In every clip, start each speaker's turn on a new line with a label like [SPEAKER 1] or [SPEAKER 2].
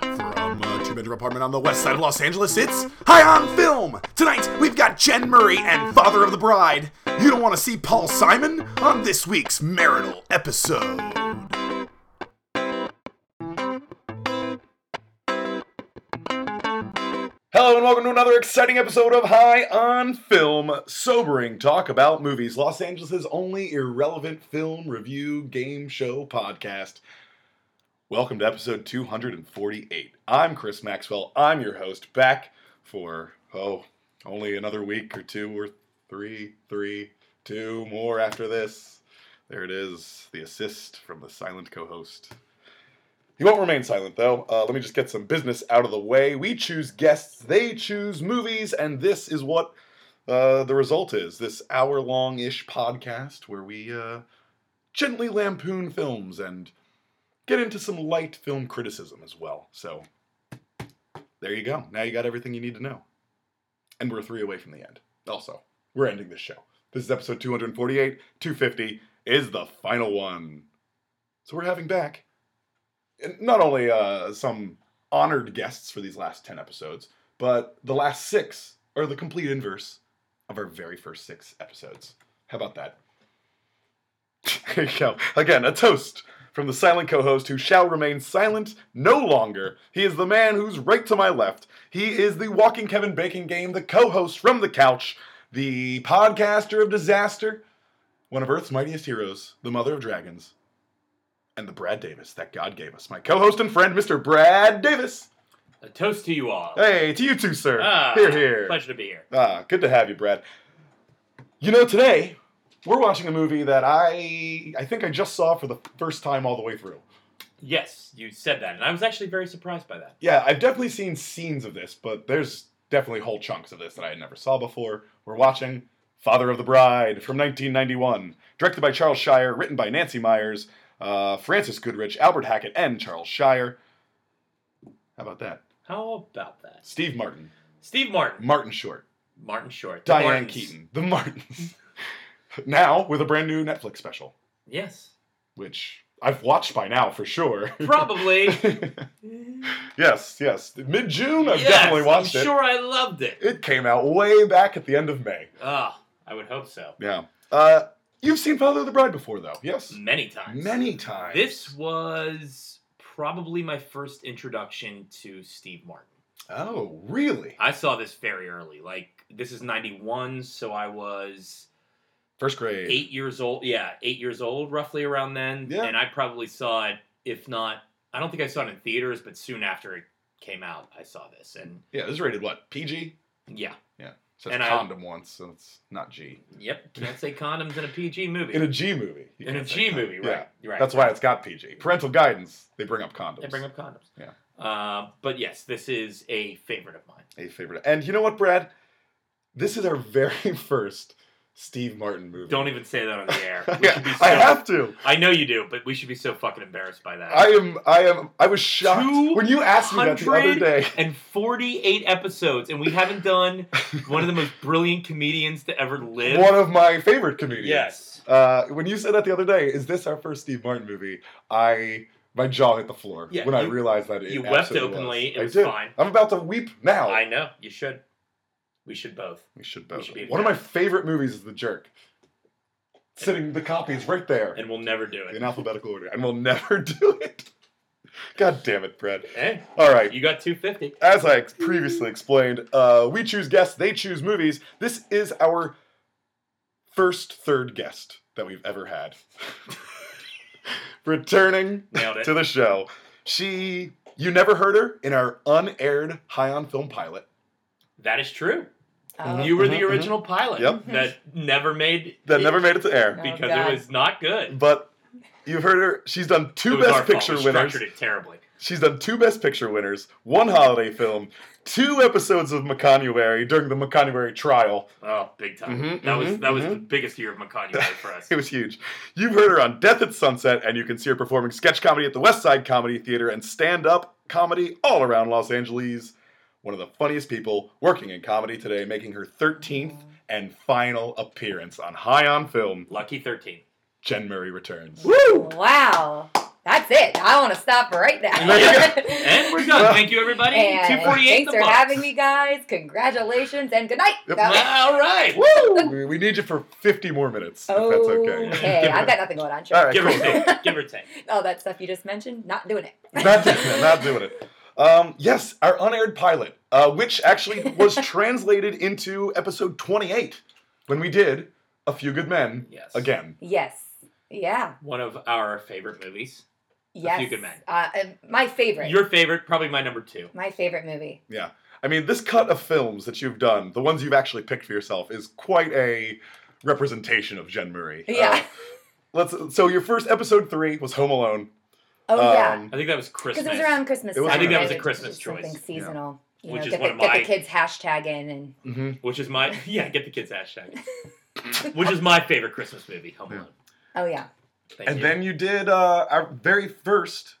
[SPEAKER 1] from a two bedroom apartment on the west side of Los Angeles, it's High on Film! Tonight, we've got Jen Murray and Father of the Bride. You don't want to see Paul Simon on this week's marital episode. Hello and welcome to another exciting episode of High on Film, sobering talk about movies, Los Angeles' only irrelevant film review game show podcast. Welcome to episode 248. I'm Chris Maxwell. I'm your host, back for, oh, only another week or two or three, three, two more after this. There it is, the assist from the silent co host. He won't remain silent, though. Uh, let me just get some business out of the way. We choose guests, they choose movies, and this is what uh, the result is this hour long ish podcast where we uh, gently lampoon films and get into some light film criticism as well. So there you go. Now you got everything you need to know. And we're three away from the end. Also, we're ending this show. This is episode 248. 250 is the final one. So we're having back and not only uh, some honored guests for these last 10 episodes, but the last six are the complete inverse of our very first six episodes. How about that? there you go. Again, a toast from the silent co host who shall remain silent no longer. He is the man who's right to my left. He is the walking Kevin Bacon game, the co host from the couch, the podcaster of disaster, one of Earth's mightiest heroes, the mother of dragons, and the Brad Davis that God gave us. My co host and friend, Mr. Brad Davis.
[SPEAKER 2] A toast to you all.
[SPEAKER 1] Hey, to you too, sir.
[SPEAKER 2] Ah,
[SPEAKER 1] here, here.
[SPEAKER 2] Pleasure to be here.
[SPEAKER 1] Ah, good to have you, Brad. You know, today we're watching a movie that I I think I just saw for the first time all the way through.
[SPEAKER 2] Yes, you said that, and I was actually very surprised by that.
[SPEAKER 1] Yeah, I've definitely seen scenes of this, but there's definitely whole chunks of this that I had never saw before. We're watching Father of the Bride from 1991, directed by Charles Shire, written by Nancy Myers, uh, Francis Goodrich, Albert Hackett, and Charles Shire. How about that?
[SPEAKER 2] How about that?
[SPEAKER 1] Steve Martin,
[SPEAKER 2] Steve Martin,
[SPEAKER 1] Martin Short,
[SPEAKER 2] Martin Short, The
[SPEAKER 1] Diane
[SPEAKER 2] Martins.
[SPEAKER 1] Keaton, the Martins. now with a brand new Netflix special,
[SPEAKER 2] Yes,
[SPEAKER 1] which I've watched by now for sure.
[SPEAKER 2] probably.
[SPEAKER 1] yes, yes. Mid June, I've
[SPEAKER 2] Yes,
[SPEAKER 1] definitely watched
[SPEAKER 2] I'm
[SPEAKER 1] it.
[SPEAKER 2] sure I loved it.
[SPEAKER 1] It came out way back at the end of May.
[SPEAKER 2] Ah, I would hope so.
[SPEAKER 1] Yeah. Uh, you've seen Father of the Bride before, though. Yes.
[SPEAKER 2] Many times.
[SPEAKER 1] Many times.
[SPEAKER 2] This was probably my first introduction to Steve Martin.
[SPEAKER 1] Oh, really?
[SPEAKER 2] I saw this very early. Like this is '91, so I was
[SPEAKER 1] First grade.
[SPEAKER 2] eight years old. Yeah, eight years old, roughly around then.
[SPEAKER 1] Yeah.
[SPEAKER 2] And I probably saw it, if not, I don't think I saw it in theaters, but soon after it came out, I saw this. And
[SPEAKER 1] Yeah, this is rated what? PG.
[SPEAKER 2] yeah,
[SPEAKER 1] So it's
[SPEAKER 2] And I-
[SPEAKER 1] condom once, so it's not G.
[SPEAKER 2] yep, can't say condoms in a PG movie.
[SPEAKER 1] In a G movie. you
[SPEAKER 2] In a
[SPEAKER 1] can't say
[SPEAKER 2] G
[SPEAKER 1] condom.
[SPEAKER 2] movie,
[SPEAKER 1] Yeah.
[SPEAKER 2] right? Right.
[SPEAKER 1] That's why it's got PG. Parental guidance. They bring up condoms.
[SPEAKER 2] they bring up condoms.
[SPEAKER 1] Yeah.
[SPEAKER 2] Uh, but yes, this is a favorite of mine.
[SPEAKER 1] a favorite. And you know what, Brad? This is our very first Steve Martin movie.
[SPEAKER 2] Don't even say that on the air. We
[SPEAKER 1] Yeah,
[SPEAKER 2] should be so,
[SPEAKER 1] I have to.
[SPEAKER 2] I know you do, but we should be so fucking embarrassed by that.
[SPEAKER 1] I am. I am. I was shocked when you asked me that the other
[SPEAKER 2] 200?
[SPEAKER 1] day.
[SPEAKER 2] and 48 episodes, and we haven't done one of the most brilliant comedians to ever live.
[SPEAKER 1] One of my favorite comedians.
[SPEAKER 2] yes.
[SPEAKER 1] Uh, when you said that the other day, is this our first Steve Martin movie? I my jaw hit the floor
[SPEAKER 2] Yeah,
[SPEAKER 1] when I
[SPEAKER 2] you-
[SPEAKER 1] realized that it
[SPEAKER 2] you wept
[SPEAKER 1] absolutely
[SPEAKER 2] openly.
[SPEAKER 1] Was.
[SPEAKER 2] It
[SPEAKER 1] I
[SPEAKER 2] was
[SPEAKER 1] did. Oh.
[SPEAKER 2] fine.
[SPEAKER 1] I'm about to weep now.
[SPEAKER 2] I know. You should. We should both.
[SPEAKER 1] we should both.
[SPEAKER 2] should be
[SPEAKER 1] One of my favorite movies is The Jerk. Sitting the copies right there
[SPEAKER 2] And we'll never do it.
[SPEAKER 1] in alphabetical order, and we'll never do it. God damn it, Brad!
[SPEAKER 2] Hey,
[SPEAKER 1] All right,
[SPEAKER 2] you got 250.
[SPEAKER 1] as I ex- previously explained, uh, we choose guests, they choose movies. This is our first third guest that we've ever had. Returning
[SPEAKER 2] Nailed it.
[SPEAKER 1] to the show, she, you never heard her in our unaired High on Film pilot.
[SPEAKER 2] That is true.
[SPEAKER 3] Uh-huh. Oh.
[SPEAKER 1] Mhm.
[SPEAKER 2] You were
[SPEAKER 1] mhm,
[SPEAKER 2] the
[SPEAKER 1] mhm.
[SPEAKER 2] original pilot
[SPEAKER 1] Yep.
[SPEAKER 2] that never made
[SPEAKER 1] That
[SPEAKER 2] it
[SPEAKER 1] never made it to air,
[SPEAKER 3] No.
[SPEAKER 2] because
[SPEAKER 3] Oh, God.
[SPEAKER 2] it was not good.
[SPEAKER 1] but you've heard her. She's done
[SPEAKER 2] It
[SPEAKER 1] two
[SPEAKER 2] was our
[SPEAKER 1] Best
[SPEAKER 2] fault.
[SPEAKER 1] Picture
[SPEAKER 2] we
[SPEAKER 1] winners.
[SPEAKER 2] structured it terribly.
[SPEAKER 1] She's done two Best Picture winners, one holiday film, two episodes of McConuary during the McConuary trial.
[SPEAKER 2] Oh, big time.
[SPEAKER 1] Mhm,
[SPEAKER 2] that was
[SPEAKER 1] mhm,
[SPEAKER 2] that was the
[SPEAKER 1] mhm.
[SPEAKER 2] biggest year of McConaughey for us.
[SPEAKER 1] It was huge. You've heard her on Death at Sunset, and you can see her performing sketch comedy at the West Side Comedy Theater and stand up comedy all around Los Angeles. One of the funniest people working in comedy today, making her 13th and final appearance on High on Film.
[SPEAKER 2] Lucky 13.
[SPEAKER 1] Jen Murray returns.
[SPEAKER 3] Wow. That's it. I want to stop right now.
[SPEAKER 2] And there And we're done.
[SPEAKER 1] Well-
[SPEAKER 2] Thank you, everybody.
[SPEAKER 3] And
[SPEAKER 2] 248
[SPEAKER 3] Thanks
[SPEAKER 2] the
[SPEAKER 3] for
[SPEAKER 2] box.
[SPEAKER 3] having me, guys. Congratulations and good night.
[SPEAKER 1] Yep.
[SPEAKER 3] That was-
[SPEAKER 2] All right.
[SPEAKER 1] Woo! We- We need you for 50 more minutes, if that's okay.
[SPEAKER 3] Okay, I've got nothing going on. Sure.
[SPEAKER 1] All right,
[SPEAKER 2] Give or
[SPEAKER 1] cool.
[SPEAKER 2] take. Give or take.
[SPEAKER 3] All that stuff you just mentioned, not doing it.
[SPEAKER 1] not doing it. Not doing it. Um, yes, our unaired pilot, uh, which actually was translated into episode 28 when we did A Few Good Men
[SPEAKER 2] Yes.
[SPEAKER 1] again.
[SPEAKER 3] yes. Yeah.
[SPEAKER 2] One of our favorite movies.
[SPEAKER 3] Yes.
[SPEAKER 2] Few Good Men.
[SPEAKER 3] Uh, and my favorite.
[SPEAKER 2] Your favorite, probably my number two.
[SPEAKER 3] my favorite movie.
[SPEAKER 1] I mean, this cut of films that you've done, the ones you've actually picked for yourself, is quite a representation of Jen Murray.
[SPEAKER 2] Oh.
[SPEAKER 1] Uh,
[SPEAKER 3] Yeah.
[SPEAKER 1] let's. So your first episode three was Home Alone.
[SPEAKER 3] Oh yeah.
[SPEAKER 1] Um,
[SPEAKER 2] I think that was
[SPEAKER 3] Because
[SPEAKER 2] Christmas.
[SPEAKER 3] it was around Christmas.
[SPEAKER 1] It was
[SPEAKER 3] time,
[SPEAKER 1] I think that
[SPEAKER 3] right?
[SPEAKER 1] was a
[SPEAKER 3] It
[SPEAKER 2] Christmas
[SPEAKER 3] just something
[SPEAKER 2] choice.
[SPEAKER 3] seasonal. You
[SPEAKER 2] Which
[SPEAKER 3] know,
[SPEAKER 2] is
[SPEAKER 3] get,
[SPEAKER 2] one
[SPEAKER 3] the,
[SPEAKER 2] of
[SPEAKER 3] get
[SPEAKER 2] my-
[SPEAKER 3] the kids hashtagging and
[SPEAKER 1] mhm.
[SPEAKER 2] Which is my yeah, get the kids hashtag. Which is my favorite Christmas movie, Home
[SPEAKER 1] Yeah.
[SPEAKER 2] Alone.
[SPEAKER 3] oh yeah.
[SPEAKER 2] Thank
[SPEAKER 1] And
[SPEAKER 2] you.
[SPEAKER 1] then you did uh, our very first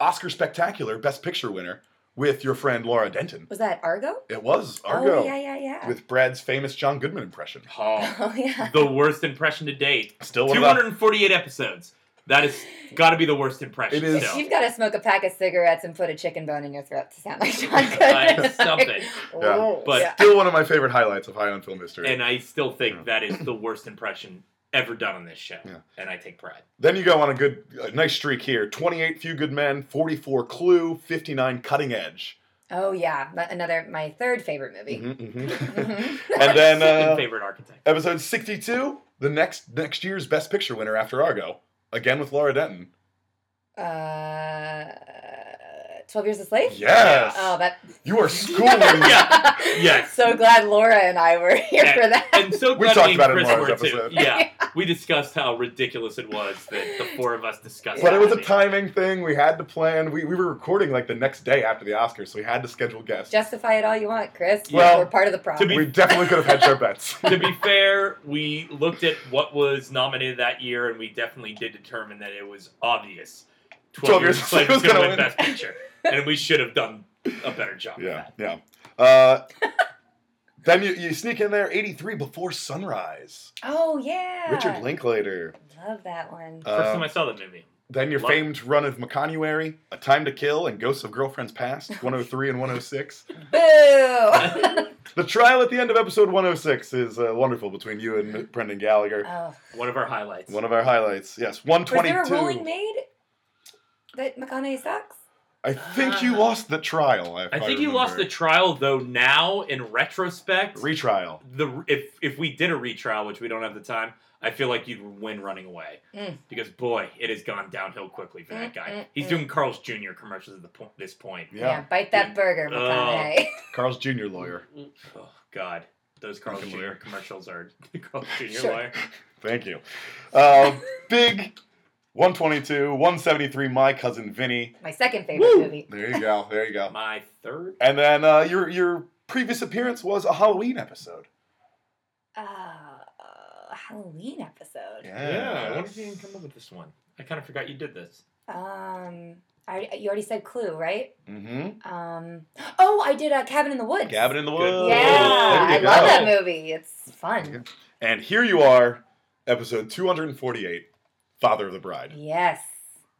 [SPEAKER 1] Oscar Spectacular Best Picture winner with your friend Laura Denton.
[SPEAKER 3] Was that Argo?
[SPEAKER 1] It was Argo
[SPEAKER 3] Oh yeah, yeah, yeah.
[SPEAKER 1] with Brad's famous John Goodman impression.
[SPEAKER 2] oh,
[SPEAKER 3] oh yeah.
[SPEAKER 2] the worst impression to date.
[SPEAKER 1] Still one of the
[SPEAKER 2] 248 episodes. That is got to be the worst
[SPEAKER 1] It
[SPEAKER 2] impression.
[SPEAKER 1] is.
[SPEAKER 2] Still.
[SPEAKER 3] You've got to smoke a pack of cigarettes and put a chicken bone in your throat to sound like Sean Goodman.
[SPEAKER 2] Uh, it's something.
[SPEAKER 3] Whoa.
[SPEAKER 2] but-
[SPEAKER 3] yeah.
[SPEAKER 1] Still one of my favorite highlights of High on Film History.
[SPEAKER 2] And I still
[SPEAKER 1] Yeah.
[SPEAKER 2] think that is the worst impression ever done on this show.
[SPEAKER 1] Yeah.
[SPEAKER 2] And I take pride.
[SPEAKER 1] then you go on a good, a nice streak here 28 Few Good Men, 44 Clue, 59 Cutting Edge.
[SPEAKER 3] Oh yeah, But another my third favorite movie.
[SPEAKER 1] Mhm, mhm.
[SPEAKER 3] Mhm.
[SPEAKER 1] and then
[SPEAKER 2] Second
[SPEAKER 1] uh,
[SPEAKER 2] favorite architect.
[SPEAKER 1] episode 62, the next next year's Best Picture winner after Argo, again with Laura Denton.
[SPEAKER 3] uh, Mm-hmm. Twelve Years a Slave.
[SPEAKER 1] Yes!
[SPEAKER 3] Oh, that.
[SPEAKER 1] You are schooling me.
[SPEAKER 2] Yeah. Yes.
[SPEAKER 3] So glad Laura and I were here
[SPEAKER 2] Yeah.
[SPEAKER 3] for that.
[SPEAKER 2] And so
[SPEAKER 1] We
[SPEAKER 2] glad
[SPEAKER 1] talked
[SPEAKER 2] me and
[SPEAKER 1] about it in
[SPEAKER 2] Chris
[SPEAKER 1] Laura's
[SPEAKER 2] were too.
[SPEAKER 1] episode.
[SPEAKER 2] Yeah. We discussed how ridiculous it was that the four of us discussed
[SPEAKER 1] But it was a
[SPEAKER 2] that.
[SPEAKER 1] timing thing. We had to plan. We, we were recording like the next day after the Oscars, so we had to schedule guests.
[SPEAKER 3] Justify it all you want, Chris.
[SPEAKER 1] Well,
[SPEAKER 3] we're part of the
[SPEAKER 2] to
[SPEAKER 3] problem.
[SPEAKER 2] be-
[SPEAKER 1] we definitely could have hedged our bets.
[SPEAKER 2] to be fair, we looked at what was nominated that year, and we definitely did determine that it was obvious.
[SPEAKER 1] 12 Years a Slave was
[SPEAKER 2] going
[SPEAKER 1] gonna
[SPEAKER 2] to win
[SPEAKER 1] win.
[SPEAKER 2] Best Picture, and we should have done a better job.
[SPEAKER 1] Yeah, yeah. Uh, then you, you sneak in there, 83 Before Sunrise.
[SPEAKER 3] oh yeah.
[SPEAKER 1] Richard Linklater.
[SPEAKER 3] Love that one.
[SPEAKER 2] First
[SPEAKER 1] Uh,
[SPEAKER 2] time I saw that movie.
[SPEAKER 1] then your
[SPEAKER 2] Love-
[SPEAKER 1] famed run of McConuary, A Time to Kill, and Ghosts of Girlfriends Past, 103 and 106.
[SPEAKER 3] Boo.
[SPEAKER 1] The trial at the end of episode 106 is uh, wonderful between you and Brendan Gallagher.
[SPEAKER 3] oh.
[SPEAKER 2] One of our highlights.
[SPEAKER 1] One of our highlights. Yes,
[SPEAKER 3] Was there a
[SPEAKER 1] 122.
[SPEAKER 3] ruling made that McConaughey sucks?
[SPEAKER 1] I think
[SPEAKER 3] Uh.
[SPEAKER 1] you lost the trial. If
[SPEAKER 2] I think you lost the
[SPEAKER 1] remember.
[SPEAKER 2] trial, though. Now, in retrospect,
[SPEAKER 1] retrial.
[SPEAKER 2] the if if we did a retrial, which we don't have the time, I feel like you'd win running away
[SPEAKER 3] Mm.
[SPEAKER 2] because boy, it has gone downhill quickly for that
[SPEAKER 3] Mm,
[SPEAKER 2] guy.
[SPEAKER 3] mm,
[SPEAKER 2] He's
[SPEAKER 3] mm.
[SPEAKER 2] doing Carl's Jr. commercials at the po- this point.
[SPEAKER 1] Yeah.
[SPEAKER 3] bite that burger,
[SPEAKER 2] Oh.
[SPEAKER 3] McConaughey.
[SPEAKER 1] Carl's Jr. lawyer.
[SPEAKER 2] Oh God, those Carl
[SPEAKER 1] Fucking
[SPEAKER 2] Jr.
[SPEAKER 1] lawyer.
[SPEAKER 2] commercials are Carl Jr.
[SPEAKER 3] Sure.
[SPEAKER 2] lawyer.
[SPEAKER 1] Thank you. Uh, big 122, 173, My Cousin Vinny.
[SPEAKER 3] My second favorite
[SPEAKER 1] Woo!
[SPEAKER 3] movie.
[SPEAKER 1] There you go. There you go.
[SPEAKER 2] My third.
[SPEAKER 1] And then uh, your your previous appearance was a Halloween episode.
[SPEAKER 3] Uh, Halloween episode.
[SPEAKER 2] Yeah, I wonder if you can come up with this one. I kind of forgot you did this.
[SPEAKER 3] Um, I already, you already said Clue, right?
[SPEAKER 1] Mm-hmm.
[SPEAKER 3] Um, oh, I did a Cabin in the Woods.
[SPEAKER 1] Cabin in the
[SPEAKER 2] Good.
[SPEAKER 1] Woods.
[SPEAKER 3] Yeah,
[SPEAKER 2] There
[SPEAKER 3] I
[SPEAKER 2] you
[SPEAKER 3] love
[SPEAKER 2] go.
[SPEAKER 3] that movie. It's fun.
[SPEAKER 1] And here you are, episode 248, Father of the Bride.
[SPEAKER 3] Yes,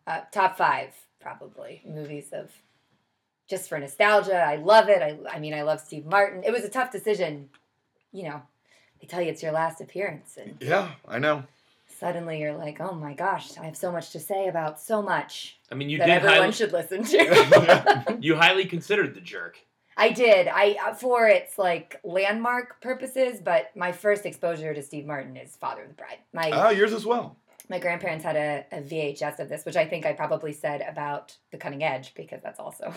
[SPEAKER 3] uh, top five probably movies of just for nostalgia. I love it. I, I mean, I love Steve Martin. It was a tough decision, you know. They tell you it's your last appearance, and
[SPEAKER 1] Yeah, I know.
[SPEAKER 3] suddenly you're like, "Oh my gosh, I have so much to say about so much."
[SPEAKER 2] I mean, you
[SPEAKER 3] that
[SPEAKER 2] did.
[SPEAKER 3] everyone
[SPEAKER 2] Highly,
[SPEAKER 3] should listen to.
[SPEAKER 1] yeah.
[SPEAKER 2] you highly considered the jerk.
[SPEAKER 3] I did. I uh, for its like landmark purposes, but my first exposure to Steve Martin is Father of the Bride. My
[SPEAKER 2] Oh.
[SPEAKER 1] Ah, yours as well.
[SPEAKER 3] my grandparents had a, a VHS of this, which I think I probably said about The Cutting Edge because that's also.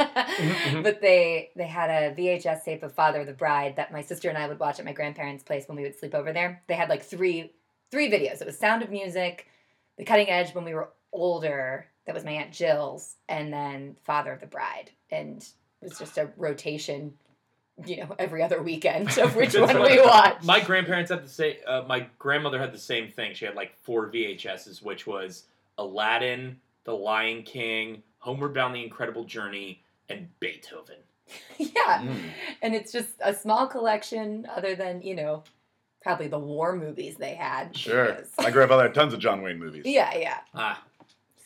[SPEAKER 2] mhm.
[SPEAKER 3] but they they had a VHS tape of Father of the Bride that my sister and I would watch at my grandparents' place when we would sleep over there. They had like three three videos. It was Sound of Music, The Cutting Edge when we were older. That was my aunt Jill's, and then Father of the Bride, and it was just a rotation. You know, every other weekend of which
[SPEAKER 2] That's
[SPEAKER 3] one
[SPEAKER 2] what
[SPEAKER 3] we
[SPEAKER 2] I thought.
[SPEAKER 3] watched.
[SPEAKER 2] My grandparents had the same. Uh, my grandmother had the same thing. She had like four VHSs, which was Aladdin, The Lion King, Homeward Bound: The Incredible Journey, and Beethoven.
[SPEAKER 3] yeah.
[SPEAKER 1] Mm.
[SPEAKER 3] and it's just a small collection other than you know probably the war movies they had
[SPEAKER 1] Sure.
[SPEAKER 3] because-
[SPEAKER 1] My grandfather had tons of John Wayne movies.
[SPEAKER 3] yeah yeah
[SPEAKER 2] Ah,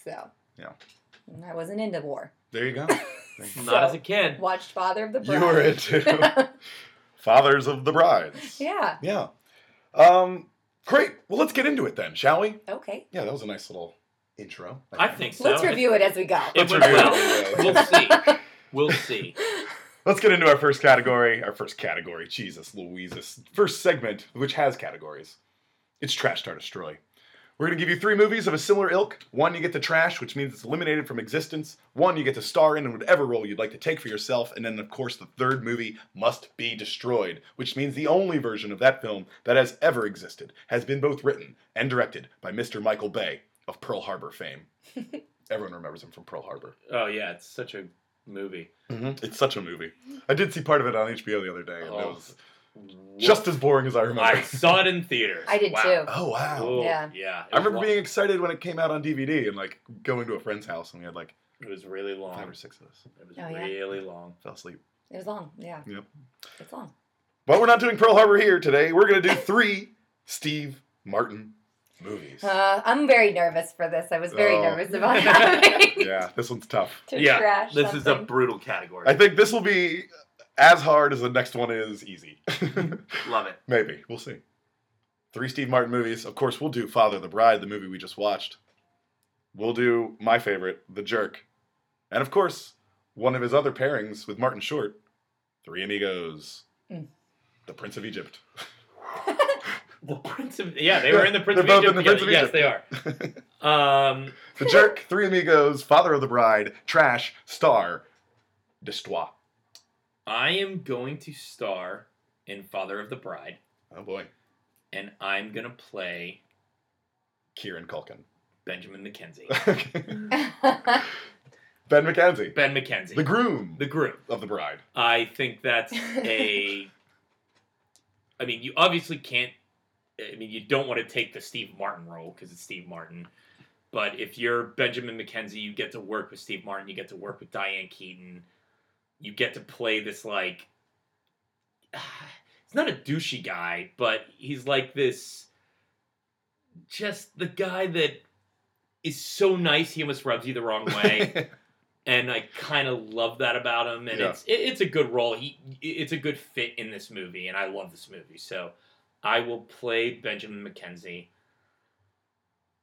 [SPEAKER 3] so
[SPEAKER 1] Yeah.
[SPEAKER 3] And I wasn't into war.
[SPEAKER 1] There you go.
[SPEAKER 2] Not
[SPEAKER 3] So-
[SPEAKER 2] as a kid.
[SPEAKER 3] Watched Father of the
[SPEAKER 1] you
[SPEAKER 3] Bride.
[SPEAKER 1] were into Fathers of the Brides.
[SPEAKER 3] yeah.
[SPEAKER 1] Yeah. Um, great. Well, let's get into it then, shall we?
[SPEAKER 3] Okay.
[SPEAKER 1] Yeah, that was a nice little intro.
[SPEAKER 2] I think so.
[SPEAKER 3] Let's review it as we go.
[SPEAKER 2] It
[SPEAKER 1] Let's
[SPEAKER 2] went
[SPEAKER 1] review
[SPEAKER 2] well.
[SPEAKER 1] it.
[SPEAKER 2] We'll see. We'll see.
[SPEAKER 1] Let's get into our first category. Our first category, Jesus Louises. First segment, which has categories. It's Trash Star Destroy. We're going to give you three movies of a similar ilk. One you get to trash, which means it's eliminated from existence. One you get to star in in whatever role you'd like to take for yourself. And then, of course, the third movie must be destroyed, which means the only version of that film that has ever existed has been both written and directed by Mr. Michael Bay of Pearl Harbor fame. Everyone remembers him from Pearl Harbor.
[SPEAKER 2] Oh yeah, it's such a movie.
[SPEAKER 1] It's such a movie. I did see part of it on HBO the other day, and it
[SPEAKER 2] Oh.
[SPEAKER 1] was just as boring as I remember.
[SPEAKER 2] I saw it in theaters.
[SPEAKER 3] I did
[SPEAKER 2] Wow.
[SPEAKER 3] too.
[SPEAKER 1] Oh wow!
[SPEAKER 2] Oh,
[SPEAKER 3] Yeah.
[SPEAKER 2] yeah.
[SPEAKER 1] I remember
[SPEAKER 2] it was
[SPEAKER 1] being excited when it came out on DVD and like going to a friend's house, and we had like
[SPEAKER 2] long. It was really long.
[SPEAKER 1] five or six of us.
[SPEAKER 2] It was
[SPEAKER 3] Oh, yeah.
[SPEAKER 2] really long.
[SPEAKER 1] Fell asleep.
[SPEAKER 3] It was long. Yeah.
[SPEAKER 1] Yep.
[SPEAKER 3] It's long.
[SPEAKER 1] But we're not doing Pearl Harbor here today. We're gonna do three Steve Martin movies.
[SPEAKER 3] Uh, I'm very nervous for this. I was very
[SPEAKER 1] Oh.
[SPEAKER 3] nervous about having
[SPEAKER 1] yeah, this one's tough.
[SPEAKER 3] to
[SPEAKER 2] yeah,
[SPEAKER 3] trash
[SPEAKER 2] this is a
[SPEAKER 3] something.
[SPEAKER 2] brutal category.
[SPEAKER 1] I think this will be as hard as the next one is easy.
[SPEAKER 2] Love it.
[SPEAKER 1] Maybe we'll see. Three Steve Martin movies. Of course, we'll do Father of the Bride, the movie we just watched. We'll do my favorite, The Jerk, and of course, one of his other pairings with Martin Short, Three Amigos,
[SPEAKER 3] Mm.
[SPEAKER 1] The Prince of Egypt.
[SPEAKER 2] The Prince of yeah, they were in the Prince
[SPEAKER 1] They're
[SPEAKER 2] of
[SPEAKER 1] both
[SPEAKER 2] Egypt.
[SPEAKER 1] in the Prince
[SPEAKER 2] together. yes,
[SPEAKER 1] of
[SPEAKER 2] they are. Um,
[SPEAKER 1] The Jerk, Three Amigos, Father of the Bride, Trash, Star, Destois.
[SPEAKER 2] I am going to star in Father of the Bride,
[SPEAKER 1] Oh boy,
[SPEAKER 2] and I'm gonna play
[SPEAKER 1] Kieran Culkin,
[SPEAKER 2] Benjamin McKenzie,
[SPEAKER 1] Ben McKenzie,
[SPEAKER 2] Ben McKenzie,
[SPEAKER 1] the groom
[SPEAKER 2] the groom.
[SPEAKER 1] of the bride.
[SPEAKER 2] I think that's a. I mean, you obviously can't. I mean, you don't want to take the Steve Martin role because it's Steve Martin. But if you're Benjamin McKenzie, you get to work with Steve Martin. You get to work with Diane Keaton. You get to play this like. He's not a douchey guy, but he's like this. Just the guy that is so nice, he almost rubs you the wrong way and I kind of love that about him. And
[SPEAKER 1] Yeah.
[SPEAKER 2] it's it, it's a good role. He it's a good fit in this movie, and I love this movie. So I will play Benjamin McKenzie.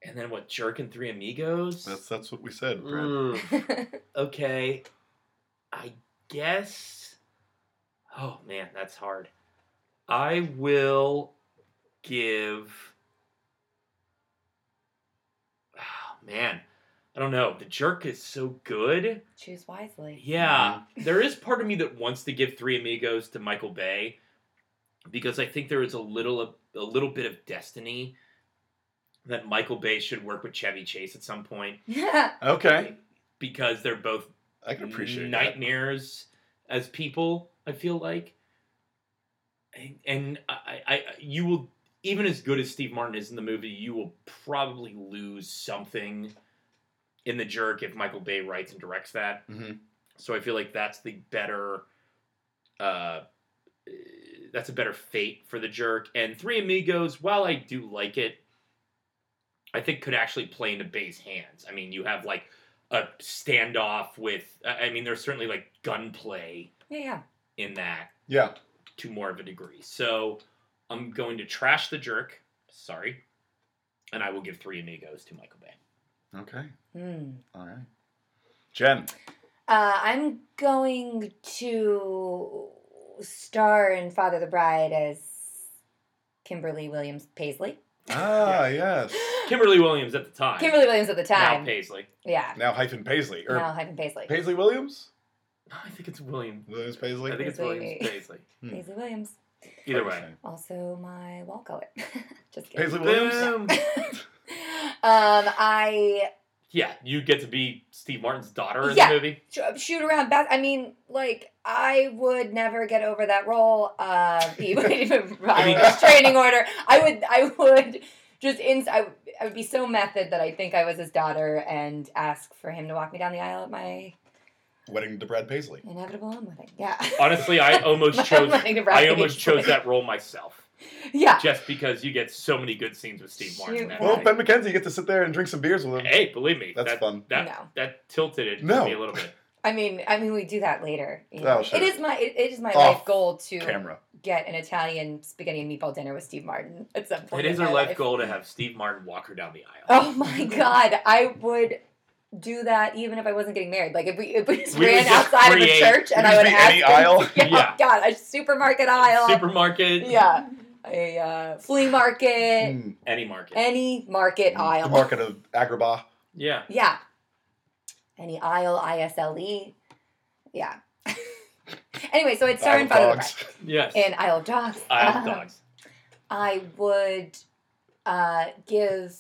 [SPEAKER 2] And then what? Jerk and Three Amigos.
[SPEAKER 1] that's that's what we said. Brad.
[SPEAKER 2] Mm, okay, I guess. Oh man, that's hard. I will give. Oh, man, I don't know. The jerk is so good.
[SPEAKER 3] Choose wisely.
[SPEAKER 2] Yeah, Um, there is part of me that wants to give Three Amigos to Michael Bay because I think there is a little a little bit of destiny that Michael Bay should work with Chevy Chase at some point
[SPEAKER 3] Yeah.
[SPEAKER 1] Okay,
[SPEAKER 2] because they're both
[SPEAKER 1] I can appreciate that.
[SPEAKER 2] nightmares as people. I feel like, and, and I, I, I- you will even as good as Steve Martin is in the movie, you will probably lose something in the jerk if Michael Bay writes and directs that.
[SPEAKER 1] Mhm.
[SPEAKER 2] So I feel like that's the better, uh, that's a better fate for the jerk. And Three Amigos, while I do like it, I think could actually play into Bay's hands. I mean, you have like a standoff with. I I mean, there's certainly like gunplay
[SPEAKER 3] Yeah. Yeah.
[SPEAKER 2] in that
[SPEAKER 1] Yeah.
[SPEAKER 2] to more of a degree. So I'm going to trash the jerk. Sorry. And I will give Three Amigos to Michael Bay.
[SPEAKER 1] Okay.
[SPEAKER 3] Hmm.
[SPEAKER 1] All right. Jen.
[SPEAKER 3] Uh, I'm going to star in Father the Bride as Kimberly Williams Paisley.
[SPEAKER 1] Ah, yes.
[SPEAKER 2] Kimberly Williams at the time.
[SPEAKER 3] Kimberly Williams at the
[SPEAKER 2] Now
[SPEAKER 3] time.
[SPEAKER 2] Paisley.
[SPEAKER 3] Yeah.
[SPEAKER 1] Now hyphen Paisley. Or
[SPEAKER 3] Now hyphen Paisley.
[SPEAKER 1] Er, Paisley Williams?
[SPEAKER 2] No, I think it's William.
[SPEAKER 1] Williams
[SPEAKER 2] I
[SPEAKER 1] Paisley?
[SPEAKER 2] think it's
[SPEAKER 3] Paisley.
[SPEAKER 2] Williams Paisley.
[SPEAKER 1] Hmm.
[SPEAKER 3] Paisley Williams.
[SPEAKER 2] Either way.
[SPEAKER 3] Also my wall color. Just kidding.
[SPEAKER 1] Paisley Williams?
[SPEAKER 2] Boom.
[SPEAKER 3] um, I
[SPEAKER 2] Yeah, you get to be Steve Martin's daughter in
[SPEAKER 3] Yeah.
[SPEAKER 2] the movie.
[SPEAKER 3] sh- uh, shoot around back. I mean, like I would never get over that role. Uh, even even
[SPEAKER 2] mean-
[SPEAKER 3] training order. I would. I would just in. I, would- I would be so method that I think I was his daughter and ask for him to walk me down the aisle at my
[SPEAKER 1] Wedding to Brad Paisley.
[SPEAKER 3] inevitable wedding. Yeah.
[SPEAKER 2] Honestly, I almost chose
[SPEAKER 3] Wedding to Brad
[SPEAKER 2] I almost
[SPEAKER 3] Paisley.
[SPEAKER 2] chose that role myself.
[SPEAKER 3] yeah.
[SPEAKER 2] just because you get so many good scenes with Steve Martin.
[SPEAKER 3] Shoot.
[SPEAKER 2] That
[SPEAKER 1] Well,
[SPEAKER 2] night.
[SPEAKER 1] Ben McKenzie, you get to sit there and drink some beers with him.
[SPEAKER 2] hey, believe me,
[SPEAKER 1] That's
[SPEAKER 2] that,
[SPEAKER 1] fun.
[SPEAKER 2] That
[SPEAKER 3] No.
[SPEAKER 2] that tilted it
[SPEAKER 1] No.
[SPEAKER 2] for me a little bit.
[SPEAKER 3] I mean, I mean, we do that later. you
[SPEAKER 1] Oh,
[SPEAKER 3] know.
[SPEAKER 1] sure.
[SPEAKER 3] It is my it, it is my
[SPEAKER 1] Off
[SPEAKER 3] life goal to
[SPEAKER 1] Camera.
[SPEAKER 3] get an Italian spaghetti and meatball dinner with Steve Martin at some point.
[SPEAKER 2] it is
[SPEAKER 3] in
[SPEAKER 2] our
[SPEAKER 3] my
[SPEAKER 2] life goal to have Steve Martin walk her down the aisle.
[SPEAKER 3] Oh my god, I would do that even if I wasn't getting married. Like if we if we just
[SPEAKER 2] We would
[SPEAKER 3] ran
[SPEAKER 2] just
[SPEAKER 3] outside of a
[SPEAKER 2] create-
[SPEAKER 3] church
[SPEAKER 1] Could
[SPEAKER 3] and I would
[SPEAKER 1] just
[SPEAKER 3] ask
[SPEAKER 1] be any
[SPEAKER 3] them-
[SPEAKER 1] aisle.
[SPEAKER 2] Yeah.
[SPEAKER 3] Yeah, God, a supermarket aisle.
[SPEAKER 2] Supermarket,
[SPEAKER 3] yeah, a uh, flea market,
[SPEAKER 1] Mm.
[SPEAKER 2] any market.
[SPEAKER 3] any market
[SPEAKER 2] Mm.
[SPEAKER 3] aisle.
[SPEAKER 1] The market of Agrabah.
[SPEAKER 2] yeah.
[SPEAKER 3] Yeah. Any aisle, I S L E. Yeah. anyway, so it's Star
[SPEAKER 1] Isle
[SPEAKER 3] and
[SPEAKER 1] of
[SPEAKER 3] Father the
[SPEAKER 1] Dogs.
[SPEAKER 2] Yes.
[SPEAKER 3] Bride. In Isle of Dogs.
[SPEAKER 2] Aisle of
[SPEAKER 3] Um,
[SPEAKER 2] dogs.
[SPEAKER 3] I would uh, give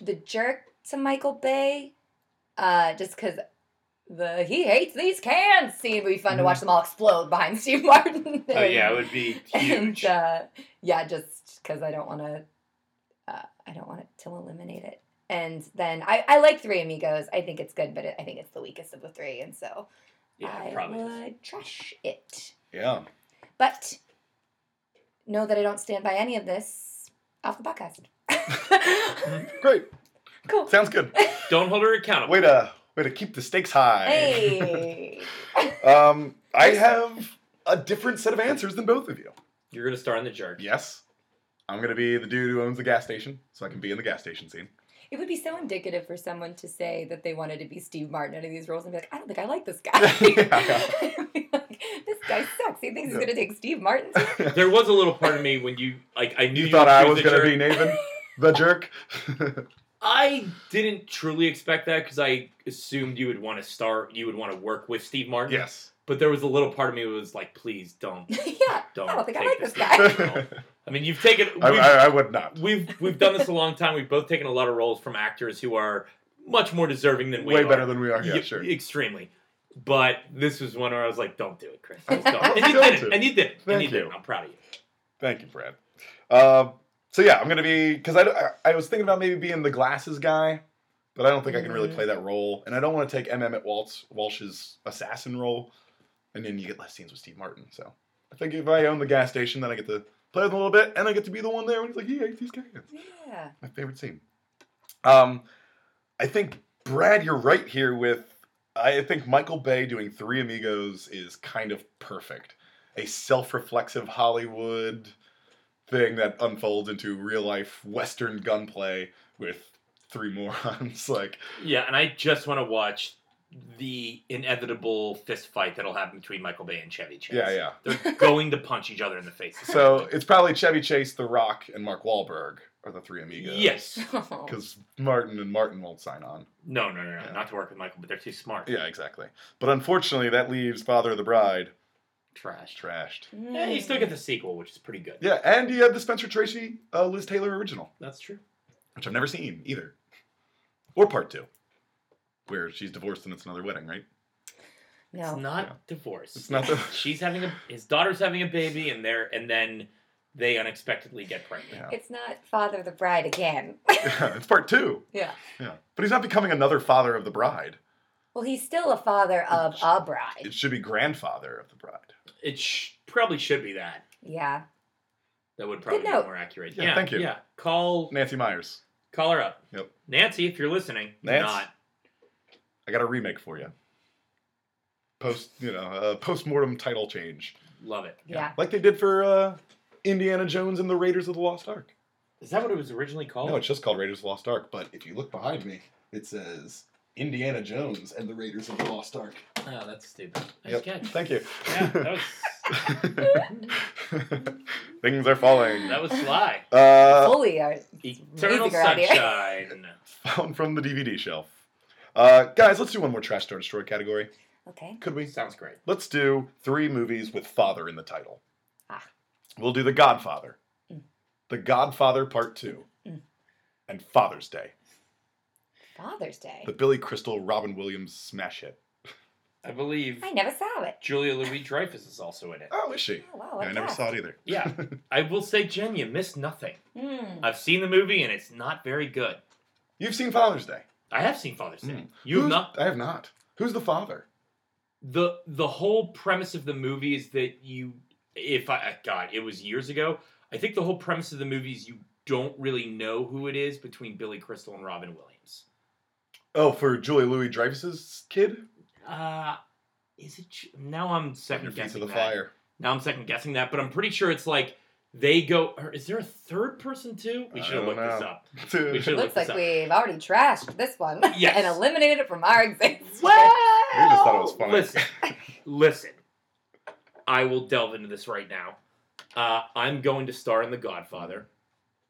[SPEAKER 3] the jerk to Michael Bay, uh, just because the he hates these cans scene would be fun to watch them all explode behind Steve Martin.
[SPEAKER 2] Mm-hmm. Oh yeah, it would be
[SPEAKER 3] and
[SPEAKER 2] huge.
[SPEAKER 3] uh, yeah, just because I don't want to, uh, I don't want it to eliminate it. And then I, I like Three Amigos. I think it's good, but it, I think it's the weakest of the three, and so
[SPEAKER 2] yeah,
[SPEAKER 3] I
[SPEAKER 2] it probably. is.
[SPEAKER 3] would trash it.
[SPEAKER 1] Yeah.
[SPEAKER 3] But know that I don't stand by any of this off the podcast.
[SPEAKER 1] Great.
[SPEAKER 3] cool.
[SPEAKER 1] Sounds good.
[SPEAKER 2] Don't hold her accountable.
[SPEAKER 1] Way to way to keep the stakes high.
[SPEAKER 3] Hey.
[SPEAKER 1] Um, I have a different set of answers than both of you.
[SPEAKER 2] You're gonna star in the jerk.
[SPEAKER 1] Yes, I'm gonna be the dude who owns the gas station, so I can be in the gas station scene.
[SPEAKER 3] it would be so indicative for someone to say that they wanted to be Steve Martin in any of these roles and be like, I don't think I like this guy. Like, this guy sucks. He
[SPEAKER 1] Yeah.
[SPEAKER 3] thinks he's going to take Steve Martin.
[SPEAKER 2] There was a little part of me when you like I knew
[SPEAKER 1] you
[SPEAKER 2] you,
[SPEAKER 1] thought
[SPEAKER 2] would
[SPEAKER 1] I
[SPEAKER 2] choose
[SPEAKER 1] was
[SPEAKER 2] the
[SPEAKER 1] gonna
[SPEAKER 2] jerk.
[SPEAKER 1] be Nathan, the jerk.
[SPEAKER 2] I didn't truly expect that because I assumed you would want to star, you would want to work with Steve Martin.
[SPEAKER 1] yes.
[SPEAKER 2] But there was a little part of me that was like, please don't,
[SPEAKER 3] yeah.
[SPEAKER 2] don't.
[SPEAKER 3] I don't think I
[SPEAKER 2] take
[SPEAKER 3] like this
[SPEAKER 2] Steve
[SPEAKER 1] I,
[SPEAKER 3] guy.
[SPEAKER 2] Martin role. I mean, you've taken. We've,
[SPEAKER 1] I, I would not.
[SPEAKER 2] we've we've done this a long time. We've both taken a lot of roles from actors who are much more deserving than we
[SPEAKER 1] Way
[SPEAKER 2] are.
[SPEAKER 1] better than we are. Yeah,
[SPEAKER 2] Y-
[SPEAKER 1] sure.
[SPEAKER 2] Extremely. But this was one where I was like, don't do it, Chris. Just don't.
[SPEAKER 1] I was
[SPEAKER 2] And you
[SPEAKER 1] going
[SPEAKER 2] did it.
[SPEAKER 1] to.
[SPEAKER 2] And you did it. And
[SPEAKER 1] Thank
[SPEAKER 2] you did
[SPEAKER 1] you.
[SPEAKER 2] it. I'm proud of you.
[SPEAKER 1] Thank you, Brad. Um, so yeah, I'm gonna be because I, I I was thinking about maybe being the glasses guy, but I don't think I can really
[SPEAKER 3] Mhm.
[SPEAKER 1] play that role, and I don't want to take M. Emmett Walsh Walsh's assassin role, and then you get less scenes with Steve Martin. So I think if I own the gas station, then I get to play with him a little bit, and I get to be the one there when he's like, "He hates these guys."
[SPEAKER 3] Yeah.
[SPEAKER 1] My favorite scene. Um, I think Brad, you're right here with. I think Michael Bay doing Three Amigos is kind of perfect. A self-reflexive Hollywood thing that unfolds into real-life Western gunplay with three morons. like,
[SPEAKER 2] Yeah, and I just want to watch the inevitable fist fight that'll happen between Michael Bay and Chevy Chase.
[SPEAKER 1] yeah, yeah.
[SPEAKER 2] They're going to punch each other in the face.
[SPEAKER 1] So it's probably Chevy Chase, The Rock, and Mark Wahlberg are the Three Amigos.
[SPEAKER 2] yes.
[SPEAKER 1] Because Martin and Martin won't sign on.
[SPEAKER 2] No, no, no, no.
[SPEAKER 1] Yeah.
[SPEAKER 2] Not to work with Michael, but they're too smart.
[SPEAKER 1] Yeah, exactly. But unfortunately, that leaves Father of the Bride
[SPEAKER 2] Trash.
[SPEAKER 1] trashed.
[SPEAKER 3] Hmm.
[SPEAKER 2] Yeah, you still get the sequel, which is pretty good.
[SPEAKER 1] Yeah, and you had the Spencer Tracy, uh, Liz Taylor original,
[SPEAKER 2] That's true.
[SPEAKER 1] which I've never seen either, or part two, where she's divorced and it's another wedding, right?
[SPEAKER 2] It's
[SPEAKER 3] No.
[SPEAKER 2] not
[SPEAKER 1] Yeah.
[SPEAKER 2] divorce.
[SPEAKER 1] It's not the
[SPEAKER 2] She's having a his daughter's having a baby and they're and then they unexpectedly get pregnant.
[SPEAKER 1] yeah.
[SPEAKER 3] It's not Father the Bride again.
[SPEAKER 1] yeah, it's part two.
[SPEAKER 3] yeah.
[SPEAKER 1] Yeah, but he's not becoming another father of the bride.
[SPEAKER 3] Well, he's still a father of a bride.
[SPEAKER 1] It should be grandfather of the bride.
[SPEAKER 2] It sh- probably should be that.
[SPEAKER 3] Yeah.
[SPEAKER 2] That would probably be
[SPEAKER 3] note.
[SPEAKER 2] more accurate.
[SPEAKER 1] Yeah, thank you.
[SPEAKER 2] Yeah. Call
[SPEAKER 1] Nancy Myers.
[SPEAKER 2] call her up.
[SPEAKER 1] Yep.
[SPEAKER 2] Nancy, if you're listening,
[SPEAKER 1] Nance?
[SPEAKER 2] not
[SPEAKER 1] I got a remake for you. Post, you know, uh, post-mortem title change,
[SPEAKER 2] love it.
[SPEAKER 3] Yeah.
[SPEAKER 1] like they did for uh, Indiana Jones and the Raiders of the Lost Ark.
[SPEAKER 2] Is that what it was originally called?
[SPEAKER 1] No, Oh, it's just called Raiders of the Lost Ark. But if you look behind me, it says Indiana Jones and the Raiders of the Lost Ark.
[SPEAKER 2] oh, that's stupid. Nice
[SPEAKER 1] Yep.
[SPEAKER 2] catch.
[SPEAKER 1] Thank you.
[SPEAKER 2] Yeah, that was
[SPEAKER 1] Things are falling.
[SPEAKER 2] that was sly.
[SPEAKER 1] Uh,
[SPEAKER 3] Fully are.
[SPEAKER 2] Eternal
[SPEAKER 3] Music around here.
[SPEAKER 2] sunshine.
[SPEAKER 1] found from the DVD shelf. Uh, guys, let's do one more trash store destroy category.
[SPEAKER 3] Okay.
[SPEAKER 1] Could we?
[SPEAKER 2] Sounds great.
[SPEAKER 1] Let's do three movies with father in the title.
[SPEAKER 3] Ah.
[SPEAKER 1] We'll do The Godfather,
[SPEAKER 3] Mm.
[SPEAKER 1] The Godfather Part Two,
[SPEAKER 3] Mm.
[SPEAKER 1] and Father's Day,
[SPEAKER 3] Father's Day.
[SPEAKER 1] the Billy Crystal Robin Williams smash hit.
[SPEAKER 2] I believe
[SPEAKER 3] I never saw it.
[SPEAKER 2] Julia Louis Dreyfus is also in it.
[SPEAKER 1] Oh, is she?
[SPEAKER 3] Oh, wow.
[SPEAKER 1] Yeah,
[SPEAKER 3] what
[SPEAKER 1] I never
[SPEAKER 3] cast.
[SPEAKER 1] saw it either.
[SPEAKER 2] Yeah. I will say, Jen, you missed nothing.
[SPEAKER 3] Mm.
[SPEAKER 2] I've seen the movie and it's not very good.
[SPEAKER 1] You've seen Father's Day.
[SPEAKER 2] I have seen Father's Day.
[SPEAKER 1] Mm.
[SPEAKER 2] You have
[SPEAKER 1] Who's-
[SPEAKER 2] not.
[SPEAKER 1] I have not. Who's the father?
[SPEAKER 2] the The whole premise of the movie is that you, if I God, it uh, was years ago. I think the whole premise of the movie is you don't really know who it is between Billy Crystal and Robin Williams.
[SPEAKER 1] Oh, for Julie Louis Dreyfus's kid?
[SPEAKER 2] Uh, is it Ju- now? I'm second
[SPEAKER 1] Your feet to
[SPEAKER 2] guessing
[SPEAKER 1] the
[SPEAKER 2] that.
[SPEAKER 1] fire.
[SPEAKER 2] Now I'm second guessing that, but I'm pretty sure it's like they go. Or is there a third person too? We
[SPEAKER 1] I
[SPEAKER 2] should have
[SPEAKER 1] don't
[SPEAKER 2] looked this
[SPEAKER 1] know.
[SPEAKER 2] up. We
[SPEAKER 1] Dude,
[SPEAKER 2] should have
[SPEAKER 3] It
[SPEAKER 2] looked
[SPEAKER 3] looks
[SPEAKER 2] this
[SPEAKER 3] like
[SPEAKER 2] up.
[SPEAKER 3] we've already trashed this one
[SPEAKER 2] Yes.
[SPEAKER 3] and eliminated it from our existence.
[SPEAKER 2] Well,
[SPEAKER 1] We just thought it was funny.
[SPEAKER 2] Listen, listen. I will delve into this right now. Uh, I'm going to star in The Godfather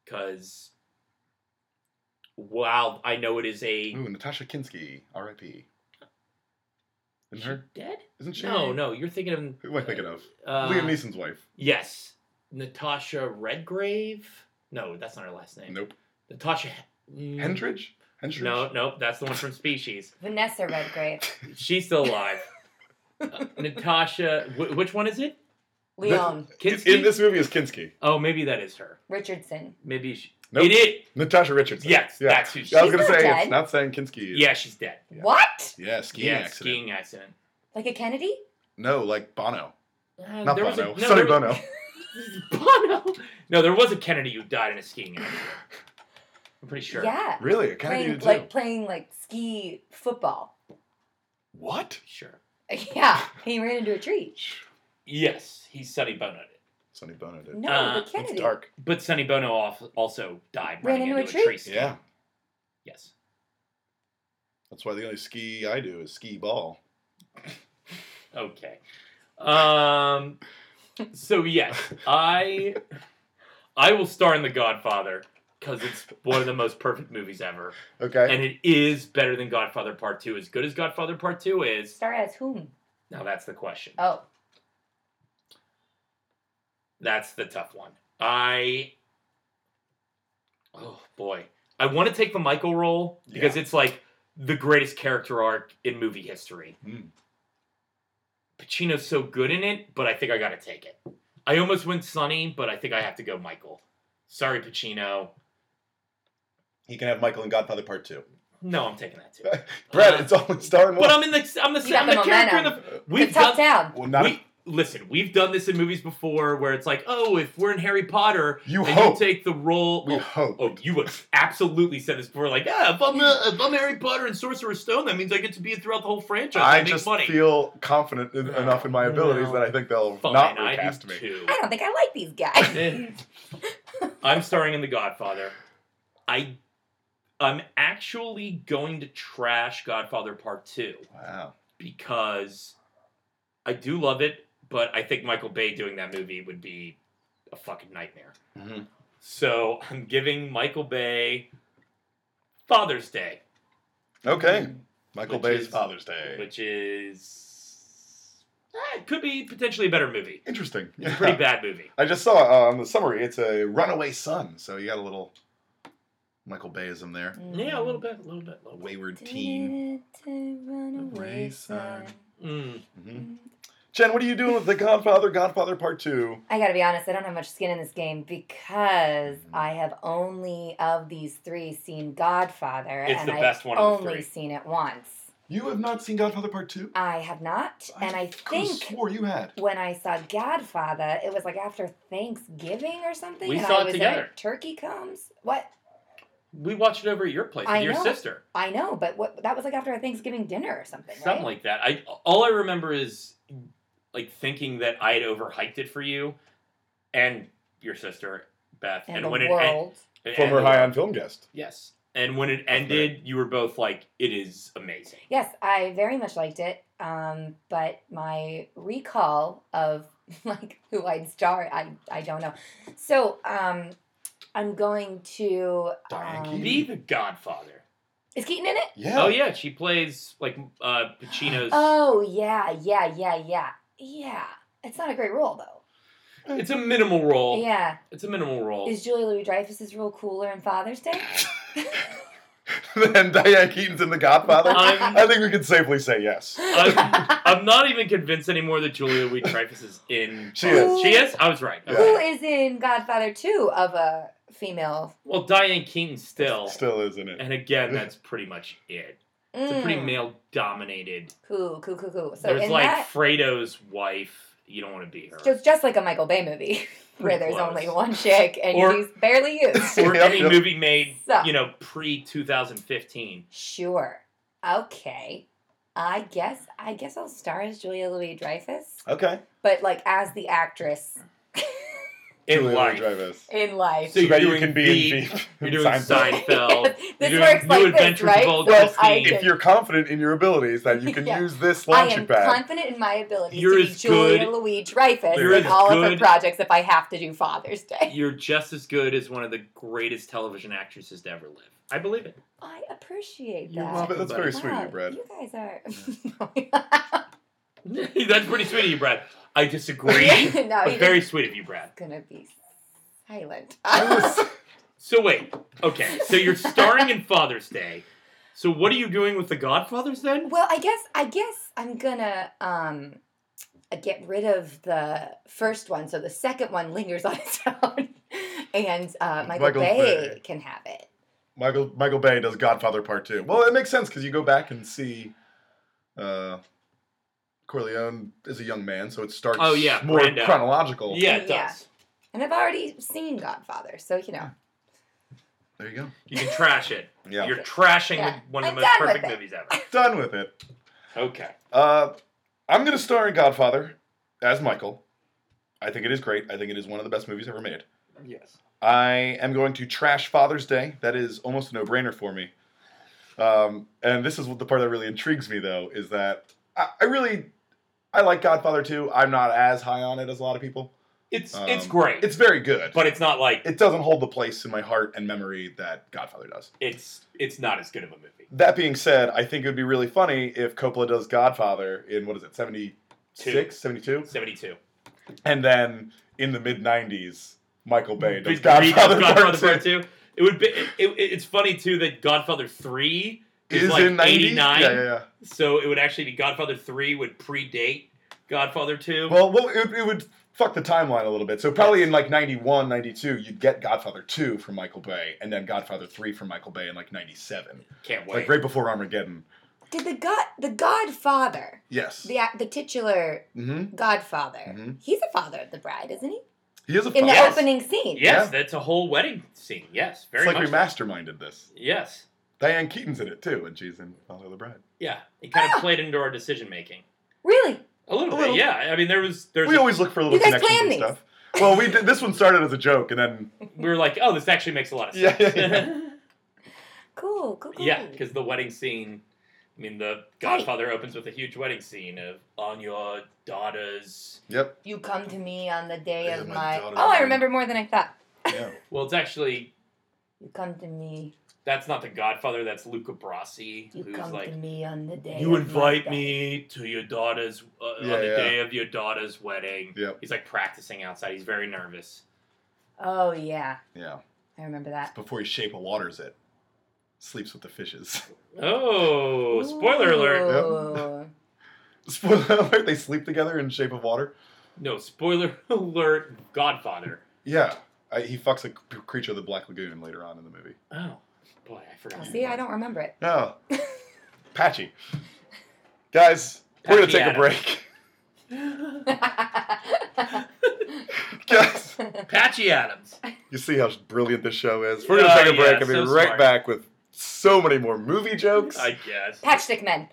[SPEAKER 2] because, while I know it is a
[SPEAKER 1] Ooh, Natasha Kinsky, R.I.P. Isn't
[SPEAKER 2] She
[SPEAKER 1] her?
[SPEAKER 2] dead?
[SPEAKER 1] Isn't she?
[SPEAKER 2] No, no, you're thinking of
[SPEAKER 1] Who am I thinking of?
[SPEAKER 2] uh,
[SPEAKER 1] Liam Neeson's wife.
[SPEAKER 2] Yes, Natasha Redgrave. No, that's not her last name.
[SPEAKER 1] Nope.
[SPEAKER 2] Natasha mm,
[SPEAKER 1] Hendridge? Hendridge?
[SPEAKER 2] No, nope, that's the one from Species.
[SPEAKER 3] Vanessa Redgrave,
[SPEAKER 2] She's still alive. Uh, Natasha, wh- which one is it?
[SPEAKER 3] Leon
[SPEAKER 2] Kinski?
[SPEAKER 1] In this movie is Kinsky.
[SPEAKER 2] oh, maybe that is her.
[SPEAKER 3] Richardson.
[SPEAKER 2] Maybe she.
[SPEAKER 1] Nope.
[SPEAKER 2] It is.
[SPEAKER 1] Natasha Richardson.
[SPEAKER 2] Yes,
[SPEAKER 1] Yeah.
[SPEAKER 2] that's who she
[SPEAKER 1] I was
[SPEAKER 2] is.
[SPEAKER 3] She's
[SPEAKER 1] gonna
[SPEAKER 3] not
[SPEAKER 1] say
[SPEAKER 3] dead.
[SPEAKER 1] it's not saying Kinsky. Is.
[SPEAKER 2] Yeah, she's dead.
[SPEAKER 1] Yeah.
[SPEAKER 3] What?
[SPEAKER 1] Yeah. Skiing
[SPEAKER 2] yeah,
[SPEAKER 1] accident.
[SPEAKER 2] skiing accident.
[SPEAKER 3] Like a Kennedy?
[SPEAKER 1] No, like Bono.
[SPEAKER 2] Uh,
[SPEAKER 1] Not
[SPEAKER 2] there was a-
[SPEAKER 1] Bono.
[SPEAKER 2] no,
[SPEAKER 1] Sonny
[SPEAKER 2] there was-
[SPEAKER 1] Bono.
[SPEAKER 2] Bono. No, there was a Kennedy who died in a skiing accident. I'm pretty sure.
[SPEAKER 3] Yeah.
[SPEAKER 1] Really? It kind of
[SPEAKER 3] Playing
[SPEAKER 1] needed
[SPEAKER 3] like
[SPEAKER 1] too.
[SPEAKER 3] playing like ski football.
[SPEAKER 1] What?
[SPEAKER 2] Sure.
[SPEAKER 3] Yeah. He ran into a tree.
[SPEAKER 2] Yes, he's Sonny Bono.
[SPEAKER 1] Sonny Bono did.
[SPEAKER 3] No,
[SPEAKER 2] Uh,
[SPEAKER 3] but
[SPEAKER 2] it's
[SPEAKER 3] Kennedy.
[SPEAKER 1] It's dark.
[SPEAKER 2] But Sonny Bono al- also died
[SPEAKER 3] Ran
[SPEAKER 2] running
[SPEAKER 3] into a
[SPEAKER 2] into, a
[SPEAKER 3] tree?
[SPEAKER 2] tree. stand.
[SPEAKER 1] Yeah.
[SPEAKER 2] Yes.
[SPEAKER 1] That's why the only ski I do is ski ball.
[SPEAKER 2] Okay. Um. So yes, I I will star in The Godfather because it's one of the most perfect movies ever,
[SPEAKER 1] Okay.
[SPEAKER 2] and it is better than Godfather Part Two. As good as Godfather Part Two is,
[SPEAKER 3] Star as whom?
[SPEAKER 2] now that's the question.
[SPEAKER 3] Oh,
[SPEAKER 2] That's the tough one. I. Oh boy, I want to take the Michael role because it's like the greatest character arc in movie history.
[SPEAKER 1] Mm.
[SPEAKER 2] Pacino's so good in it, but I think I gotta take it. I almost went Sonny, but I think I have to go Michael. Sorry, Pacino.
[SPEAKER 1] he can have Michael in Godfather Part Two.
[SPEAKER 2] No, I'm taking that too.
[SPEAKER 1] Brad,
[SPEAKER 2] Uh,
[SPEAKER 1] it's only star and
[SPEAKER 2] but
[SPEAKER 1] one.
[SPEAKER 2] I'm in the I'm
[SPEAKER 3] You
[SPEAKER 2] the
[SPEAKER 3] got
[SPEAKER 2] I'm the,
[SPEAKER 3] the
[SPEAKER 2] character in the
[SPEAKER 3] the
[SPEAKER 2] we've
[SPEAKER 3] top
[SPEAKER 2] done
[SPEAKER 3] down.
[SPEAKER 1] well, not
[SPEAKER 2] we, listen. We've done this in movies before where it's like, oh, if we're in Harry Potter,
[SPEAKER 1] you
[SPEAKER 2] and
[SPEAKER 1] hope.
[SPEAKER 2] you take the role.
[SPEAKER 1] we
[SPEAKER 2] oh,
[SPEAKER 1] hope.
[SPEAKER 2] Oh, you have absolutely said this before. Like, yeah, if I'm, uh, if I'm Harry Potter and Sorcerer's Stone, that means I get to be it throughout the whole franchise.
[SPEAKER 1] I
[SPEAKER 2] and
[SPEAKER 1] just
[SPEAKER 2] make money.
[SPEAKER 1] feel confident en- enough in my abilities
[SPEAKER 2] No.
[SPEAKER 1] that I think they'll
[SPEAKER 2] Fine,
[SPEAKER 1] not
[SPEAKER 2] I do
[SPEAKER 1] recast me.
[SPEAKER 2] too.
[SPEAKER 3] I don't think I like these guys.
[SPEAKER 2] Eh. I'm starring in The Godfather. I, I'm actually going to trash Godfather Part Two
[SPEAKER 1] Wow.
[SPEAKER 2] because I do love it, but I think Michael Bay doing that movie would be a fucking nightmare.
[SPEAKER 1] Mhm.
[SPEAKER 2] So I'm giving Michael Bay Father's Day.
[SPEAKER 1] Okay. Hmm. Michael
[SPEAKER 2] Which
[SPEAKER 1] Bay's
[SPEAKER 2] is-
[SPEAKER 1] Father's Day.
[SPEAKER 2] which is eh, it could be potentially a better movie.
[SPEAKER 1] Interesting.
[SPEAKER 2] It's a
[SPEAKER 1] Yeah.
[SPEAKER 2] pretty bad movie.
[SPEAKER 1] I just saw uh, on the summary. It's a runaway son, so you got a little Michael Bayism there.
[SPEAKER 3] Hmm. Mm.
[SPEAKER 2] Yeah, a little bit, a little bit, a little bit.
[SPEAKER 1] Wayward teen.
[SPEAKER 3] Teen. Runaway son.
[SPEAKER 2] Mm.
[SPEAKER 1] Mhm. Jen, what are you doing with The Godfather? Godfather Part Two.
[SPEAKER 3] I gotta be honest, I don't have much skin in this game because
[SPEAKER 2] Mm-hmm.
[SPEAKER 3] I have only of these three seen Godfather,
[SPEAKER 2] It's
[SPEAKER 3] and
[SPEAKER 2] the
[SPEAKER 3] I've
[SPEAKER 2] best one of the
[SPEAKER 3] only
[SPEAKER 2] three.
[SPEAKER 3] seen it once.
[SPEAKER 1] You have not seen Godfather Part Two,
[SPEAKER 3] I have not, and I
[SPEAKER 1] coulda
[SPEAKER 3] think
[SPEAKER 1] swore you had.
[SPEAKER 3] when I saw Godfather, it was like after Thanksgiving or something.
[SPEAKER 2] We
[SPEAKER 3] and
[SPEAKER 2] saw
[SPEAKER 3] I
[SPEAKER 2] it
[SPEAKER 3] was
[SPEAKER 2] together.
[SPEAKER 3] At Turkey comes. What?
[SPEAKER 2] We watched it over at your place
[SPEAKER 3] I
[SPEAKER 2] with your
[SPEAKER 3] know.
[SPEAKER 2] sister,
[SPEAKER 3] I know, but what? That was like after a Thanksgiving dinner or something.
[SPEAKER 2] something
[SPEAKER 3] right?
[SPEAKER 2] like that. I all I remember is like thinking that I had overhyped it for you and your sister Beth,
[SPEAKER 3] and,
[SPEAKER 2] and,
[SPEAKER 3] the
[SPEAKER 2] when it en-
[SPEAKER 3] world.
[SPEAKER 2] and-
[SPEAKER 1] Former high on film guest.
[SPEAKER 2] yes, and when it
[SPEAKER 1] right.
[SPEAKER 2] ended, you were both like, "It is amazing."
[SPEAKER 3] Yes, I very much liked it. Um, but my recall of like who I'd star, I I don't know. So um, I'm going to.
[SPEAKER 1] Diane
[SPEAKER 3] um,
[SPEAKER 1] Keaton?
[SPEAKER 2] Be the Godfather.
[SPEAKER 3] Is Keaton in it?
[SPEAKER 1] Yeah.
[SPEAKER 2] Oh yeah, she plays like uh, Pacino's.
[SPEAKER 3] Oh yeah, yeah, yeah, yeah, yeah. It's not a great role though.
[SPEAKER 2] It's a minimal role.
[SPEAKER 3] Yeah.
[SPEAKER 2] It's a minimal role.
[SPEAKER 3] Is Julie Louis Dreyfus's role cooler in Father's Day?
[SPEAKER 1] then Diane Keaton's in The Godfather.
[SPEAKER 2] I'm-
[SPEAKER 1] I think we could safely say yes.
[SPEAKER 2] I'm, I'm not even convinced anymore that Julia Louis Dreyfus is in.
[SPEAKER 1] She is.
[SPEAKER 2] She is. I was right.
[SPEAKER 1] Yeah.
[SPEAKER 2] Okay.
[SPEAKER 3] Who is in Godfather 2 of a female?
[SPEAKER 2] Well, Diane Keaton still,
[SPEAKER 1] Still isn't it?
[SPEAKER 2] and again, that's pretty much it. It's a pretty
[SPEAKER 3] Mm.
[SPEAKER 2] male-dominated.
[SPEAKER 3] Cool, cool, cool, cool. So
[SPEAKER 2] There's
[SPEAKER 3] in
[SPEAKER 2] like
[SPEAKER 3] that,
[SPEAKER 2] Fredo's wife you don't want to be her.
[SPEAKER 3] It's just like a Michael Bay movie
[SPEAKER 2] Pretty
[SPEAKER 3] where there's
[SPEAKER 2] close.
[SPEAKER 3] only one chick and
[SPEAKER 2] Or-
[SPEAKER 3] she's barely used.
[SPEAKER 2] or
[SPEAKER 1] Yep,
[SPEAKER 2] any
[SPEAKER 1] yep.
[SPEAKER 2] movie made,
[SPEAKER 3] So-
[SPEAKER 2] you know, pre 2015.
[SPEAKER 3] sure. Okay. I guess I guess I'll star as Julia Louis Dreyfus,
[SPEAKER 1] Okay.
[SPEAKER 3] but like as the actress
[SPEAKER 2] In
[SPEAKER 1] Julia
[SPEAKER 2] life.
[SPEAKER 1] Louis-Dreyfus.
[SPEAKER 3] in life.
[SPEAKER 2] So
[SPEAKER 1] So that you
[SPEAKER 2] you're
[SPEAKER 1] can
[SPEAKER 2] doing
[SPEAKER 1] be in
[SPEAKER 2] Veep,
[SPEAKER 1] Veep.
[SPEAKER 2] You're
[SPEAKER 1] and
[SPEAKER 2] doing
[SPEAKER 1] Seinfeld.
[SPEAKER 2] Seinfeld.
[SPEAKER 3] this
[SPEAKER 2] You're doing
[SPEAKER 3] works
[SPEAKER 2] New
[SPEAKER 3] like this,
[SPEAKER 2] Adventures of
[SPEAKER 3] right?
[SPEAKER 2] Old
[SPEAKER 3] So I
[SPEAKER 2] Christine.
[SPEAKER 3] can-
[SPEAKER 1] If you're confident in your abilities, then you can
[SPEAKER 3] Yeah.
[SPEAKER 1] use this
[SPEAKER 3] I
[SPEAKER 1] launching
[SPEAKER 3] am
[SPEAKER 1] pad.
[SPEAKER 3] confident in my ability
[SPEAKER 2] You're
[SPEAKER 3] to be
[SPEAKER 2] as
[SPEAKER 3] Julia
[SPEAKER 2] good-
[SPEAKER 3] Louis Dreyfus
[SPEAKER 1] You're
[SPEAKER 3] in
[SPEAKER 1] as
[SPEAKER 3] all of her
[SPEAKER 2] good-
[SPEAKER 3] projects if I have to do Father's Day.
[SPEAKER 2] You're just as good as one of the greatest television actresses to ever live. I believe it.
[SPEAKER 3] I appreciate
[SPEAKER 2] You're
[SPEAKER 3] that.
[SPEAKER 1] Well, but that's very
[SPEAKER 3] Wow,
[SPEAKER 1] sweet of you, Brad.
[SPEAKER 3] You guys are.
[SPEAKER 2] That's pretty sweet of you, Brad. I disagree,
[SPEAKER 3] no,
[SPEAKER 2] but
[SPEAKER 3] you're
[SPEAKER 2] very sweet of you, Brad.
[SPEAKER 3] gonna be silent.
[SPEAKER 2] So wait, okay. So you're starring in Father's Day. So what are you doing with the Godfathers then?
[SPEAKER 3] well, I guess I guess I'm gonna um uh, get rid of the first one, so the second one lingers on its own, and uh, Michael,
[SPEAKER 1] Michael
[SPEAKER 3] Bay,
[SPEAKER 1] Bay.
[SPEAKER 3] can have it.
[SPEAKER 1] Michael Michael Bay does Godfather Part Two. Well, it makes sense because you go back and see uh, Corleone as a young man, so it starts
[SPEAKER 2] Oh, yeah,
[SPEAKER 1] more
[SPEAKER 2] Brando.
[SPEAKER 1] chronological.
[SPEAKER 2] Yeah, it
[SPEAKER 3] Yeah.
[SPEAKER 2] does.
[SPEAKER 3] And I've already seen Godfather, so you know.
[SPEAKER 1] There you go.
[SPEAKER 2] You can trash it.
[SPEAKER 1] Yeah.
[SPEAKER 2] You're trashing
[SPEAKER 3] Yeah.
[SPEAKER 2] one of
[SPEAKER 3] I'm
[SPEAKER 2] the most
[SPEAKER 3] done with
[SPEAKER 2] perfect
[SPEAKER 3] it.
[SPEAKER 2] movies ever.
[SPEAKER 1] Done with it.
[SPEAKER 2] Okay.
[SPEAKER 1] Uh, I'm going to star in Godfather as Michael. I think it is great. I think it is one of the best movies ever made.
[SPEAKER 2] Yes.
[SPEAKER 1] I am going to trash Father's Day. That is almost a no-brainer for me. Um, and this is what the part that really intrigues me, though, is that I, I really I like Godfather 2. I'm not as high on it as a lot of people.
[SPEAKER 2] It's
[SPEAKER 1] Um,
[SPEAKER 2] it's great.
[SPEAKER 1] It's very good,
[SPEAKER 2] but it's not like
[SPEAKER 1] it doesn't hold the place in my heart and memory that Godfather does.
[SPEAKER 2] it's it's not as good of a movie.
[SPEAKER 1] That being said, I think it would be really funny if Coppola does Godfather in what is it, 76, 72?
[SPEAKER 2] Seventy two.
[SPEAKER 1] And then in the mid 90s, Michael Bay does
[SPEAKER 2] Big
[SPEAKER 1] Godfather, Part
[SPEAKER 2] Part
[SPEAKER 1] 2.
[SPEAKER 2] Two. It would be. It, it- it's funny too that Godfather Three is,
[SPEAKER 1] Is
[SPEAKER 2] like
[SPEAKER 1] in 90?
[SPEAKER 2] eighty nine,
[SPEAKER 1] Yeah, yeah, yeah.
[SPEAKER 2] so it would actually be Godfather Three would predate Godfather Two.
[SPEAKER 1] Well, well it, it would fuck the timeline a little bit. So probably in like 91, 92, you'd get Godfather 2 from Michael Bay and then Godfather 3 from Michael Bay in like 97.
[SPEAKER 2] Can't wait.
[SPEAKER 1] Like right before Armageddon.
[SPEAKER 3] Did the God the Godfather,
[SPEAKER 1] Yes.
[SPEAKER 3] the act- the titular
[SPEAKER 1] hmm
[SPEAKER 3] Godfather,
[SPEAKER 1] Mhm.
[SPEAKER 3] he's a father of the bride, isn't he?
[SPEAKER 1] He is a
[SPEAKER 3] In the
[SPEAKER 1] fuck-
[SPEAKER 2] Yes.
[SPEAKER 3] opening scene.
[SPEAKER 2] yes,
[SPEAKER 1] yeah.
[SPEAKER 2] that's a whole wedding scene. Yes, very
[SPEAKER 1] It's like
[SPEAKER 2] much.
[SPEAKER 1] we masterminded this.
[SPEAKER 2] so. yes,
[SPEAKER 1] Diane Keaton's in it too, and she's in Follow the Bride.
[SPEAKER 2] yeah. It kind
[SPEAKER 3] Ah.
[SPEAKER 2] of played into our decision making
[SPEAKER 3] Really?
[SPEAKER 2] a little
[SPEAKER 1] A
[SPEAKER 2] bit.
[SPEAKER 1] little.
[SPEAKER 2] Yeah, I mean there was there's
[SPEAKER 1] we
[SPEAKER 2] a-
[SPEAKER 1] always look for little
[SPEAKER 3] You guys
[SPEAKER 1] connections and
[SPEAKER 3] planned these.
[SPEAKER 1] stuff. Well, we did, this one started as a joke, and then
[SPEAKER 2] we were like oh this actually makes a lot of
[SPEAKER 1] Yeah,
[SPEAKER 2] sense.
[SPEAKER 1] yeah,
[SPEAKER 3] Cool, cool, cool.
[SPEAKER 2] Yeah, because the wedding scene. I mean, the Godfather opens with a huge wedding scene of on your daughter's.
[SPEAKER 1] yep,
[SPEAKER 3] You come to me on the day
[SPEAKER 1] Yeah,
[SPEAKER 3] of
[SPEAKER 1] my
[SPEAKER 3] my.
[SPEAKER 1] daughter
[SPEAKER 3] Oh, I
[SPEAKER 1] died.
[SPEAKER 3] remember more than I thought.
[SPEAKER 1] yeah.
[SPEAKER 2] Well, it's actually
[SPEAKER 3] You come to me.
[SPEAKER 2] that's not the Godfather. That's Luca Brasi,
[SPEAKER 3] You
[SPEAKER 2] who's
[SPEAKER 3] come
[SPEAKER 2] like,
[SPEAKER 3] to me on the day.
[SPEAKER 2] "You
[SPEAKER 3] of my
[SPEAKER 2] invite
[SPEAKER 3] death."
[SPEAKER 2] me to your daughter's uh,
[SPEAKER 1] Yeah,
[SPEAKER 2] on the
[SPEAKER 1] yeah.
[SPEAKER 2] day of your daughter's wedding."
[SPEAKER 1] Yep.
[SPEAKER 2] He's like practicing outside. He's very nervous.
[SPEAKER 3] Oh yeah,
[SPEAKER 1] yeah.
[SPEAKER 3] I remember that.
[SPEAKER 1] Before he shape of waters it, sleeps with the fishes.
[SPEAKER 2] Oh, spoiler alert!
[SPEAKER 3] alert.
[SPEAKER 1] Spoiler alert: They sleep together in Shape of Water.
[SPEAKER 2] No, spoiler alert! Godfather.
[SPEAKER 1] Yeah, I, he fucks a c- creature of the Black Lagoon later on in the movie.
[SPEAKER 2] Oh boy, I forgot.
[SPEAKER 3] See, I don't remember it.
[SPEAKER 1] Oh, Patchy. Guys, we're gonna
[SPEAKER 2] Patchy
[SPEAKER 1] take a
[SPEAKER 2] Adams.
[SPEAKER 1] break.
[SPEAKER 2] don't.
[SPEAKER 1] Guys,
[SPEAKER 2] Patchy Adams.
[SPEAKER 1] you see how brilliant this show is. We're gonna
[SPEAKER 2] Oh,
[SPEAKER 1] take a break
[SPEAKER 2] yeah,
[SPEAKER 1] and be
[SPEAKER 2] so
[SPEAKER 1] right
[SPEAKER 2] smart.
[SPEAKER 1] back with so many more movie jokes.
[SPEAKER 2] I guess.
[SPEAKER 3] Patchstick men.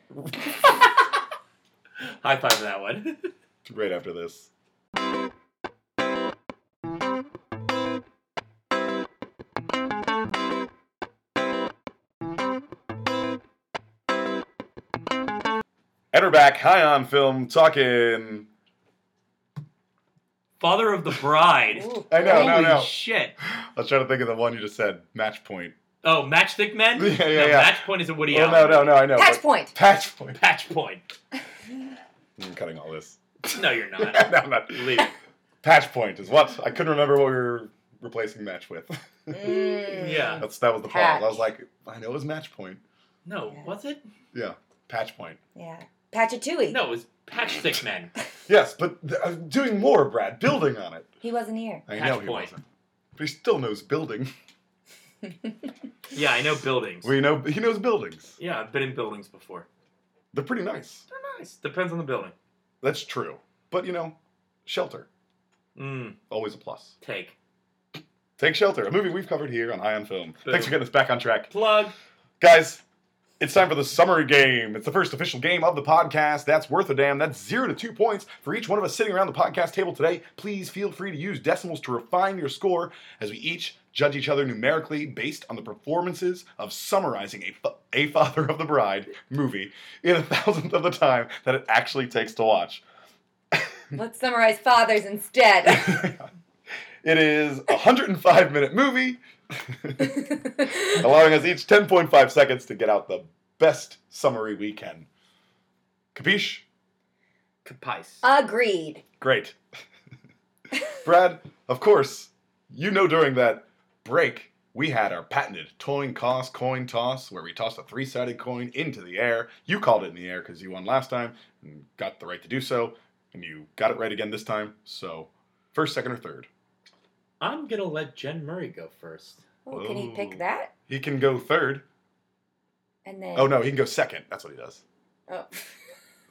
[SPEAKER 2] High five for that one.
[SPEAKER 1] right after this. And we're back, high on film, talking.
[SPEAKER 2] Father of the Bride.
[SPEAKER 3] Ooh.
[SPEAKER 1] I know, no,
[SPEAKER 2] Holy
[SPEAKER 1] no.
[SPEAKER 2] shit.
[SPEAKER 1] I was trying to think of the one you just said, Match Point.
[SPEAKER 2] Oh, Matchstick Men?
[SPEAKER 1] Yeah, yeah,
[SPEAKER 2] no,
[SPEAKER 1] yeah.
[SPEAKER 2] Match Point is a Woody
[SPEAKER 1] Oh
[SPEAKER 2] Allen.
[SPEAKER 1] no, no, no, I know.
[SPEAKER 3] Patch
[SPEAKER 1] but-
[SPEAKER 3] point.
[SPEAKER 1] Patch Point.
[SPEAKER 2] Patch Point.
[SPEAKER 1] I'm cutting all this.
[SPEAKER 2] No, you're
[SPEAKER 1] no,
[SPEAKER 2] not.
[SPEAKER 1] I'm not.
[SPEAKER 2] Uh, Leave it.
[SPEAKER 1] Patch Point is what? I couldn't remember what we were replacing Match with.
[SPEAKER 3] Mm.
[SPEAKER 2] Yeah.
[SPEAKER 1] That's That was the
[SPEAKER 3] Patch.
[SPEAKER 1] pause. I was like, I know it was Match Point.
[SPEAKER 2] No,
[SPEAKER 3] Yeah.
[SPEAKER 2] was it?
[SPEAKER 1] Patch Point.
[SPEAKER 3] Yeah. Patchatouille.
[SPEAKER 2] No, it was Patchstick Men.
[SPEAKER 1] Yes, but th- I'm doing more, Brad. Building on it.
[SPEAKER 3] He wasn't here.
[SPEAKER 1] I
[SPEAKER 2] Patch
[SPEAKER 1] know he
[SPEAKER 2] point.
[SPEAKER 1] wasn't, but he still knows building.
[SPEAKER 2] Yeah, I know buildings.
[SPEAKER 1] We know he knows buildings.
[SPEAKER 2] yeah, I've been in buildings before.
[SPEAKER 1] They're pretty nice.
[SPEAKER 2] They're nice. Depends on the building.
[SPEAKER 1] That's true. But you know, Shelter,
[SPEAKER 2] Mm,
[SPEAKER 1] always a plus.
[SPEAKER 2] take.
[SPEAKER 1] Take Shelter, a movie we've covered here on High on Film.
[SPEAKER 2] Boom.
[SPEAKER 1] Thanks for getting us back on track.
[SPEAKER 2] Plug.
[SPEAKER 1] Guys, it's time for the summer game. It's the first official game of the podcast. That's worth a damn. That's zero to two points for each one of us sitting around the podcast table today. Please feel free to use decimals to refine your score as we each judge each other numerically based on the performances of summarizing a, fa- a Father of the Bride movie in a thousandth of the time that it actually takes to watch.
[SPEAKER 3] Let's summarize fathers instead.
[SPEAKER 1] it is a 105 minute movie, allowing us each 10.5 seconds to get out the best summary we can. Capiche?
[SPEAKER 2] Capice.
[SPEAKER 3] Uh, Agreed.
[SPEAKER 1] Great. Brad, of course, you know during that break, we had our patented toin cost coin toss where we tossed a three sided coin into the air. You called it in the air because you won last time and got the right to do so, and you got it right again this time. So, first, second, or third?
[SPEAKER 2] I'm gonna let Jen Murray go first.
[SPEAKER 3] Oh, can he
[SPEAKER 1] Ooh.
[SPEAKER 3] pick that?
[SPEAKER 1] He can go third.
[SPEAKER 3] And then.
[SPEAKER 1] Oh, no, he can go second. That's what he does.
[SPEAKER 3] Oh.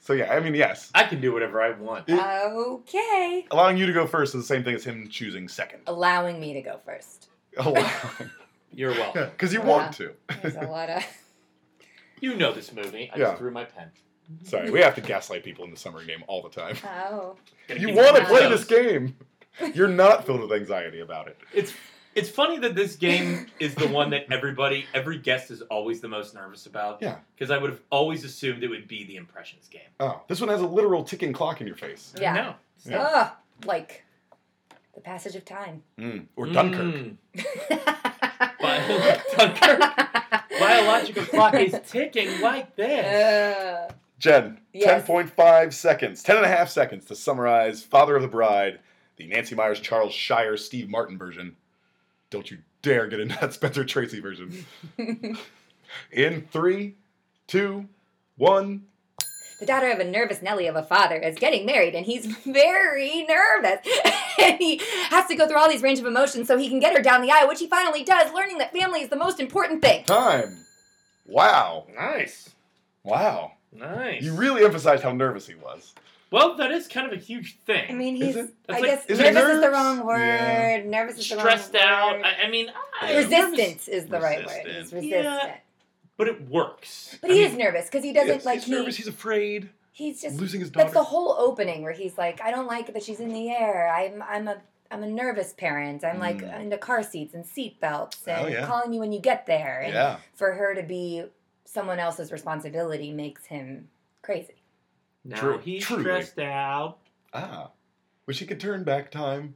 [SPEAKER 1] So, yeah, I mean, yes.
[SPEAKER 2] I can do whatever I want.
[SPEAKER 1] It-
[SPEAKER 3] Okay.
[SPEAKER 1] Allowing you to go first is the same thing as him choosing second.
[SPEAKER 3] Allowing me to go first.
[SPEAKER 2] You're welcome.
[SPEAKER 1] Because you
[SPEAKER 3] Yeah.
[SPEAKER 1] want to.
[SPEAKER 3] There's a lot of.
[SPEAKER 2] you know this movie. I
[SPEAKER 1] Yeah.
[SPEAKER 2] just threw my pen.
[SPEAKER 1] Sorry, we have to gaslight people in the summer game all the time.
[SPEAKER 3] Oh.
[SPEAKER 2] Gotta
[SPEAKER 1] You
[SPEAKER 2] keep
[SPEAKER 1] want to
[SPEAKER 2] my
[SPEAKER 3] Wow.
[SPEAKER 1] play this
[SPEAKER 2] nose.
[SPEAKER 1] game. You're not filled with anxiety about it.
[SPEAKER 2] It's it's funny that this game is the one that everybody, every guest is always the most nervous about.
[SPEAKER 1] Yeah.
[SPEAKER 2] Because I would have always assumed it would be the impressions game.
[SPEAKER 1] Oh, this one has a literal ticking clock in your face.
[SPEAKER 3] Yeah.
[SPEAKER 2] No. It's
[SPEAKER 1] Yeah.
[SPEAKER 2] not.
[SPEAKER 3] Ugh, like the passage of time.
[SPEAKER 1] Mm, Or Dunkirk.
[SPEAKER 2] Mm. But Dunkirk, biological clock is ticking like this.
[SPEAKER 3] Uh,
[SPEAKER 1] Jen,
[SPEAKER 3] Yes.
[SPEAKER 1] 10.5 seconds, 10 and a half seconds to summarize Father of the Bride, the Nancy Myers, Charles Shire, Steve Martin version. Don't you dare get into that Spencer Tracy version. in three, two, one.
[SPEAKER 3] the daughter of a nervous Nelly of a father is getting married, and he's very nervous. and he has to go through all these range of emotions so he can get her down the aisle, which he finally does, learning that family is the most important thing.
[SPEAKER 1] Time. Wow.
[SPEAKER 2] Nice.
[SPEAKER 1] Wow.
[SPEAKER 2] Nice.
[SPEAKER 1] You really emphasized how nervous he was.
[SPEAKER 2] well, that is kind of a huge thing.
[SPEAKER 3] I mean,
[SPEAKER 1] Is
[SPEAKER 3] he's.
[SPEAKER 1] it?
[SPEAKER 3] I
[SPEAKER 2] That's like-
[SPEAKER 3] guess
[SPEAKER 1] is it
[SPEAKER 3] nervous is the
[SPEAKER 1] nerves?
[SPEAKER 3] wrong word.
[SPEAKER 1] Yeah.
[SPEAKER 3] Nervous is the wrong
[SPEAKER 2] stressed out.
[SPEAKER 3] word.
[SPEAKER 2] I, I mean, I,
[SPEAKER 3] Resistant is the right word. He's
[SPEAKER 1] Resistant.
[SPEAKER 2] Yeah.
[SPEAKER 3] resistant.
[SPEAKER 2] but it works.
[SPEAKER 3] But
[SPEAKER 2] I
[SPEAKER 3] he
[SPEAKER 2] mean,
[SPEAKER 3] is nervous because he doesn't
[SPEAKER 1] Yes,
[SPEAKER 3] like
[SPEAKER 1] he's
[SPEAKER 3] he,
[SPEAKER 1] nervous. He's afraid.
[SPEAKER 3] he's just
[SPEAKER 1] losing his daughter.
[SPEAKER 3] That's the whole opening where he's like, I don't like that she's in the air. I'm I'm a I'm a nervous parent. I'm like
[SPEAKER 1] Mm.
[SPEAKER 3] into car seats and seat belts and
[SPEAKER 1] Oh, yeah.
[SPEAKER 3] calling you when you get there. And
[SPEAKER 1] yeah.
[SPEAKER 3] for her to be someone else's responsibility makes him crazy.
[SPEAKER 2] Now
[SPEAKER 1] True-
[SPEAKER 2] he's
[SPEAKER 1] truly.
[SPEAKER 2] stressed out.
[SPEAKER 1] Ah, wish he could turn back time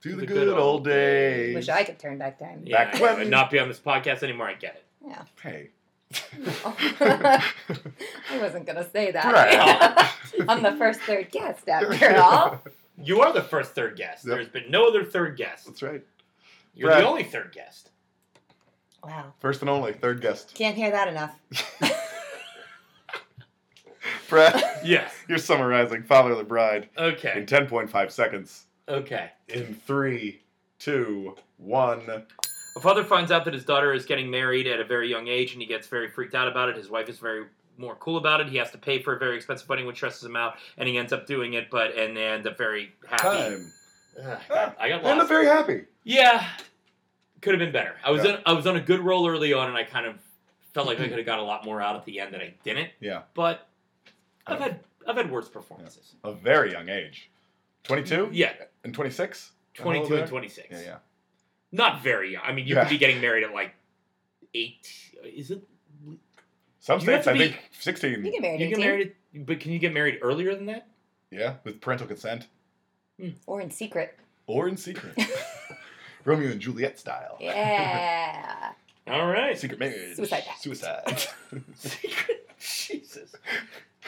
[SPEAKER 1] to
[SPEAKER 2] To
[SPEAKER 1] the, good, old days.
[SPEAKER 3] Wish I could turn back time.
[SPEAKER 2] Yeah,
[SPEAKER 1] Back
[SPEAKER 2] I know,
[SPEAKER 1] when-
[SPEAKER 2] and not be on this podcast anymore. I get it.
[SPEAKER 1] Hey.
[SPEAKER 3] I wasn't gonna say that.
[SPEAKER 1] Right.
[SPEAKER 3] I'm the first third guest after all.
[SPEAKER 2] You are the first third guest.
[SPEAKER 1] Yep.
[SPEAKER 2] There's been no other third guest.
[SPEAKER 1] That's right.
[SPEAKER 2] You're
[SPEAKER 1] Brad.
[SPEAKER 2] the only third guest.
[SPEAKER 3] Wow.
[SPEAKER 1] First and only, third guest.
[SPEAKER 3] Can't hear that enough.
[SPEAKER 1] Brad,
[SPEAKER 2] Yes.
[SPEAKER 1] you're summarizing Father of the Bride in
[SPEAKER 2] Okay.
[SPEAKER 1] 10.5 seconds.
[SPEAKER 2] Okay.
[SPEAKER 1] In three, two, one.
[SPEAKER 2] A father finds out that his daughter is getting married at a very young age, and he gets very freaked out about it. His wife is very more cool about it. He has to pay for a very expensive wedding, which stresses him out, and he ends up doing it, but and they end up very happy.
[SPEAKER 1] Time.
[SPEAKER 2] Ugh, I got- I got
[SPEAKER 1] End up
[SPEAKER 2] lost.
[SPEAKER 1] very happy.
[SPEAKER 2] Yeah, could have been better. I was
[SPEAKER 1] Yeah.
[SPEAKER 2] on, I was on a good roll early on, and I kind of felt like I could have got a lot more out at the end that I didn't.
[SPEAKER 1] Yeah.
[SPEAKER 2] But I've had I've had worse performances.
[SPEAKER 1] A very young age. 22?
[SPEAKER 2] Yeah,
[SPEAKER 1] And 26?
[SPEAKER 2] twenty two
[SPEAKER 1] Hello there.
[SPEAKER 2] and twenty six.
[SPEAKER 1] Yeah, yeah.
[SPEAKER 2] Not very young. I mean, you
[SPEAKER 1] Yeah.
[SPEAKER 2] could be getting married at like eight. Is it?
[SPEAKER 1] Some
[SPEAKER 2] You have
[SPEAKER 1] states,
[SPEAKER 2] to
[SPEAKER 1] I
[SPEAKER 2] be-
[SPEAKER 1] think 16.
[SPEAKER 3] You get married
[SPEAKER 2] You
[SPEAKER 3] in
[SPEAKER 2] get
[SPEAKER 3] teen
[SPEAKER 2] married, at- but can you get married earlier than that?
[SPEAKER 1] Yeah, with parental consent
[SPEAKER 3] or in secret.
[SPEAKER 1] or in secret. Romeo and Juliet style.
[SPEAKER 3] Yeah.
[SPEAKER 2] All right.
[SPEAKER 1] Secret marriage.
[SPEAKER 3] Suicide pact.
[SPEAKER 1] Suicide.
[SPEAKER 2] Jesus.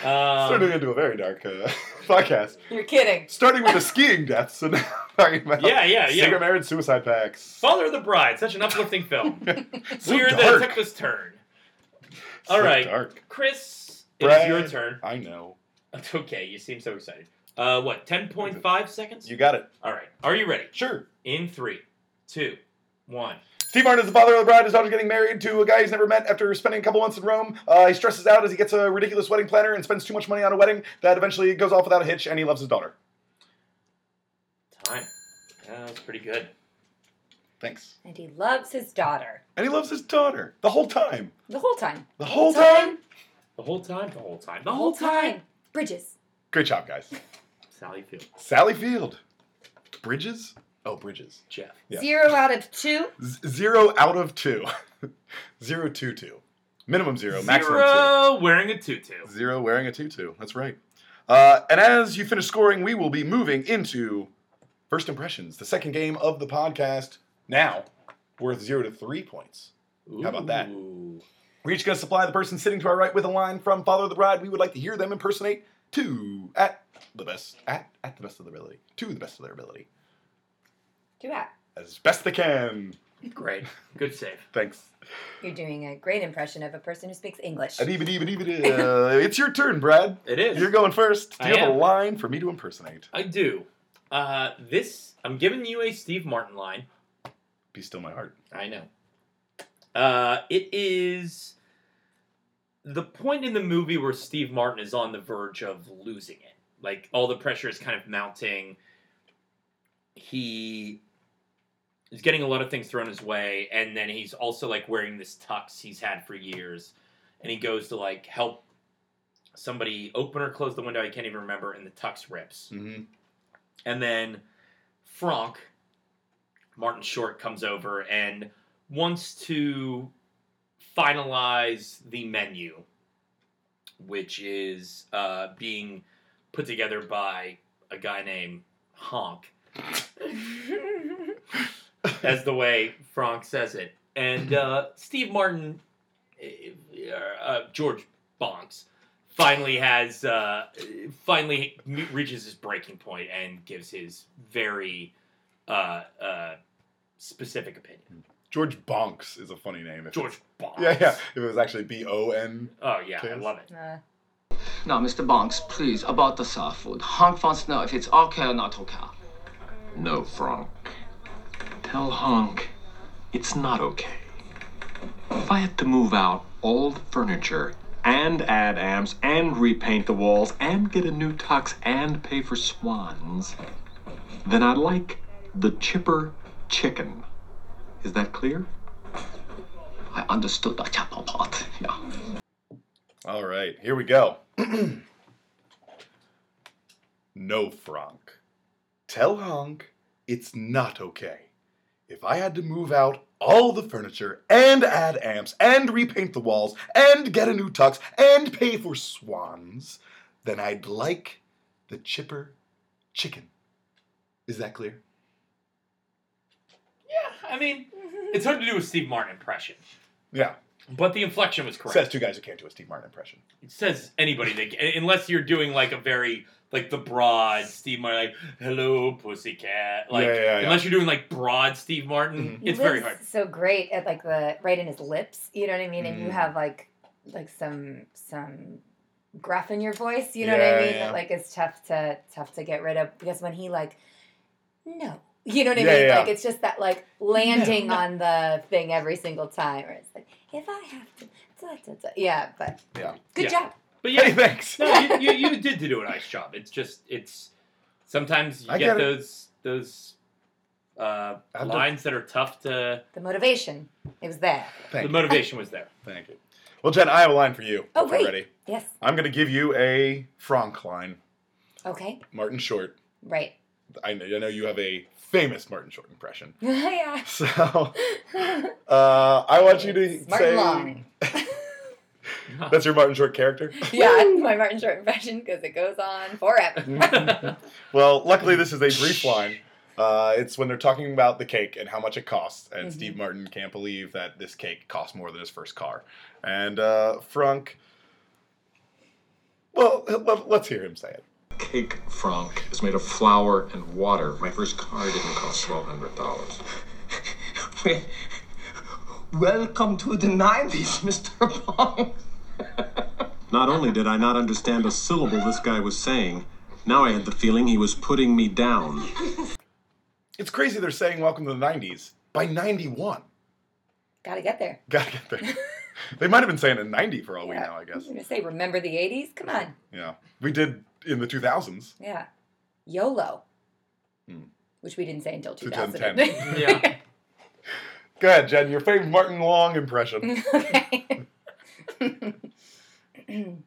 [SPEAKER 1] Turning
[SPEAKER 2] Um,
[SPEAKER 1] into a very dark uh, podcast.
[SPEAKER 3] You're kidding.
[SPEAKER 1] Starting with the skiing deaths and now talking about
[SPEAKER 2] yeah, yeah,
[SPEAKER 1] secret
[SPEAKER 2] yeah.
[SPEAKER 1] marriage suicide pacts.
[SPEAKER 2] Father of the Bride, such an uplifting film.
[SPEAKER 1] So
[SPEAKER 2] Weird that it
[SPEAKER 1] dark.
[SPEAKER 2] took this turn.
[SPEAKER 1] So
[SPEAKER 2] All right.
[SPEAKER 1] dark.
[SPEAKER 2] Chris,
[SPEAKER 1] Brad.
[SPEAKER 2] it's your turn.
[SPEAKER 1] I know.
[SPEAKER 2] It's okay. You seem so excited. Uh, what? Ten point five seconds.
[SPEAKER 1] You got it.
[SPEAKER 2] All right. Are you ready?
[SPEAKER 1] Sure.
[SPEAKER 2] In three, two, one.
[SPEAKER 1] Steve Martin is the father of the bride. His daughter's getting married to a guy he's never met after spending a couple months in Rome. Uh, he stresses out as he gets a ridiculous wedding planner and spends too much money on a wedding that eventually goes off without a hitch, and he loves his daughter.
[SPEAKER 2] Fine. Yeah, that was pretty good.
[SPEAKER 1] Thanks.
[SPEAKER 3] And he loves his daughter
[SPEAKER 1] And he loves his daughter the whole time.
[SPEAKER 3] the whole time.
[SPEAKER 1] The whole time.
[SPEAKER 2] The whole time, the whole time, the whole time.
[SPEAKER 3] Bridges.
[SPEAKER 1] Great job, guys.
[SPEAKER 2] Sally Field,
[SPEAKER 1] Sally Field. Bridges? Oh, Bridges.
[SPEAKER 2] Jeff.
[SPEAKER 1] Yeah.
[SPEAKER 3] Zero out of two.
[SPEAKER 1] Z- zero out of two. zero, two, two. Minimum zero, maximum two.
[SPEAKER 2] Zero wearing a tutu.
[SPEAKER 1] Zero wearing a tutu. That's right. Uh, and as you finish scoring, we will be moving into first impressions, the second game of the podcast. Now, worth zero to three points. How about that?
[SPEAKER 2] Ooh.
[SPEAKER 1] We're each going to supply the person sitting to our right with a line from Father of the Bride. We would like to hear them impersonate to at the best at at the best of their ability to the best of their ability
[SPEAKER 3] Do that.
[SPEAKER 1] as best they can.
[SPEAKER 2] Great. Good save.
[SPEAKER 1] Thanks.
[SPEAKER 3] You're doing a great impression of a person who speaks English.
[SPEAKER 1] Adiba-diba-diba-da. Uh, it's your turn, Brad.
[SPEAKER 2] It is.
[SPEAKER 1] You're going first. Do you
[SPEAKER 2] I
[SPEAKER 1] have a
[SPEAKER 2] am.
[SPEAKER 1] line for me to impersonate?
[SPEAKER 2] I do. Uh, this I'm giving you a Steve Martin line.
[SPEAKER 1] Be still my heart.
[SPEAKER 2] I know. Uh, it is the point in the movie where Steve Martin is on the verge of losing it. Like all the pressure is kind of mounting. He is getting a lot of things thrown his way, and then he's also like wearing this tux he's had for years, and he goes to like help somebody open or close the window. I can't even remember, and the tux rips.
[SPEAKER 1] Mm-hmm.
[SPEAKER 2] And then Franck, Martin Short, comes over and wants to finalize the menu, which is uh, being put together by a guy named Honk, as the way Franck says it. And uh, Steve Martin, uh, uh, George Bonks, finally has uh, finally me- reaches his breaking point and gives his very uh, uh, specific opinion.
[SPEAKER 1] George Bonks is a funny name. If
[SPEAKER 2] George Bonks.
[SPEAKER 1] Yeah, yeah. If it was actually B O N.
[SPEAKER 2] Oh yeah, I
[SPEAKER 1] Please.
[SPEAKER 2] love it.
[SPEAKER 3] Uh,
[SPEAKER 4] Now, Mr. Bonks, please, about the soft food. Hank wants to know if it's okay or not okay.
[SPEAKER 5] No, Frank. Tell Honk it's not okay. If I had to move out all the furniture and add amps and repaint the walls and get a new tux and pay for swans, then I'd like the chipper chicken. Is that clear?
[SPEAKER 4] I understood the chapel part. Yeah.
[SPEAKER 1] All right, here we go. no, Frank. Tell Honk it's not okay. If I had to move out all the furniture and add amps and repaint the walls and get a new tux and pay for swans, then I'd like the chipper chicken. Is that clear?
[SPEAKER 2] Yeah, I mean, it's hard to do a Steve Martin impression,
[SPEAKER 1] Yeah.
[SPEAKER 2] but the inflection was correct.
[SPEAKER 1] Says two guys who can't do a Steve Martin impression.
[SPEAKER 2] it says anybody that can- unless you're doing like a very like the broad Steve Martin, like hello pussycat, like
[SPEAKER 1] Yeah, yeah, yeah.
[SPEAKER 2] unless you're doing like broad Steve Martin,
[SPEAKER 1] Mhm.
[SPEAKER 3] he
[SPEAKER 2] it's very
[SPEAKER 3] lives
[SPEAKER 2] hard.
[SPEAKER 3] So great at like the right in his lips. You know what I mean? And you
[SPEAKER 1] Mm.
[SPEAKER 3] have like like some some gruff in your voice. You know
[SPEAKER 1] Yeah,
[SPEAKER 3] what I mean?
[SPEAKER 1] yeah.
[SPEAKER 3] That like it's tough to tough to get rid of because when he like no. You know what I
[SPEAKER 1] Yeah,
[SPEAKER 3] mean?
[SPEAKER 1] yeah.
[SPEAKER 3] Like it's just that like landing on the thing every single time. Or it's like if I have to, da, da, da. yeah. But
[SPEAKER 1] Yeah.
[SPEAKER 3] good
[SPEAKER 2] Yeah.
[SPEAKER 3] job.
[SPEAKER 2] But
[SPEAKER 1] Hey,
[SPEAKER 2] yeah,
[SPEAKER 1] thanks.
[SPEAKER 2] no, you, you, you did do a nice job. It's just it's sometimes you
[SPEAKER 1] I
[SPEAKER 2] get
[SPEAKER 1] get it.
[SPEAKER 2] those those uh,
[SPEAKER 1] I don't-
[SPEAKER 2] lines that are tough to.
[SPEAKER 3] The motivation it was there.
[SPEAKER 1] Thank you.
[SPEAKER 2] the motivation was there.
[SPEAKER 1] Thank you. Well, Jen, I have a line for you.
[SPEAKER 3] Oh,
[SPEAKER 1] if you're
[SPEAKER 3] great.
[SPEAKER 1] ready.
[SPEAKER 3] Yes.
[SPEAKER 1] I'm going to give you a Franck line.
[SPEAKER 3] Okay.
[SPEAKER 1] Martin Short.
[SPEAKER 3] Right.
[SPEAKER 1] I know, I know you have a famous Martin Short impression.
[SPEAKER 3] yeah.
[SPEAKER 1] So uh, I want you to
[SPEAKER 3] Martin
[SPEAKER 1] say
[SPEAKER 3] Long.
[SPEAKER 1] that's your Martin Short character.
[SPEAKER 3] Yeah, my Martin Short impression because it goes on forever.
[SPEAKER 1] Mm-hmm. well, luckily this is a brief line. Uh, it's when they're talking about the cake and how much it costs, and
[SPEAKER 3] Mhm.
[SPEAKER 1] Steve Martin can't believe that this cake costs more than his first car. And uh, Frank, well, let, let's hear him say it.
[SPEAKER 5] Cake Frank is made of flour and water. My first car didn't cost twelve hundred dollars.
[SPEAKER 4] Welcome to the 90s, Mr. Bonks.
[SPEAKER 5] Not only did I not understand a syllable this guy was saying, now I had the feeling he was putting me down.
[SPEAKER 1] It's crazy they're saying "Welcome to the '90s" by '91.
[SPEAKER 3] Gotta get there.
[SPEAKER 1] Gotta get there. they might have been saying it in '90 for all we
[SPEAKER 3] Yeah.
[SPEAKER 1] know, I guess.
[SPEAKER 3] Uh, I'm gonna say, remember the '80s? Come on,
[SPEAKER 1] Yeah, we did in the 2000s.
[SPEAKER 3] yeah. YOLO.
[SPEAKER 1] Hmm.
[SPEAKER 3] which we didn't say until
[SPEAKER 1] To
[SPEAKER 3] 2000.
[SPEAKER 1] 1010.
[SPEAKER 2] Yeah.
[SPEAKER 1] Go ahead, Jen. Your favorite Martin Long impression.
[SPEAKER 3] okay.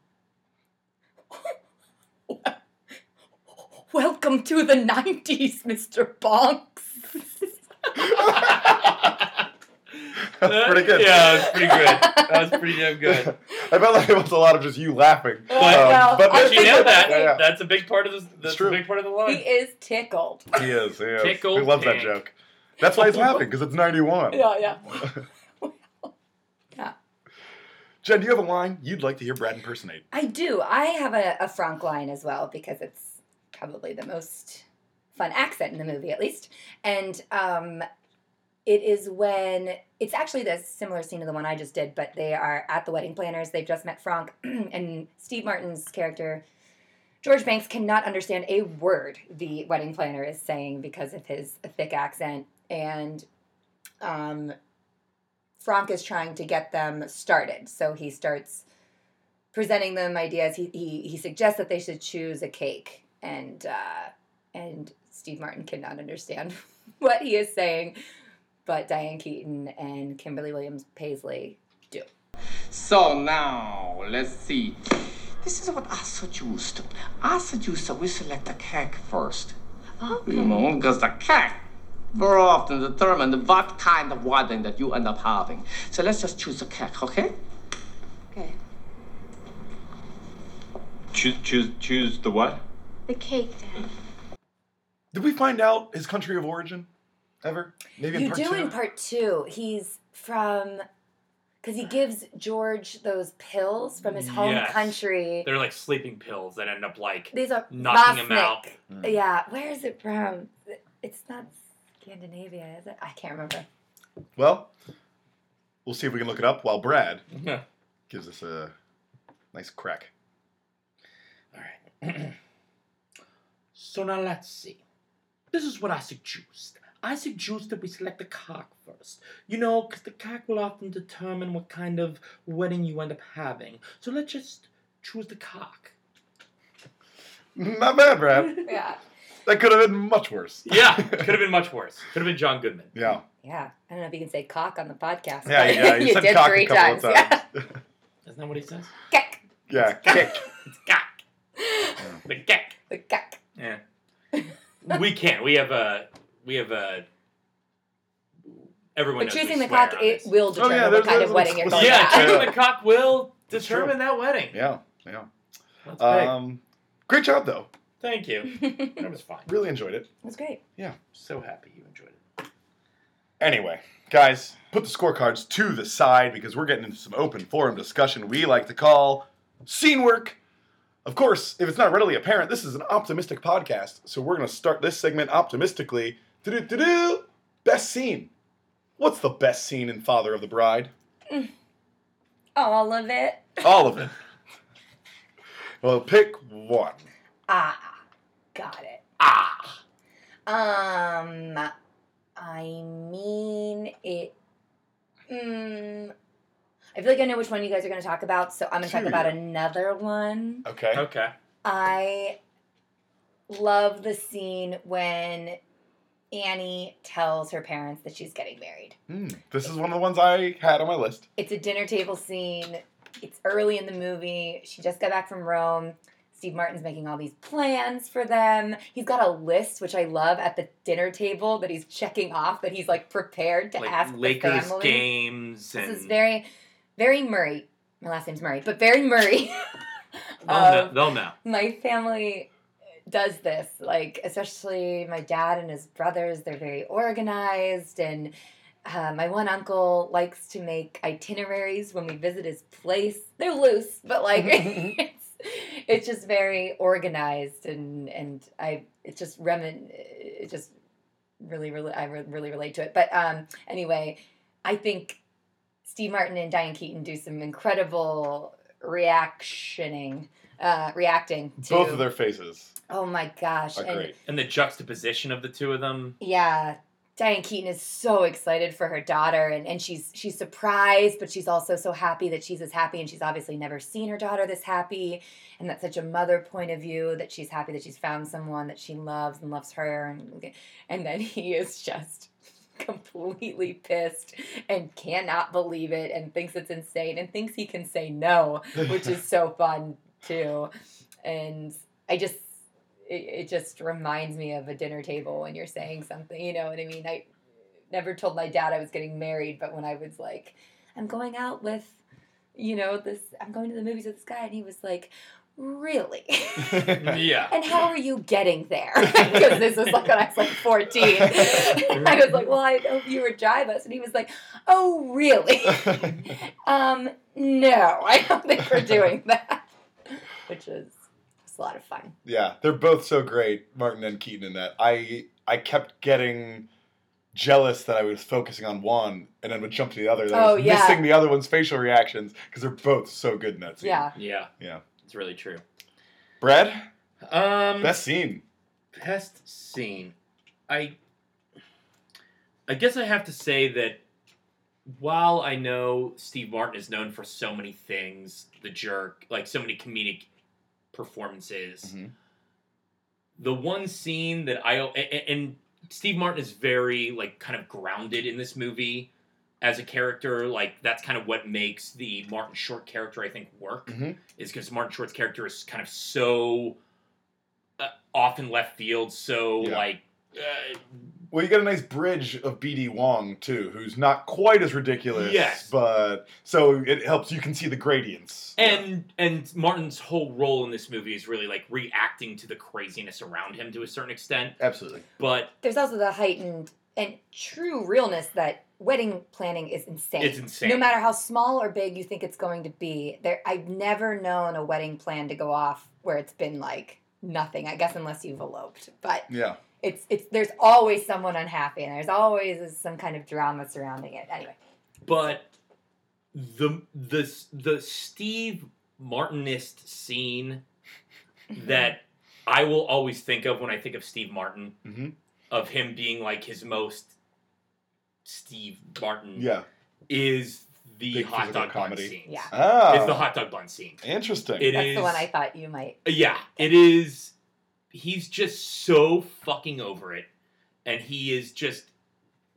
[SPEAKER 3] Welcome to the 90s, Mr. Bonks.
[SPEAKER 1] That's pretty good.
[SPEAKER 2] Yeah, that was pretty good. That was pretty damn good.
[SPEAKER 1] I felt like it was a lot of just you laughing.
[SPEAKER 2] But- Well,
[SPEAKER 1] Um, but
[SPEAKER 2] But
[SPEAKER 3] I
[SPEAKER 2] you
[SPEAKER 3] think
[SPEAKER 2] nailed that.
[SPEAKER 1] Yeah, yeah.
[SPEAKER 2] That's a big part of the. That's
[SPEAKER 1] true.
[SPEAKER 2] a big part of the
[SPEAKER 3] He
[SPEAKER 2] line.
[SPEAKER 3] is tickled.
[SPEAKER 1] He is. He is.
[SPEAKER 2] Tickled
[SPEAKER 1] we love that
[SPEAKER 2] pink.
[SPEAKER 1] joke. That's why he's laughing because it's ninety one.
[SPEAKER 3] yeah.
[SPEAKER 1] Jen, do you have a line you'd like to hear Brad impersonate?
[SPEAKER 3] I do. I have a, a Frank line as well because it's probably the most fun accent in the movie, at least. And um, it is when it's actually the similar scene to the one I just did, but they are at the wedding planners. They've just met Frank, and Steve Martin's character, George Banks, cannot understand a word the wedding planner is saying because of his thick accent. And um, Frank is trying to get them started. So he starts presenting them ideas. He, he, he suggests that they should choose a cake, and uh, and Steve Martin cannot understand what he is saying, but Diane Keaton and Kimberly Williams Paisley do.
[SPEAKER 4] So now, let's see. This is what I suggest. I suggest that we select a cake first. You know, because the cake very often determines what kind of wedding that you end up having. So let's just choose a cake, okay?
[SPEAKER 6] Okay.
[SPEAKER 5] Choose, choose, choose the what?
[SPEAKER 6] The cake then.
[SPEAKER 1] Did we find out his country of origin ever? Maybe in
[SPEAKER 3] You
[SPEAKER 1] part
[SPEAKER 3] do
[SPEAKER 1] two.
[SPEAKER 3] in part two. He's from because he gives George those pills from his home
[SPEAKER 2] Yes.
[SPEAKER 3] country.
[SPEAKER 2] They're like sleeping pills that end up like
[SPEAKER 3] These are
[SPEAKER 2] knocking him
[SPEAKER 3] Vosnick.
[SPEAKER 2] out.
[SPEAKER 1] Mm.
[SPEAKER 3] Yeah, where is it from? It's not Scandinavia, is it? I can't remember.
[SPEAKER 1] Well, we'll see if we can look it up while Brad gives us a nice crack.
[SPEAKER 2] All right. so now let's see. This is what I suggest. I suggest that we select the cock first. You know, because the cock will often determine what kind of wedding you end up having. So let's just choose the cock.
[SPEAKER 1] Not bad, Brad.
[SPEAKER 3] Yeah.
[SPEAKER 1] That could have been much worse.
[SPEAKER 2] Yeah, could have been much worse. Could have been John Goodman.
[SPEAKER 1] Yeah.
[SPEAKER 3] Yeah, I don't know if you can say cock on the podcast.
[SPEAKER 1] Yeah,
[SPEAKER 3] but
[SPEAKER 1] yeah. You, said
[SPEAKER 3] did
[SPEAKER 1] cock
[SPEAKER 3] three
[SPEAKER 1] a couple
[SPEAKER 3] times.
[SPEAKER 1] of
[SPEAKER 3] Yeah.
[SPEAKER 1] times.
[SPEAKER 2] Isn't that what he says?
[SPEAKER 3] Keck.
[SPEAKER 1] Yeah, kick.
[SPEAKER 2] It's cock. The cock.
[SPEAKER 3] The keck.
[SPEAKER 2] Yeah. we can. We have a. We have a. Everyone.
[SPEAKER 3] But
[SPEAKER 2] knows
[SPEAKER 3] choosing
[SPEAKER 2] we
[SPEAKER 3] the
[SPEAKER 2] swear
[SPEAKER 3] cock,
[SPEAKER 2] on
[SPEAKER 3] it
[SPEAKER 2] this.
[SPEAKER 3] will
[SPEAKER 1] Oh, yeah,
[SPEAKER 3] determine what
[SPEAKER 1] there's-
[SPEAKER 3] kind of
[SPEAKER 1] there's-
[SPEAKER 3] wedding you're
[SPEAKER 1] let's-
[SPEAKER 3] going
[SPEAKER 2] Yeah,
[SPEAKER 1] Yeah.
[SPEAKER 3] to.
[SPEAKER 2] choosing the cock will
[SPEAKER 1] That's true.
[SPEAKER 2] determine that wedding.
[SPEAKER 1] Yeah, yeah.
[SPEAKER 2] That's big.
[SPEAKER 1] Um, great job though.
[SPEAKER 2] Thank you.
[SPEAKER 3] it
[SPEAKER 2] That was fine.
[SPEAKER 1] Really enjoyed it.
[SPEAKER 3] was great.
[SPEAKER 2] So happy you enjoyed it.
[SPEAKER 1] Anyway, guys, put the scorecards to the side because we're getting into some open forum discussion we like to call scene work. Of course, if it's not readily apparent, this is an optimistic podcast, so we're going to start this segment optimistically. Do-do-do-do! Best scene. What's the best scene in Father of the Bride?
[SPEAKER 3] All of Oh, it.
[SPEAKER 1] All of it. well, pick one.
[SPEAKER 3] Ah, got it.
[SPEAKER 2] Ah.
[SPEAKER 3] Um, I mean it. Mm, I feel like I know which one you guys are going to talk about, so I'm going to talk
[SPEAKER 1] Sure.
[SPEAKER 3] about another one.
[SPEAKER 1] Okay.
[SPEAKER 2] Okay.
[SPEAKER 3] I love the scene when Annie tells her parents that she's getting married.
[SPEAKER 1] Hmm, this is one of the ones I had on my list.
[SPEAKER 3] It's a dinner table scene. It's early in the movie. She just got back from Rome. Steve Martin's making all these plans for them. He's got a list, which I love, at the dinner table that he's checking off that he's like prepared to ask
[SPEAKER 2] Like
[SPEAKER 3] the
[SPEAKER 2] Lakers
[SPEAKER 3] family.
[SPEAKER 2] games and
[SPEAKER 3] This is very, very Murray. My last name's Murray, but very Murray.
[SPEAKER 2] they'll, know,
[SPEAKER 3] um,
[SPEAKER 2] they'll know.
[SPEAKER 3] my family does this like especially my dad and his brothers they're very organized and uh, my one uncle likes to make itineraries when we visit his place they're loose but like it's, it's just very organized and and i it's just remin it just really really i re- really relate to it but um anyway i think steve martin and diane keaton do some incredible reactioning uh reacting to
[SPEAKER 1] Both of their faces
[SPEAKER 3] Oh my gosh.
[SPEAKER 1] are
[SPEAKER 3] and
[SPEAKER 1] great.
[SPEAKER 2] And the juxtaposition of the two of them.
[SPEAKER 3] yeah. Diane Keaton is so excited for her daughter and, and she's she's surprised, but she's also so happy that she's as happy and she's obviously never seen her daughter this happy. And that's such a mother point of view that she's happy that she's found someone that she loves and loves her and and then he is just completely pissed and cannot believe it and thinks it's insane and thinks he can say no, which is so fun too. And I just it, it just reminds me of a dinner table when you're saying something. You know what I mean? I never told my dad I was getting married, but when I was like, I'm going out with, you know, this, I'm going to the movies with this guy, and he was like, Really?
[SPEAKER 2] yeah.
[SPEAKER 3] and how are you getting there? Because this was like when I was like 14. And I was like, Well, I hope you would drive us. And he was like, Oh, really? um, no, I don't think we're doing that. Which is it's a lot of fun.
[SPEAKER 1] yeah, they're both so great, Martin and Keaton. In that, I I kept getting jealous that I was focusing on one, and then would jump to the other. That I was
[SPEAKER 3] Oh, yeah.
[SPEAKER 1] missing the other one's facial reactions because they're both so good in that scene.
[SPEAKER 3] Yeah.
[SPEAKER 2] Yeah.
[SPEAKER 1] Yeah.
[SPEAKER 2] It's really true.
[SPEAKER 1] Brad,
[SPEAKER 2] Um,
[SPEAKER 1] best scene.
[SPEAKER 2] best scene. I I guess I have to say that while I know Steve Martin is known for so many things, the jerk, like so many comedic performances,
[SPEAKER 1] Mhm.
[SPEAKER 2] the one scene that I a- a- and Steve Martin is very like kind of grounded in this movie as a character. Like that's kind of what makes the Martin Short character I think work
[SPEAKER 1] Mhm.
[SPEAKER 2] is because Martin Short's character is kind of so uh, off in left field, so
[SPEAKER 1] Yeah.
[SPEAKER 2] like uh,
[SPEAKER 1] Well, you got a nice bridge of BD Wong too, who's not quite as ridiculous.
[SPEAKER 2] Yes.
[SPEAKER 1] but so it helps. You can see the gradients.
[SPEAKER 2] and and Martin's whole role in this movie is really like reacting to the craziness around him to a certain extent,
[SPEAKER 1] Yeah, absolutely.
[SPEAKER 2] but
[SPEAKER 3] there's also the heightened and true realness that wedding planning is insane.
[SPEAKER 2] it's insane.
[SPEAKER 3] No matter how small or big you think it's going to be, there I've never known a wedding plan to go off where it's been like nothing. I guess unless you've eloped, but
[SPEAKER 1] Yeah.
[SPEAKER 3] it's it's there's always someone unhappy and there's always some kind of drama surrounding it. Anyway,
[SPEAKER 2] but the the the Steve Martinist scene that I will always think of when I think of Steve Martin
[SPEAKER 1] hmm
[SPEAKER 2] of him being like his most Steve Martin
[SPEAKER 1] Yeah.
[SPEAKER 2] is the
[SPEAKER 1] Big
[SPEAKER 2] hot
[SPEAKER 1] physical
[SPEAKER 2] dog
[SPEAKER 1] comedy.
[SPEAKER 2] bun scene.
[SPEAKER 3] Yeah.
[SPEAKER 1] Ah.
[SPEAKER 2] It's the hot dog bun scene.
[SPEAKER 1] interesting.
[SPEAKER 2] It
[SPEAKER 3] that's
[SPEAKER 2] is-
[SPEAKER 3] the one I thought you might.
[SPEAKER 2] Uh, Yeah, it is. He's just so fucking over it, and he is just.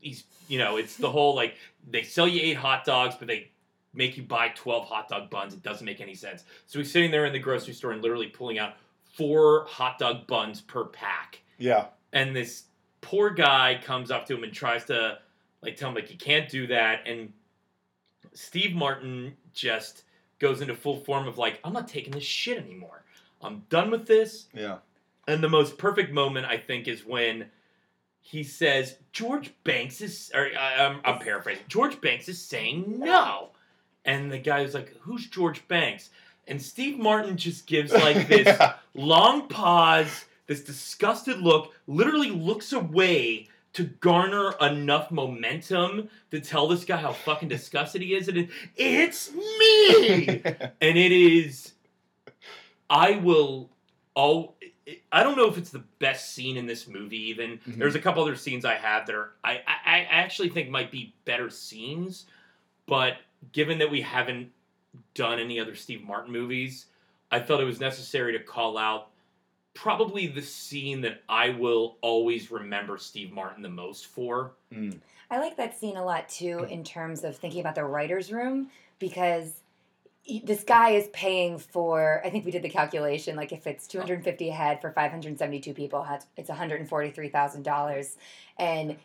[SPEAKER 2] He's you know it's the whole like they sell you eight hot dogs, but they make you buy twelve hot dog buns. It doesn't make any sense. So he's sitting there in the grocery store and literally pulling out four hot dog buns per pack,
[SPEAKER 1] yeah.
[SPEAKER 2] and this poor guy comes up to him and tries to like tell him like you can't do that and steve martin just goes into full form of like i'm not taking this shit anymore i'm done with this
[SPEAKER 1] Yeah.
[SPEAKER 2] and the most perfect moment i think is when he says george banks is or I, I'm, I'm paraphrasing george banks is saying no and the guy was like who's george banks and steve martin just gives like this
[SPEAKER 1] Yeah.
[SPEAKER 2] long pause, this disgusted look, literally looks away to garner enough momentum to tell this guy how fucking disgusted he is. And it, it's me! and it is. I will. All, I don't know if it's the best scene in this movie, even.
[SPEAKER 1] Mhm.
[SPEAKER 2] There's a couple other scenes I have that are. I, I, I actually think might be better scenes, but given that we haven't done any other Steve Martin movies, I felt it was necessary to call out probably the scene that I will always remember Steve Martin the most for.
[SPEAKER 1] Mm.
[SPEAKER 3] I like that scene a lot too
[SPEAKER 2] Mm.
[SPEAKER 3] in terms of thinking about the writer's room because y- this guy is paying for I think we did the calculation like if it's 250 a head for 572 people that's- it's $143,000 and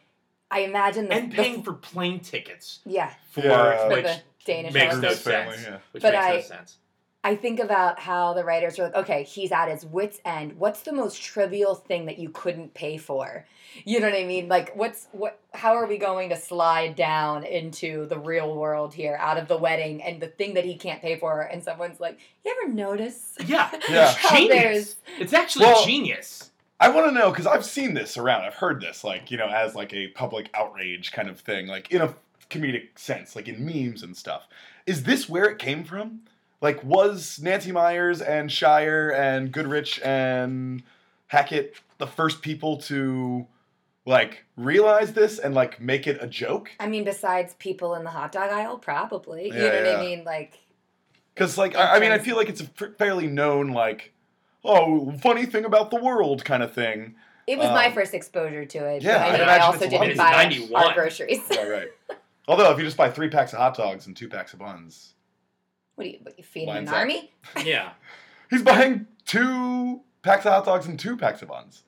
[SPEAKER 3] I imagine the,
[SPEAKER 2] And
[SPEAKER 3] the-
[SPEAKER 2] paying for plane tickets
[SPEAKER 3] yeah
[SPEAKER 2] for
[SPEAKER 1] Yeah.
[SPEAKER 3] for
[SPEAKER 2] Uh, which
[SPEAKER 3] the Danish
[SPEAKER 2] makes
[SPEAKER 3] holiday.
[SPEAKER 2] no
[SPEAKER 1] Groom's family,
[SPEAKER 2] sense.
[SPEAKER 1] yeah.
[SPEAKER 2] Which
[SPEAKER 3] But
[SPEAKER 2] makes
[SPEAKER 3] I-
[SPEAKER 2] no sense.
[SPEAKER 3] I think about how the writers were like, okay, he's at his wits' end. What's the most trivial thing that you couldn't pay for? You know what I mean? Like, what's what? How are we going to slide down into the real world here, out of the wedding, and the thing that he can't pay for? And someone's like, you ever notice?
[SPEAKER 2] Yeah.
[SPEAKER 1] Yeah.
[SPEAKER 2] It's
[SPEAKER 3] How
[SPEAKER 2] genius.
[SPEAKER 3] there's-
[SPEAKER 2] It's actually
[SPEAKER 1] Well-
[SPEAKER 2] genius.
[SPEAKER 1] I want to know because I've seen this around. I've heard this, like you know, as like a public outrage kind of thing, like in a comedic sense, like in memes and stuff. Is this where it came from? Like, was Nancy Myers and Shire and Goodrich and Hackett the first people to like realize this and like make it a joke?
[SPEAKER 3] I mean, besides people in the hot dog aisle, probably. you
[SPEAKER 1] Yeah,
[SPEAKER 3] know what I
[SPEAKER 1] yeah.
[SPEAKER 3] mean? Like,
[SPEAKER 1] Because like I, I mean I feel like it's a fr- fairly known like oh funny thing about the world kind of thing.
[SPEAKER 3] it was my
[SPEAKER 1] Um,
[SPEAKER 3] first exposure to it.
[SPEAKER 1] yeah,
[SPEAKER 3] but
[SPEAKER 1] I'd
[SPEAKER 3] I, mean, I
[SPEAKER 1] imagine
[SPEAKER 3] also
[SPEAKER 1] it's
[SPEAKER 2] lovely.
[SPEAKER 3] didn't
[SPEAKER 2] It's
[SPEAKER 3] buy
[SPEAKER 2] 91.
[SPEAKER 3] our groceries.
[SPEAKER 1] Right, right. Although if you just buy three packs of hot dogs and two packs of buns,
[SPEAKER 3] what are you, what, you feeding
[SPEAKER 1] Lines
[SPEAKER 3] an
[SPEAKER 1] up.
[SPEAKER 3] army?
[SPEAKER 2] Yeah.
[SPEAKER 1] he's buying two packs of hot dogs and two packs of buns.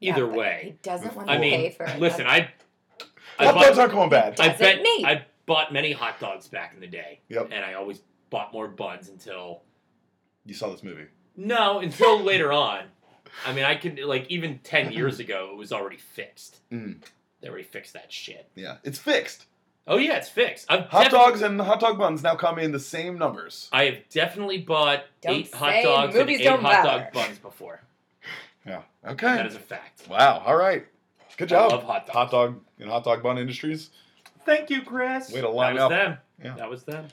[SPEAKER 3] Yeah,
[SPEAKER 2] Either
[SPEAKER 3] but He
[SPEAKER 2] way,
[SPEAKER 3] doesn't want to
[SPEAKER 2] I mean,
[SPEAKER 3] pay for it.
[SPEAKER 2] listen, I, I
[SPEAKER 1] Hot dogs
[SPEAKER 2] bought,
[SPEAKER 1] aren't going bad.
[SPEAKER 2] I
[SPEAKER 3] doesn't
[SPEAKER 2] bet
[SPEAKER 3] need.
[SPEAKER 2] I bought many hot dogs back in the day,
[SPEAKER 1] Yep,
[SPEAKER 2] and I always bought more buns until
[SPEAKER 1] you saw this movie.
[SPEAKER 2] no, until later on. I mean, I could like even ten years ago, it was already fixed.
[SPEAKER 1] Mm.
[SPEAKER 2] They already fixed that shit.
[SPEAKER 1] Yeah, it's fixed.
[SPEAKER 2] Oh yeah, it's fixed. I've
[SPEAKER 1] Hot
[SPEAKER 2] defi-
[SPEAKER 1] dogs and hot dog buns now come in the same numbers.
[SPEAKER 2] I have definitely bought
[SPEAKER 3] Don't
[SPEAKER 2] eight hot
[SPEAKER 3] say
[SPEAKER 2] dogs and
[SPEAKER 3] movies
[SPEAKER 2] eight
[SPEAKER 3] don't
[SPEAKER 2] hot
[SPEAKER 3] matter.
[SPEAKER 2] dog buns before.
[SPEAKER 1] Yeah.
[SPEAKER 2] That
[SPEAKER 1] Okay.
[SPEAKER 2] is a fact.
[SPEAKER 1] Wow. All right. Good
[SPEAKER 2] I
[SPEAKER 1] job.
[SPEAKER 2] love hot dogs.
[SPEAKER 1] Hot dog and hot dog bun industries.
[SPEAKER 2] Thank you, Chris.
[SPEAKER 1] Way to line
[SPEAKER 2] that
[SPEAKER 1] up.
[SPEAKER 2] was them.
[SPEAKER 1] Yeah.
[SPEAKER 2] That was them.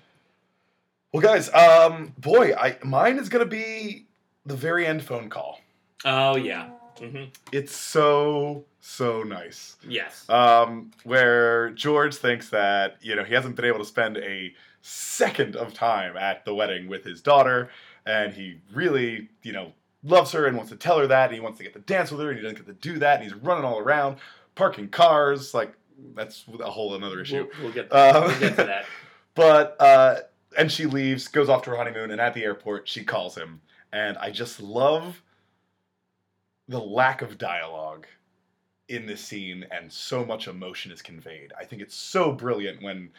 [SPEAKER 1] Well, guys, um, boy, I mine is gonna be the very end phone call.
[SPEAKER 2] Oh yeah. hmm
[SPEAKER 1] It's so so nice.
[SPEAKER 2] Yes.
[SPEAKER 1] Um, where George thinks that you know he hasn't been able to spend a second of time at the wedding with his daughter, and he really you know loves her and wants to tell her that, and he wants to get to dance with her, and he doesn't get to do that, and he's running all around, parking cars, like that's a whole another issue.
[SPEAKER 2] We'll, we'll get,
[SPEAKER 1] Um,
[SPEAKER 2] we'll get to that.
[SPEAKER 1] But uh, and she leaves, goes off to her honeymoon, and at the airport she calls him, and I just love the lack of dialogue in this scene, and so much emotion is conveyed. I think it's so brilliant when.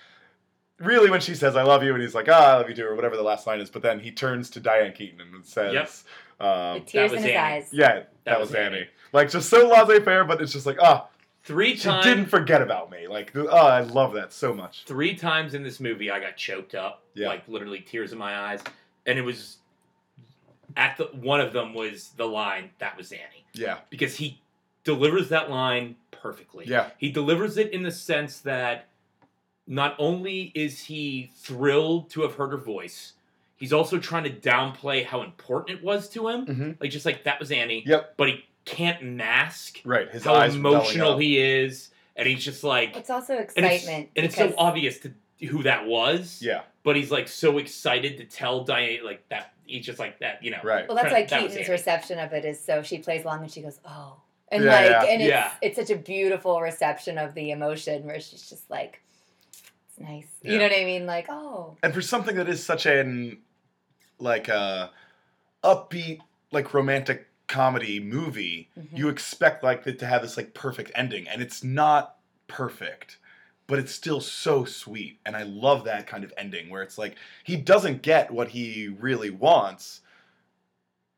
[SPEAKER 1] Really, when she says "I love you" and he's like "Ah, I love you too" or whatever the last line is, but then he turns to Diane Keaton and says,
[SPEAKER 2] Yep.
[SPEAKER 1] um,
[SPEAKER 3] With tears
[SPEAKER 2] was
[SPEAKER 3] in his
[SPEAKER 2] Annie.
[SPEAKER 3] eyes.
[SPEAKER 1] "Yeah, that, was, Annie. Like just so laissez-faire, but it's just like, ah,
[SPEAKER 2] Three
[SPEAKER 1] she didn't
[SPEAKER 2] times.
[SPEAKER 1] forget about me. Like, oh, I love that so much.
[SPEAKER 2] Three times in this movie, I got choked up.
[SPEAKER 1] Yeah.
[SPEAKER 2] Like literally tears in my eyes, and it was at the one of them was the line that was Annie
[SPEAKER 1] Yeah,
[SPEAKER 2] because he delivers that line perfectly.
[SPEAKER 1] yeah,
[SPEAKER 2] He delivers it in the sense that not only is he thrilled to have heard her voice, he's also trying to downplay how important it was to him.
[SPEAKER 1] Mhm.
[SPEAKER 2] Like just like that was Annie,
[SPEAKER 1] yep,
[SPEAKER 2] but he can't mask
[SPEAKER 1] right. His
[SPEAKER 2] how
[SPEAKER 1] eyes were welling
[SPEAKER 2] emotional
[SPEAKER 1] up.
[SPEAKER 2] he is, and he's just like
[SPEAKER 3] It's also
[SPEAKER 2] and it's-
[SPEAKER 3] excitement.
[SPEAKER 2] and it's,
[SPEAKER 3] because
[SPEAKER 2] so obvious to who that was.
[SPEAKER 1] Yeah,
[SPEAKER 2] But he's like so excited to tell Diane like that. He's just like that, you know.
[SPEAKER 1] right.
[SPEAKER 3] Well, that's why
[SPEAKER 2] That was
[SPEAKER 3] Keaton's
[SPEAKER 2] it.
[SPEAKER 3] reception of it is so she plays along and she goes, oh. And
[SPEAKER 1] Yeah,
[SPEAKER 3] like,
[SPEAKER 1] yeah.
[SPEAKER 3] and it's,
[SPEAKER 2] Yeah.
[SPEAKER 3] it's such a beautiful reception of the emotion where she's just like, it's nice.
[SPEAKER 1] Yeah.
[SPEAKER 3] You know what I mean? Like, oh.
[SPEAKER 1] And for something that is such an like uh, upbeat, like romantic comedy movie,
[SPEAKER 3] Mhm.
[SPEAKER 1] you expect like it to have this like perfect ending, and it's not perfect, but it's still so sweet, and I love that kind of ending where it's like he doesn't get what he really wants,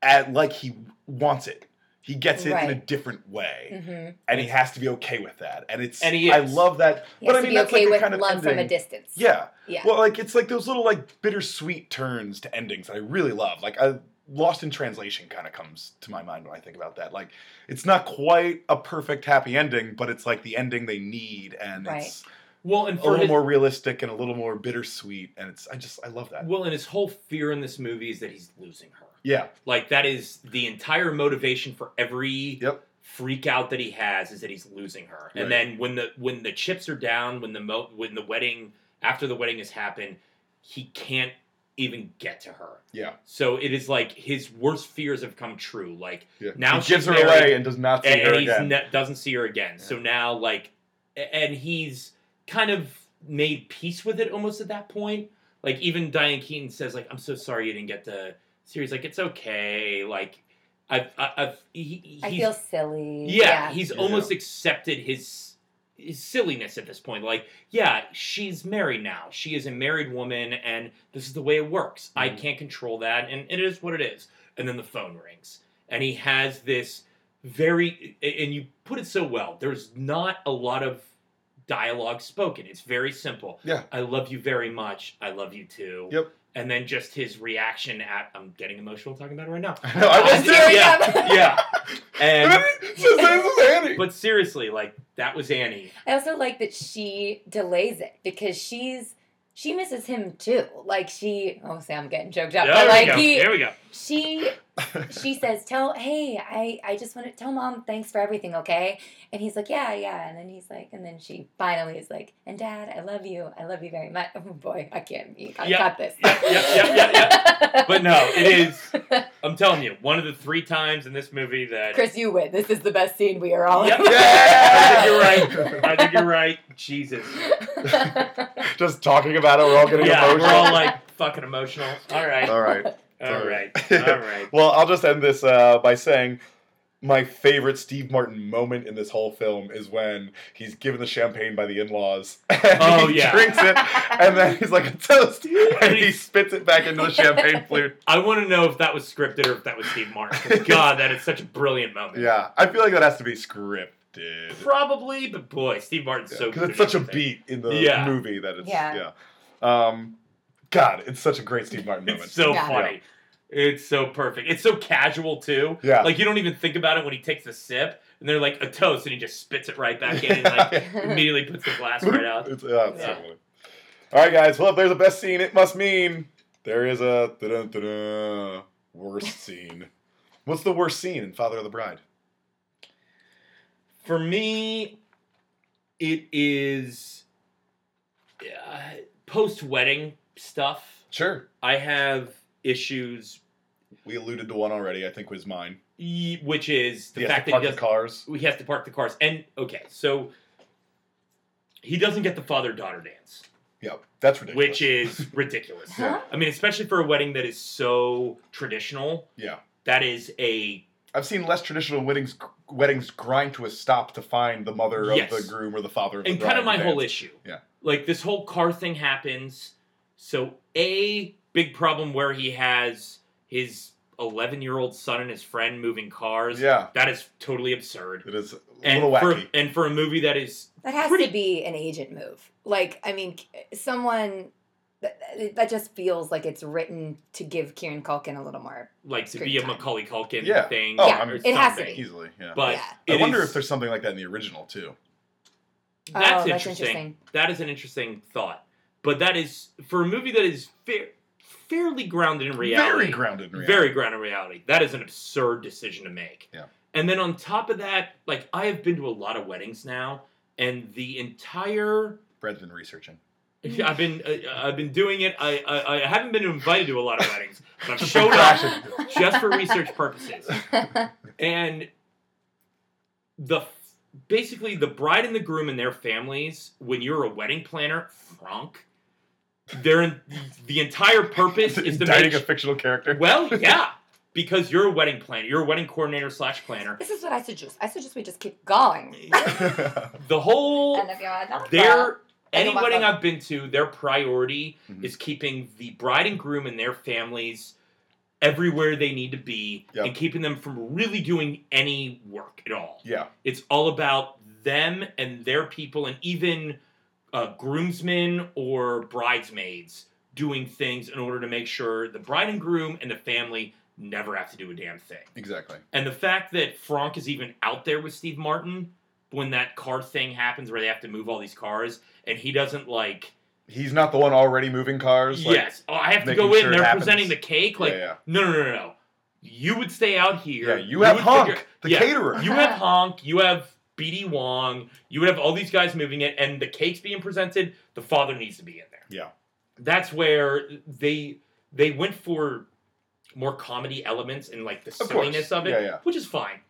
[SPEAKER 1] at like he wants it. He gets it in a
[SPEAKER 3] Right.
[SPEAKER 1] different way.
[SPEAKER 3] Mhm.
[SPEAKER 1] and he has to be okay with that. And it's
[SPEAKER 2] And he
[SPEAKER 1] I
[SPEAKER 2] is.
[SPEAKER 1] love that.
[SPEAKER 3] He
[SPEAKER 1] but
[SPEAKER 3] has
[SPEAKER 1] I mean,
[SPEAKER 3] to be
[SPEAKER 1] that's
[SPEAKER 3] okay
[SPEAKER 1] like the
[SPEAKER 3] with
[SPEAKER 1] kind of
[SPEAKER 3] love
[SPEAKER 1] ending.
[SPEAKER 3] from a distance.
[SPEAKER 1] Yeah.
[SPEAKER 3] Yeah.
[SPEAKER 1] Well, like it's like those little like bittersweet turns to endings that I really love. Like I Lost in Translation kind of comes to my mind when I think about that. Like it's not quite a perfect happy ending, but it's like the ending they need, and
[SPEAKER 3] Right.
[SPEAKER 1] it's
[SPEAKER 2] Well, and
[SPEAKER 1] a
[SPEAKER 2] for
[SPEAKER 1] little
[SPEAKER 2] his,
[SPEAKER 1] more realistic and a little more bittersweet. And it's I just I love that.
[SPEAKER 2] well, and his whole fear in this movie is that he's losing her.
[SPEAKER 1] Yeah.
[SPEAKER 2] Like that is the entire motivation for every
[SPEAKER 1] Yep.
[SPEAKER 2] freak out that he has is that he's losing her.
[SPEAKER 1] Right.
[SPEAKER 2] And then when the when the chips are down, when the mo- when the wedding after the wedding has happened, he can't even get to her.
[SPEAKER 1] Yeah.
[SPEAKER 2] So it is like his worst fears have come true. Like
[SPEAKER 1] Yeah.
[SPEAKER 2] Now
[SPEAKER 1] he gives
[SPEAKER 2] she's
[SPEAKER 1] her
[SPEAKER 2] married,
[SPEAKER 1] away and does not see
[SPEAKER 2] and,
[SPEAKER 1] her
[SPEAKER 2] and he's
[SPEAKER 1] again.
[SPEAKER 2] ne- doesn't see her again. So now like a- and he's kind of made peace with it almost at that point. Like even Diane Keaton says like I'm so sorry you didn't get the series like it's okay like I've I- I've he,
[SPEAKER 3] I
[SPEAKER 2] he's-
[SPEAKER 3] feel silly.
[SPEAKER 2] yeah, he's
[SPEAKER 1] Yeah.
[SPEAKER 2] almost accepted his his silliness at this point. Like, yeah, she's married now. She is a married woman, and this is the way it works. I
[SPEAKER 1] Mhm.
[SPEAKER 2] can't control that, and it is what it is. And then the phone rings, and he has this very and you put it so well. There's not a lot of dialogue spoken. It's very simple.
[SPEAKER 1] Yeah.
[SPEAKER 2] I love you very much. I love you too.
[SPEAKER 1] Yep.
[SPEAKER 2] And then just his reaction at I'm getting emotional talking about it right now.
[SPEAKER 1] I know, I was
[SPEAKER 3] I'm
[SPEAKER 1] too.
[SPEAKER 3] tearing
[SPEAKER 2] yeah.
[SPEAKER 3] up.
[SPEAKER 2] Yeah. And
[SPEAKER 1] She says, "This is Annie."
[SPEAKER 2] but seriously, like that was Annie.
[SPEAKER 3] I also like that she delays it because she's she misses him too. Like she, oh, see, I'm getting choked up.
[SPEAKER 2] There
[SPEAKER 3] but
[SPEAKER 2] we
[SPEAKER 3] like
[SPEAKER 2] go.
[SPEAKER 3] he,
[SPEAKER 2] there we go.
[SPEAKER 3] she she says, "Tell hey, I I just want to tell mom thanks for everything, okay?" And he's like, "Yeah, yeah." And then he's like, and then she finally is like, "And dad, I love you. I love you very much." Oh boy, I can't. You gotta
[SPEAKER 2] Yeah,
[SPEAKER 3] cut this.
[SPEAKER 2] yeah, yeah, yeah, But no, it is. I'm telling you, one of the three times in this movie that.
[SPEAKER 3] Chris, you win. This is the best scene we are all.
[SPEAKER 2] Yep.
[SPEAKER 1] Yeah!
[SPEAKER 2] I think you're right. I think you're right. Jesus.
[SPEAKER 1] Just talking about it, we're all getting
[SPEAKER 2] Yeah, we're
[SPEAKER 1] emotional.
[SPEAKER 2] all like fucking emotional. All right.
[SPEAKER 1] all right.
[SPEAKER 2] All right.
[SPEAKER 1] sorry.
[SPEAKER 2] All right.
[SPEAKER 1] Well, I'll just end this uh, by saying my favorite Steve Martin moment in this whole film is when he's given the champagne by the in-laws. And
[SPEAKER 2] Oh,
[SPEAKER 1] he
[SPEAKER 2] yeah.
[SPEAKER 1] drinks it, and then he's like a toast, and he spits it back into the champagne flute.
[SPEAKER 2] I want to know if that was scripted or if that was Steve Martin. 'cause God, that is such a brilliant moment.
[SPEAKER 1] Yeah, I feel like that has to be scripted.
[SPEAKER 2] Probably, but boy, Steve Martin's so
[SPEAKER 1] Because
[SPEAKER 2] good.
[SPEAKER 1] it's
[SPEAKER 2] at
[SPEAKER 1] such a
[SPEAKER 2] everything.
[SPEAKER 1] beat in the
[SPEAKER 2] Yeah.
[SPEAKER 1] movie that it's yeah.
[SPEAKER 3] Yeah.
[SPEAKER 1] Um, God, it's such a great Steve Martin moment.
[SPEAKER 2] It's so
[SPEAKER 3] Yeah.
[SPEAKER 2] funny. It's so perfect. It's so casual too.
[SPEAKER 1] Yeah.
[SPEAKER 2] Like you don't even think about it when he takes a sip, and they're like a toast, and he just spits it right back in, and like immediately puts the glass right out.
[SPEAKER 1] It's, uh, it's so
[SPEAKER 3] Yeah.
[SPEAKER 1] funny. All right, guys. Well, if there's a best scene, it must mean there is a dun dun dun worst scene. What's the worst scene in Father of the Bride?
[SPEAKER 2] For me, it is uh, post wedding stuff.
[SPEAKER 1] Sure.
[SPEAKER 2] I have issues,
[SPEAKER 1] We alluded to one already. I think was mine.
[SPEAKER 2] y- which is the
[SPEAKER 1] He has
[SPEAKER 2] fact
[SPEAKER 1] to park
[SPEAKER 2] that he
[SPEAKER 1] the
[SPEAKER 2] doesn't.
[SPEAKER 1] cars.
[SPEAKER 2] he has to park the cars. And okay, so he doesn't get the father daughter dance,
[SPEAKER 1] Yep, that's ridiculous.
[SPEAKER 2] which is ridiculous.
[SPEAKER 3] Huh?
[SPEAKER 2] I mean, especially for a wedding that is so traditional.
[SPEAKER 1] Yeah.
[SPEAKER 2] That is a
[SPEAKER 1] I've seen less traditional weddings weddings grind to a stop to find the mother
[SPEAKER 2] Yes.
[SPEAKER 1] of the groom or the father of the
[SPEAKER 2] and
[SPEAKER 1] bride.
[SPEAKER 2] kind of my
[SPEAKER 1] to
[SPEAKER 2] whole
[SPEAKER 1] dance.
[SPEAKER 2] issue.
[SPEAKER 1] Yeah.
[SPEAKER 2] Like this whole car thing happens. So a big problem where he has his 11 year old son and his friend moving cars.
[SPEAKER 1] Yeah,
[SPEAKER 2] That is totally absurd.
[SPEAKER 1] it is a
[SPEAKER 2] And
[SPEAKER 1] little
[SPEAKER 2] for
[SPEAKER 1] wacky.
[SPEAKER 2] and for a movie that is
[SPEAKER 3] That has
[SPEAKER 2] pretty-
[SPEAKER 3] to be an agent move. Like, I mean, someone that, that just feels like it's written to give Kieran Culkin a little more.
[SPEAKER 2] like to
[SPEAKER 3] Screen
[SPEAKER 2] be a
[SPEAKER 3] time.
[SPEAKER 2] Macaulay Culkin
[SPEAKER 1] Yeah.
[SPEAKER 2] thing,
[SPEAKER 1] Oh,
[SPEAKER 2] or
[SPEAKER 1] I'm-
[SPEAKER 3] It has to
[SPEAKER 2] something.
[SPEAKER 3] be.
[SPEAKER 1] Easily, yeah.
[SPEAKER 2] But
[SPEAKER 3] Yeah.
[SPEAKER 1] I
[SPEAKER 2] it
[SPEAKER 1] wonder
[SPEAKER 2] is-
[SPEAKER 1] if there's something like that in the original too.
[SPEAKER 2] That's,
[SPEAKER 3] Oh, that's
[SPEAKER 2] interesting.
[SPEAKER 3] interesting.
[SPEAKER 2] That is an interesting thought. But that is for a movie that is fair, fairly grounded in reality.
[SPEAKER 1] Very grounded in reality.
[SPEAKER 2] Very grounded in reality. That is an absurd decision to make.
[SPEAKER 1] Yeah.
[SPEAKER 2] And then on top of that, like I have been to a lot of weddings now, and the entire
[SPEAKER 1] Brad's been researching.
[SPEAKER 2] I've been uh, I've been doing it. I, I I haven't been invited to a lot of weddings, but I've showed up just for research purposes. and the basically the bride and the groom and their families when you're a wedding planner frank they're in, the entire purpose is to
[SPEAKER 1] Indicting
[SPEAKER 2] make
[SPEAKER 1] a fictional character.
[SPEAKER 2] well yeah because you're a wedding planner you're a wedding coordinator slash planner
[SPEAKER 3] This is what I suggest. I suggest we just keep going.
[SPEAKER 2] the whole
[SPEAKER 3] And if you're not
[SPEAKER 2] their any
[SPEAKER 3] don't want
[SPEAKER 2] wedding
[SPEAKER 3] that.
[SPEAKER 2] i've been to their priority
[SPEAKER 1] Mhm.
[SPEAKER 2] is keeping the bride and groom and their families everywhere they need to be
[SPEAKER 1] Yep.
[SPEAKER 2] and keeping them from really doing any work at all
[SPEAKER 1] yeah.
[SPEAKER 2] It's all about them and their people, and even uh, groomsmen or bridesmaids doing things in order to make sure the bride and groom and the family never have to do a damn thing.
[SPEAKER 1] Exactly.
[SPEAKER 2] And the fact that Frank is even out there with Steve Martin when that car thing happens where they have to move all these cars and he doesn't like
[SPEAKER 1] He's not the one already moving cars. Like,
[SPEAKER 2] yes oh, i have to
[SPEAKER 1] making
[SPEAKER 2] go in
[SPEAKER 1] sure it
[SPEAKER 2] they're
[SPEAKER 1] happens.
[SPEAKER 2] presenting the cake like
[SPEAKER 1] yeah, yeah.
[SPEAKER 2] no no no no no you would stay out here
[SPEAKER 1] Yeah, you have
[SPEAKER 2] would
[SPEAKER 1] Honk,
[SPEAKER 2] figure-
[SPEAKER 1] the
[SPEAKER 2] Yeah.
[SPEAKER 1] caterer.
[SPEAKER 2] You have Honk, you have BD Wong, you would have all these guys moving it, and the cake's being presented, the father needs to be in there.
[SPEAKER 1] Yeah.
[SPEAKER 2] That's where they they went for more comedy elements and like the
[SPEAKER 1] course.
[SPEAKER 2] silliness of it,
[SPEAKER 1] Yeah, yeah.
[SPEAKER 2] which is fine.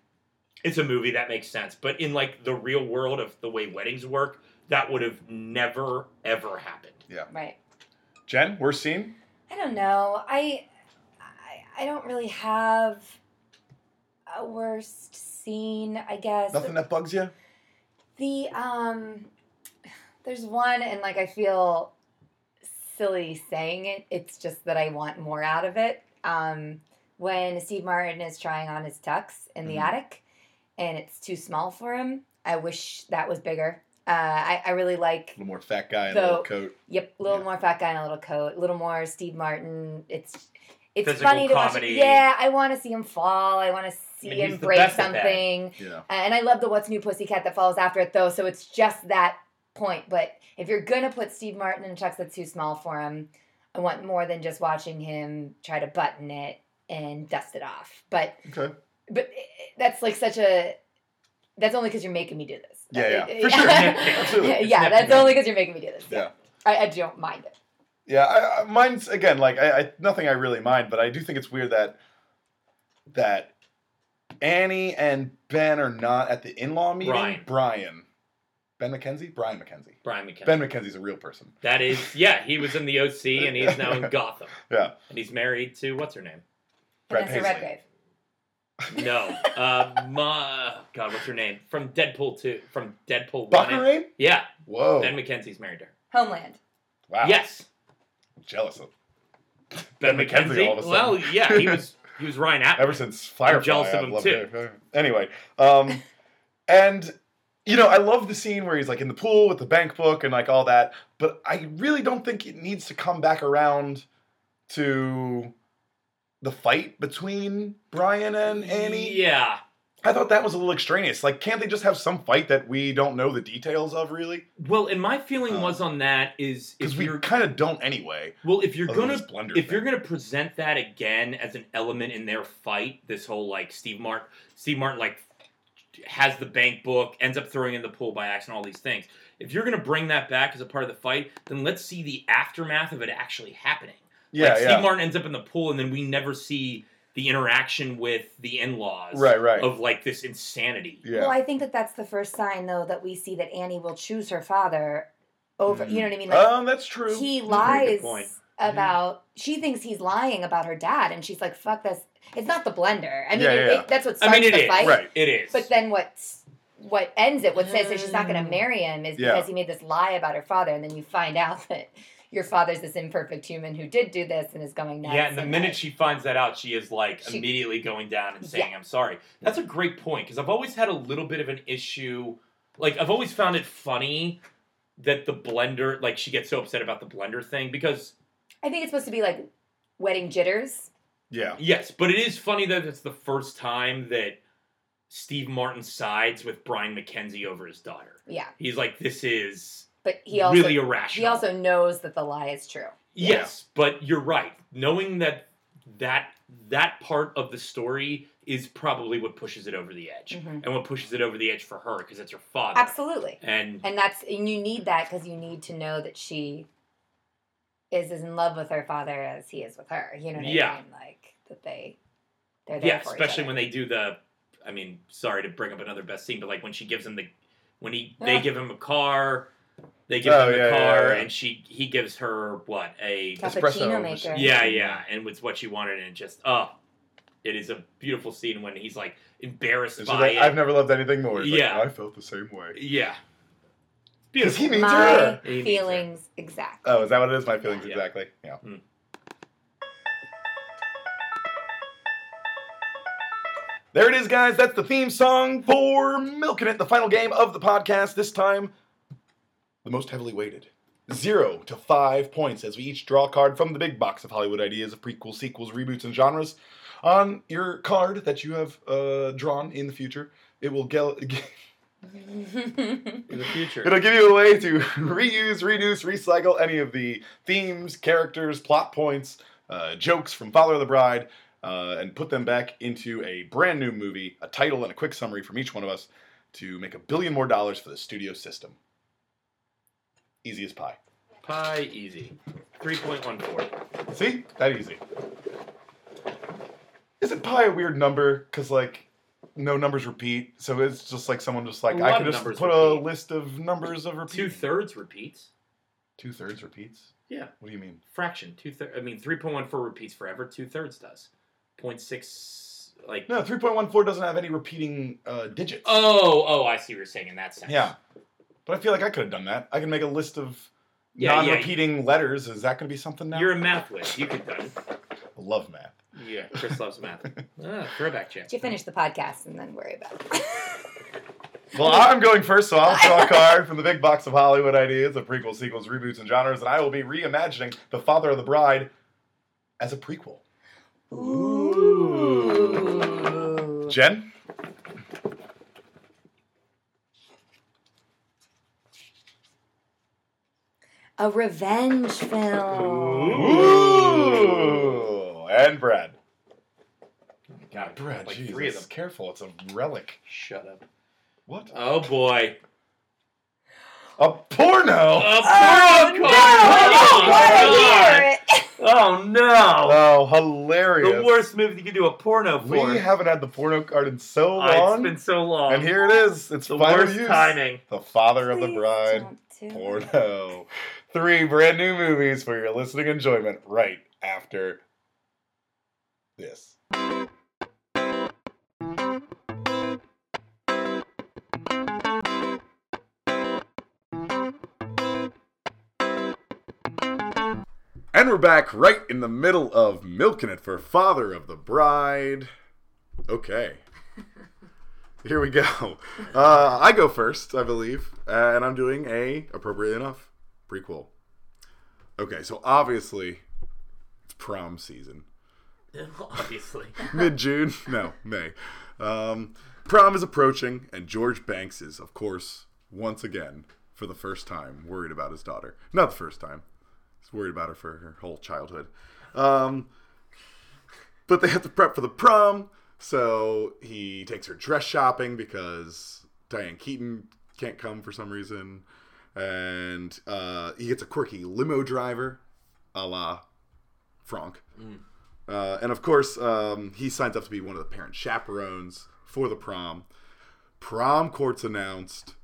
[SPEAKER 2] It's a movie that makes sense, but in like the real world of the way weddings work, that would have never ever happened.
[SPEAKER 3] Right.
[SPEAKER 1] Jen, worst scene?
[SPEAKER 3] I don't know. I, I I don't really have a worst scene. I guess
[SPEAKER 1] Nothing that bugs you?
[SPEAKER 3] the um, there's one, and like I feel silly saying it. It's just that I want more out of it. Um, when Steve Martin is trying on his tux in the
[SPEAKER 1] Mhm.
[SPEAKER 3] attic, and it's too small for him. I wish that was bigger. Uh, I I really like
[SPEAKER 1] A little more fat guy in a
[SPEAKER 3] So-
[SPEAKER 1] little coat.
[SPEAKER 3] Yep, a little
[SPEAKER 1] Yeah.
[SPEAKER 3] more fat guy in a little coat, a little more Steve Martin. It's it's
[SPEAKER 2] Physical
[SPEAKER 3] funny to watch.
[SPEAKER 2] comedy.
[SPEAKER 3] It. Yeah, I want to see him fall. I want to see
[SPEAKER 2] mean, he's
[SPEAKER 3] him
[SPEAKER 2] the
[SPEAKER 3] break
[SPEAKER 2] best at that.
[SPEAKER 3] something.
[SPEAKER 1] Yeah.
[SPEAKER 3] And I love the What's New Pussycat that follows after it though. So it's just that point, but if you're gonna put Steve Martin in a tux that's too small for him, I want more than just watching him try to button it and dust it off. But
[SPEAKER 1] Okay.
[SPEAKER 3] but i- i- that's like such a that's only because you're making me do this.
[SPEAKER 1] Yeah, yeah.
[SPEAKER 3] Uh,
[SPEAKER 1] For sure. Absolutely.
[SPEAKER 2] It's
[SPEAKER 3] yeah, that's
[SPEAKER 2] nephew.
[SPEAKER 3] only because you're making me do this.
[SPEAKER 1] Yeah.
[SPEAKER 3] I, I don't mind it.
[SPEAKER 1] Yeah, I, I, mine's again like I, I nothing I really mind, but I do think it's weird that that Annie and Ben are not at the in-law meeting.
[SPEAKER 2] Brian.
[SPEAKER 1] Brian. Ben McKenzie? Brian McKenzie.
[SPEAKER 2] Brian McKenzie.
[SPEAKER 1] Ben McKenzie's a real person.
[SPEAKER 2] That is, yeah, he was in the OC and he's now in Gotham.
[SPEAKER 1] Yeah.
[SPEAKER 2] And he's married to what's her name?
[SPEAKER 1] Brett
[SPEAKER 3] Vanessa
[SPEAKER 1] Paisley.
[SPEAKER 3] Redgrave.
[SPEAKER 2] No, uh, Ma. God, what's her name? From Deadpool two, from Deadpool one. and-
[SPEAKER 1] Buckaroo?
[SPEAKER 2] Yeah,
[SPEAKER 1] Whoa.
[SPEAKER 2] Ben McKenzie's married to her.
[SPEAKER 3] Homeland.
[SPEAKER 1] wow.
[SPEAKER 2] Yes,
[SPEAKER 1] I'm jealous of Ben
[SPEAKER 2] Ben, McKenzie.
[SPEAKER 1] McKenzie all of a sudden.
[SPEAKER 2] Well, yeah, he was he was Ryan Atwood.
[SPEAKER 1] ever since Firefly.
[SPEAKER 2] jealous of
[SPEAKER 1] I've
[SPEAKER 2] him
[SPEAKER 1] loved
[SPEAKER 2] too.
[SPEAKER 1] it. Anyway, um, and you know, I love the scene where he's like in the pool with the bank book and like all that, but I really don't think it needs to come back around to the fight between Brian and Annie.
[SPEAKER 2] Yeah,
[SPEAKER 1] I thought that was a little extraneous. Like, can't they just have some fight that we don't know the details of really?
[SPEAKER 2] well, and my feeling
[SPEAKER 1] Um,
[SPEAKER 2] was on that is
[SPEAKER 1] Because
[SPEAKER 2] if
[SPEAKER 1] we
[SPEAKER 2] you're
[SPEAKER 1] kind of don't anyway.
[SPEAKER 2] well, if you're
[SPEAKER 1] other than
[SPEAKER 2] gonna
[SPEAKER 1] this blender
[SPEAKER 2] if you're
[SPEAKER 1] thing.
[SPEAKER 2] gonna present that again as an element in their fight, this whole like Steve Martin, Steve Martin like has the bank book, ends up throwing in the pool by accident, all these things. If you're gonna bring that back as a part of the fight, then let's see the aftermath of it actually happening.
[SPEAKER 1] yeah,
[SPEAKER 2] like, Steve
[SPEAKER 1] yeah,
[SPEAKER 2] Martin ends up in the pool, and then we never see the interaction with the in-laws
[SPEAKER 1] right, right,
[SPEAKER 2] of like this insanity.
[SPEAKER 1] yeah.
[SPEAKER 3] Well, I think that that's the first sign, though, that we see that Annie will choose her father over. You know what I mean? Like
[SPEAKER 1] um, that's true.
[SPEAKER 2] pretty
[SPEAKER 3] he
[SPEAKER 2] good
[SPEAKER 3] lies
[SPEAKER 2] point. Mm-hmm.
[SPEAKER 3] about. She thinks he's lying about her dad, and she's like, "Fuck this." It's not the blender. I mean,
[SPEAKER 1] Yeah,
[SPEAKER 3] it-
[SPEAKER 1] yeah,
[SPEAKER 3] it- that's what starts
[SPEAKER 2] I mean, it
[SPEAKER 3] the
[SPEAKER 2] is
[SPEAKER 3] fight.
[SPEAKER 1] Right.
[SPEAKER 2] It is.
[SPEAKER 3] But then what's what ends it? What says that she's not going to
[SPEAKER 2] Mm.
[SPEAKER 3] marry him is
[SPEAKER 1] Yeah.
[SPEAKER 3] because he made this lie about her father, and then you find out that your father's this imperfect human who did do this and is going nuts.
[SPEAKER 2] yeah, and the minute she finds that out, she is like
[SPEAKER 3] She-
[SPEAKER 2] immediately going down and saying, "I'm sorry." That's a great point because I've always had a little bit of an issue. Like I've always found it funny that the blender, like she gets so upset about the blender thing because
[SPEAKER 3] I think it's supposed to be like wedding jitters.
[SPEAKER 1] yeah,
[SPEAKER 2] yes, but it is funny that it's the first time that Steve Martin sides with Brian McKenzie over his daughter.
[SPEAKER 3] Yeah,
[SPEAKER 2] He's like, "This is
[SPEAKER 3] but he also
[SPEAKER 2] really irrational."
[SPEAKER 3] he also knows that the lie is true.
[SPEAKER 2] Yes, but you're right. Knowing that that that part of the story is probably what pushes it over the edge,
[SPEAKER 3] Mhm.
[SPEAKER 2] and what pushes it over the edge for her because it's her father.
[SPEAKER 3] Absolutely.
[SPEAKER 2] And
[SPEAKER 3] And that's and you need that because you need to know that she is as in love with her father as he is with her. You know what
[SPEAKER 2] Yeah.
[SPEAKER 3] I mean? Like that they they're there.
[SPEAKER 2] yeah,
[SPEAKER 3] for
[SPEAKER 2] especially
[SPEAKER 3] each
[SPEAKER 2] when
[SPEAKER 3] other.
[SPEAKER 2] they do the. I mean, sorry to bring up another best scene, but like when she gives him the, when he they
[SPEAKER 3] Yeah.
[SPEAKER 2] give him a car, they give
[SPEAKER 1] Oh,
[SPEAKER 2] him the
[SPEAKER 1] yeah, yeah,
[SPEAKER 2] car,
[SPEAKER 1] yeah.
[SPEAKER 2] and she he gives her what a
[SPEAKER 1] Espresso
[SPEAKER 3] cappuccino maker.
[SPEAKER 1] machine.
[SPEAKER 2] Yeah, yeah, and it's what she wanted, and just oh, it is a beautiful scene when he's like embarrassed
[SPEAKER 1] It's just
[SPEAKER 2] by
[SPEAKER 1] like,
[SPEAKER 2] it.
[SPEAKER 1] I've never loved anything more. It's like,
[SPEAKER 2] Yeah.
[SPEAKER 1] I felt the same way.
[SPEAKER 2] Yeah.
[SPEAKER 1] Because he means
[SPEAKER 3] My
[SPEAKER 1] her.
[SPEAKER 2] He needs her.
[SPEAKER 3] feelings exactly.
[SPEAKER 1] Oh, is that what it is? My feelings
[SPEAKER 2] Yeah.
[SPEAKER 1] exactly. Yeah. There it is, guys. That's the theme song for Milking It, the final game of the podcast. This time, the most heavily weighted. Zero to five points as we each draw a card from the big box of Hollywood ideas of prequels, sequels, reboots, and genres. On your card that you have uh, drawn in the future, it will get.
[SPEAKER 2] in the future.
[SPEAKER 1] It'll give you a way to reuse, reduce, recycle any of the themes, characters, plot points, uh, jokes from Father of the Bride, uh, and put them back into a brand new movie, a title, and a quick summary from each one of us to make a billion more dollars for the studio system. Easy as pie.
[SPEAKER 2] Pie easy. 3.14.
[SPEAKER 1] See? That easy. Isn't pi a weird number? Because, like, no numbers repeat. So it's just like someone just like,
[SPEAKER 2] A
[SPEAKER 1] I
[SPEAKER 2] lot
[SPEAKER 1] could
[SPEAKER 2] of
[SPEAKER 1] just
[SPEAKER 2] numbers
[SPEAKER 1] put a
[SPEAKER 2] repeat.
[SPEAKER 1] list of numbers of repeat.
[SPEAKER 2] Two thirds repeats.
[SPEAKER 1] Two thirds repeats?
[SPEAKER 2] Yeah.
[SPEAKER 1] What do you mean?
[SPEAKER 2] Fraction. Two thirds. I mean, 3.14 repeats forever. Two thirds does. 0.6. Like.
[SPEAKER 1] No, 3.14 doesn't have any repeating uh, digits.
[SPEAKER 2] Oh, oh, I see what you're saying in that sense.
[SPEAKER 1] Yeah. But I feel like I could have done that. I can make a list of
[SPEAKER 2] Yeah, yeah,
[SPEAKER 1] non-repeating letters. Is that going to be something now?
[SPEAKER 2] You're a math whiz. You could done.
[SPEAKER 1] I love math.
[SPEAKER 2] Yeah, Chris loves math. Ah, throwback chair.
[SPEAKER 3] Did you finish the podcast and then worry about it?
[SPEAKER 1] Well, I'm going first, so I'll draw a card from the big box of Hollywood ideas of prequels, sequels, reboots, and genres, and I will be reimagining The Father of the Bride as a prequel.
[SPEAKER 3] Ooh.
[SPEAKER 1] Jen?
[SPEAKER 3] A revenge film.
[SPEAKER 1] Ooh. And Brad.
[SPEAKER 2] God,
[SPEAKER 1] Brad,
[SPEAKER 2] like
[SPEAKER 1] Jesus.
[SPEAKER 2] three of them.
[SPEAKER 1] Careful, it's a relic.
[SPEAKER 2] Shut up.
[SPEAKER 1] What?
[SPEAKER 2] Oh boy.
[SPEAKER 1] A porno?
[SPEAKER 2] Oh,
[SPEAKER 3] Oh, no! I didn't
[SPEAKER 2] Oh no!
[SPEAKER 1] oh, hilarious.
[SPEAKER 2] The worst movie you could do a porno
[SPEAKER 1] We
[SPEAKER 2] for.
[SPEAKER 1] haven't had the porno card in so
[SPEAKER 2] Oh, it's
[SPEAKER 1] long.
[SPEAKER 2] been so long.
[SPEAKER 1] and here it is. It's
[SPEAKER 2] the
[SPEAKER 1] final
[SPEAKER 2] worst eh?
[SPEAKER 1] use.
[SPEAKER 2] timing.
[SPEAKER 1] The father
[SPEAKER 3] want
[SPEAKER 1] of
[SPEAKER 3] to
[SPEAKER 1] the
[SPEAKER 3] hear
[SPEAKER 1] bride.
[SPEAKER 3] it. Please don't do it.
[SPEAKER 1] Porno. Three brand new movies for your listening enjoyment right after this. And we're back right in the middle of milking it for Father of the Bride. Okay. Here we go. Uh, I go first, I believe, uh, and I'm doing a appropriately enough prequel. Okay, so obviously it's prom season,
[SPEAKER 2] Obviously.
[SPEAKER 1] mid June, no May. Um, prom is approaching, and George Banks is, of course, once again for the first time worried about his daughter. Not the first time; he's worried about her for her whole childhood. Um, but they have to prep for the prom. So he takes her dress shopping because Diane Keaton can't come for some reason. And uh, he gets a quirky limo driver, a la Franck. Uh, and of course, um, he signs up to be one of the parent chaperones for the prom. Prom court's announced.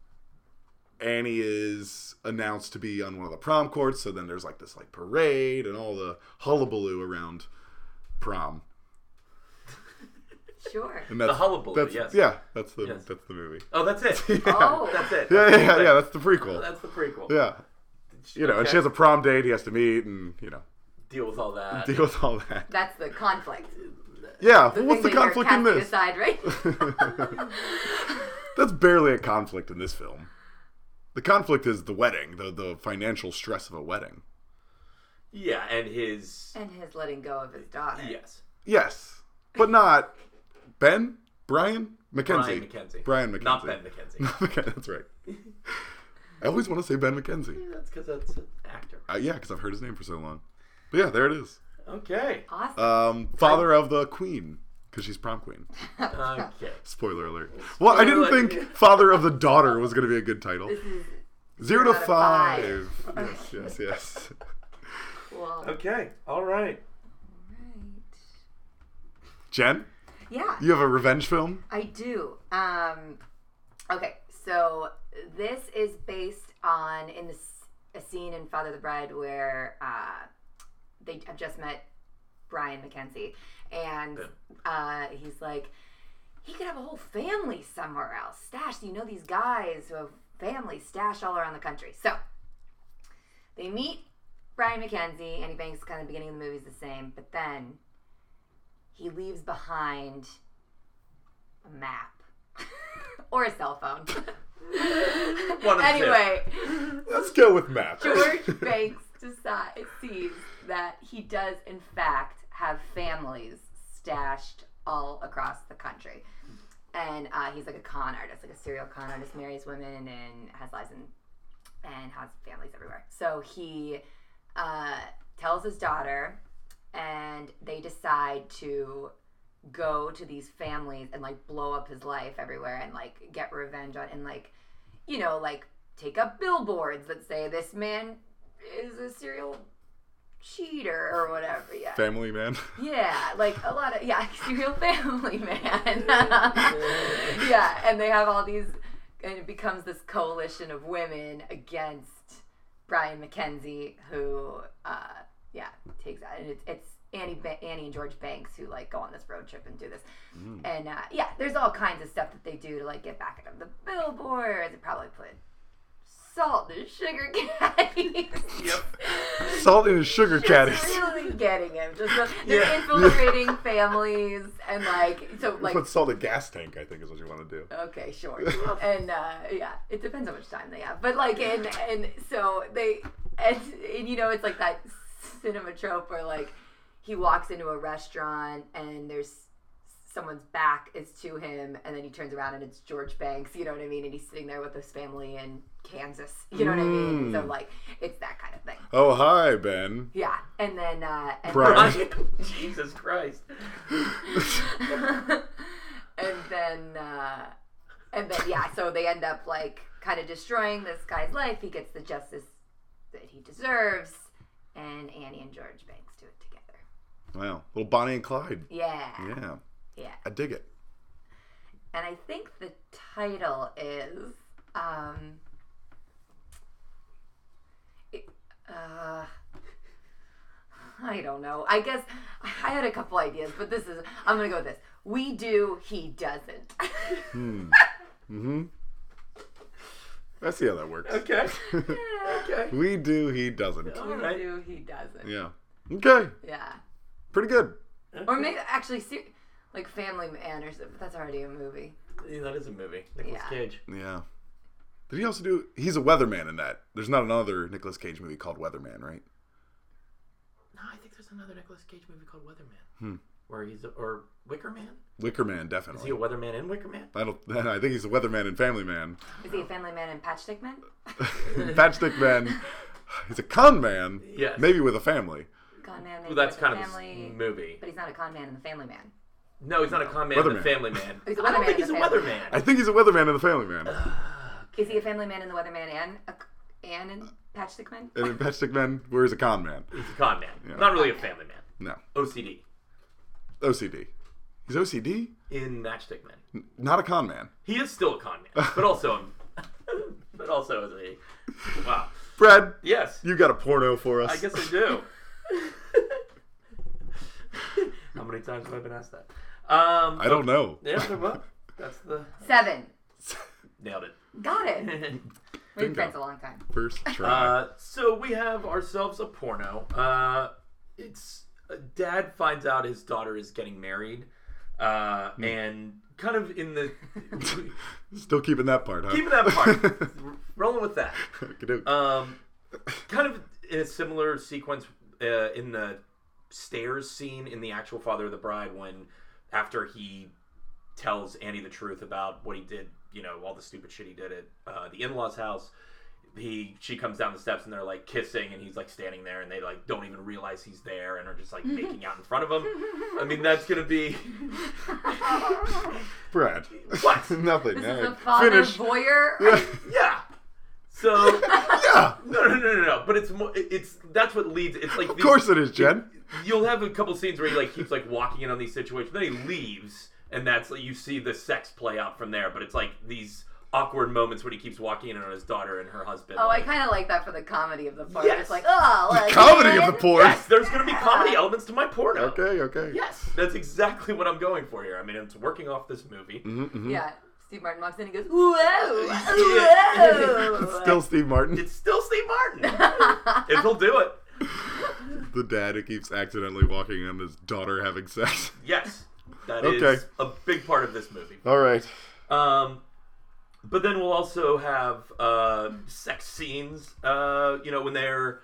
[SPEAKER 1] Annie is announced to be on one of the prom courts. So then there's like this like parade and all the hullabaloo around prom.
[SPEAKER 3] Sure.
[SPEAKER 1] And that's,
[SPEAKER 2] The hullabaloo,
[SPEAKER 1] that's-
[SPEAKER 2] yes.
[SPEAKER 1] Yeah, that's the
[SPEAKER 2] Yes.
[SPEAKER 1] that's the movie.
[SPEAKER 2] Oh, that's it.
[SPEAKER 3] Oh.
[SPEAKER 2] That's it.
[SPEAKER 1] Yeah, yeah, yeah, yeah. That's
[SPEAKER 2] That's,
[SPEAKER 1] the prequel.
[SPEAKER 2] that's the prequel.
[SPEAKER 1] Yeah, you know, and she has a prom date. He has to meet, and you know,
[SPEAKER 2] Deal with all that.
[SPEAKER 1] deal with all that.
[SPEAKER 3] That's the conflict.
[SPEAKER 1] Yeah, well, what's the
[SPEAKER 3] thing that you're
[SPEAKER 1] conflict in
[SPEAKER 3] casting
[SPEAKER 1] this?
[SPEAKER 3] Aside, right?
[SPEAKER 1] That's barely a conflict in this film. The conflict is the wedding, the the financial stress of a wedding.
[SPEAKER 2] Yeah, and his.
[SPEAKER 3] and his letting go of his daughter.
[SPEAKER 2] Yes.
[SPEAKER 1] Yes, but not Ben, Brian,
[SPEAKER 2] Brian
[SPEAKER 1] Mackenzie,
[SPEAKER 2] McKenzie.
[SPEAKER 1] Brian McKenzie.
[SPEAKER 2] Not Ben McKenzie.
[SPEAKER 1] okay, that's right. I always want to say Ben Mackenzie.
[SPEAKER 2] that's because that's an actor.
[SPEAKER 1] Uh, yeah, because I've heard his name for so long. But yeah, there it is.
[SPEAKER 2] Okay.
[SPEAKER 3] Awesome.
[SPEAKER 1] Um, father of the queen, because she's prom queen.
[SPEAKER 2] Okay.
[SPEAKER 1] Spoiler alert. Well, I didn't
[SPEAKER 2] Spoiler
[SPEAKER 1] think
[SPEAKER 2] alert.
[SPEAKER 1] father of the daughter was going to be a good title.
[SPEAKER 3] this is
[SPEAKER 1] Zero to
[SPEAKER 3] out of
[SPEAKER 1] five.
[SPEAKER 3] five.
[SPEAKER 1] Yes, yes, yes.
[SPEAKER 3] cool.
[SPEAKER 2] Okay. All right.
[SPEAKER 3] Right.
[SPEAKER 1] Jen,
[SPEAKER 3] Yeah.
[SPEAKER 1] you have a revenge film?
[SPEAKER 3] I do. Um, okay, so this is based on in this a scene in Father of the Bride where uh, they have just met Brian McKenzie, and uh, he's like, he could have a whole family somewhere else stashed. You know these guys who have families stashed all around the country. So they meet Brian McKenzie, Annie Banks. Kind of the beginning of the movie is the same, but then he leaves behind a map or a cell phone.
[SPEAKER 2] One of the two.
[SPEAKER 3] anyway,
[SPEAKER 1] Let's go with Matt.
[SPEAKER 3] George Banks decides sees that he does in fact have families stashed all across the country, and uh, he's like a con artist, like a serial con artist, marries women and has lives and and has families everywhere. So he uh, tells his daughter, and they decide to go to these families and like blow up his life everywhere and like get revenge on and like you know like take up billboards that say this man is a serial cheater or whatever yeah
[SPEAKER 1] Family man.
[SPEAKER 3] yeah, like a lot of yeah, serial family man. yeah, and they have all these, and it becomes this coalition of women against Brian McKenzie, who uh, yeah takes that, and it's, it's Annie ba- Annie and George Banks who like go on this road trip and do this, and uh, yeah, there's all kinds of stuff that they do to like get back at them. The billboards, they probably put salt and sugar cakes.
[SPEAKER 1] Salt in his sugar caddies.
[SPEAKER 3] Just really getting him. Just the, they're infiltrating families and like so like
[SPEAKER 1] Put salt in gas tank, I think, is what you want to do.
[SPEAKER 3] okay, sure. and uh, yeah, it depends how much time they have. But like and and so they and, and you know it's like that cinema trope where like he walks into a restaurant and there's someone's back is to him, and then he turns around and it's George Banks. You know what I mean? And he's sitting there with his family in Kansas. You know what I mean? So like, it's that kind of thing.
[SPEAKER 1] Oh, hi, Ben.
[SPEAKER 3] Yeah, and then uh, and
[SPEAKER 1] Brian.
[SPEAKER 2] Jesus Christ.
[SPEAKER 3] and then uh, and then yeah so they end up like kind of destroying this guy's life he gets the justice that he deserves and annie and george banks do it together
[SPEAKER 1] Wow. Little Bonnie and Clyde.
[SPEAKER 3] yeah yeah,
[SPEAKER 1] Yeah. I dig it.
[SPEAKER 3] and i think the title is um it- uh, I don't know. I guess I had a couple ideas, but this is. I'm gonna go with this. We do, he doesn't.
[SPEAKER 1] Mm-hmm. I see how that works.
[SPEAKER 2] Okay. okay.
[SPEAKER 1] We do, he doesn't.
[SPEAKER 2] All
[SPEAKER 3] we
[SPEAKER 2] right.
[SPEAKER 3] do, he doesn't.
[SPEAKER 1] Yeah. Okay.
[SPEAKER 3] yeah.
[SPEAKER 1] Pretty good.
[SPEAKER 3] Or maybe actually, ser- like Family Man or something. That's already a movie.
[SPEAKER 2] Yeah, that is a movie. Nicolas
[SPEAKER 3] Yeah.
[SPEAKER 2] Cage.
[SPEAKER 1] Yeah. Did he also do? He's a weatherman in that. There's not another Nicolas Cage movie called Weatherman, right?
[SPEAKER 2] No, I think there's another Nicolas Cage movie called Weatherman. Hmm. Where he's a, or Wicker Man.
[SPEAKER 1] Wicker Man,
[SPEAKER 2] Is he a
[SPEAKER 1] definitely.
[SPEAKER 2] Weatherman in Wicker Man?
[SPEAKER 1] I don't. I think he's a weatherman and family man,
[SPEAKER 3] Is he a Family Man and Patchstick Man?
[SPEAKER 1] patchstick man. He's a con man.
[SPEAKER 2] Yes.
[SPEAKER 1] Maybe with a family.
[SPEAKER 3] Con man.
[SPEAKER 2] Well, that's kind of his
[SPEAKER 3] family,
[SPEAKER 2] movie.
[SPEAKER 3] But he's not a con man in the Family Man.
[SPEAKER 2] No, he's not a con man. He's a
[SPEAKER 1] Weatherman.
[SPEAKER 2] family man.
[SPEAKER 3] He's a
[SPEAKER 2] I don't
[SPEAKER 3] weatherman
[SPEAKER 2] think
[SPEAKER 3] in
[SPEAKER 2] he's a
[SPEAKER 3] the family.
[SPEAKER 2] weatherman.
[SPEAKER 1] I think he's a weatherman and a family man.
[SPEAKER 3] Is he a Family Man and the Weatherman and a c- and in Patchstick Man?
[SPEAKER 1] And in patchstick man, where he's a con man.
[SPEAKER 2] He's a con man. Not really a family man.
[SPEAKER 1] No.
[SPEAKER 2] OCD
[SPEAKER 1] OCD. He's OCD.
[SPEAKER 2] in Matchstick Man.
[SPEAKER 1] Not a con man.
[SPEAKER 2] He is still a con man, but also, but also is a wow.
[SPEAKER 1] Brad,
[SPEAKER 2] Yes,
[SPEAKER 1] you got a porno for us.
[SPEAKER 2] I guess I do. How many times have I been asked that? Um,
[SPEAKER 1] I don't know.
[SPEAKER 2] yeah, well, that's the
[SPEAKER 3] Seven.
[SPEAKER 2] nailed it.
[SPEAKER 3] Got it. We've been
[SPEAKER 1] Bingo.
[SPEAKER 3] friends a long time.
[SPEAKER 1] First try.
[SPEAKER 2] Uh, so we have ourselves a porno. Uh, it's a dad finds out his daughter is getting married, uh, and kind of in the
[SPEAKER 1] Still keeping that part, huh?
[SPEAKER 2] keeping that part, rolling with that.
[SPEAKER 1] Okey-doke.
[SPEAKER 2] Um, kind of in a similar sequence uh, in the stairs scene in the actual Father of the Bride when after he tells Annie the truth about what he did, you know, all the stupid shit he did at uh, the in-laws' house. He she comes down the steps and they're like kissing and he's like standing there and they like don't even realize he's there and are just like making out in front of him. I mean that's gonna be
[SPEAKER 1] Brad.
[SPEAKER 2] what?
[SPEAKER 1] Nothing.
[SPEAKER 3] This is
[SPEAKER 1] no.
[SPEAKER 3] a father
[SPEAKER 1] Finish.
[SPEAKER 3] voyeur.
[SPEAKER 2] Yeah. So
[SPEAKER 1] Yeah.
[SPEAKER 2] no no no no no. But it's more it's that's what leads it's like
[SPEAKER 1] Of course it is, Jen.
[SPEAKER 2] you'll have a couple scenes where he like keeps like walking in on these situations. Then he leaves, and that's like you see the sex play out from there. But it's like these awkward moments when he keeps walking in on his daughter and her husband.
[SPEAKER 3] Oh, I
[SPEAKER 2] like,
[SPEAKER 3] kind of like that for the comedy of the part.
[SPEAKER 2] Yes.
[SPEAKER 3] It's like, oh, look,
[SPEAKER 1] Comedy of the poor.
[SPEAKER 2] yes, there's gonna be comedy elements to my porno.
[SPEAKER 1] Okay, okay.
[SPEAKER 2] Yes, that's exactly what I'm going for here. I mean, it's working off this movie.
[SPEAKER 1] Mm-hmm.
[SPEAKER 3] Yeah. Steve Martin walks in and goes, whoa, whoa.
[SPEAKER 1] Still Steve Martin,
[SPEAKER 2] It's still Steve Martin. It'll do it.
[SPEAKER 1] the dad who keeps accidentally walking on his daughter having sex.
[SPEAKER 2] Yes, that is
[SPEAKER 1] Okay.
[SPEAKER 2] a big part of this movie.
[SPEAKER 1] All right.
[SPEAKER 2] Um, but then we'll also have uh, sex scenes. Uh, you know, when they're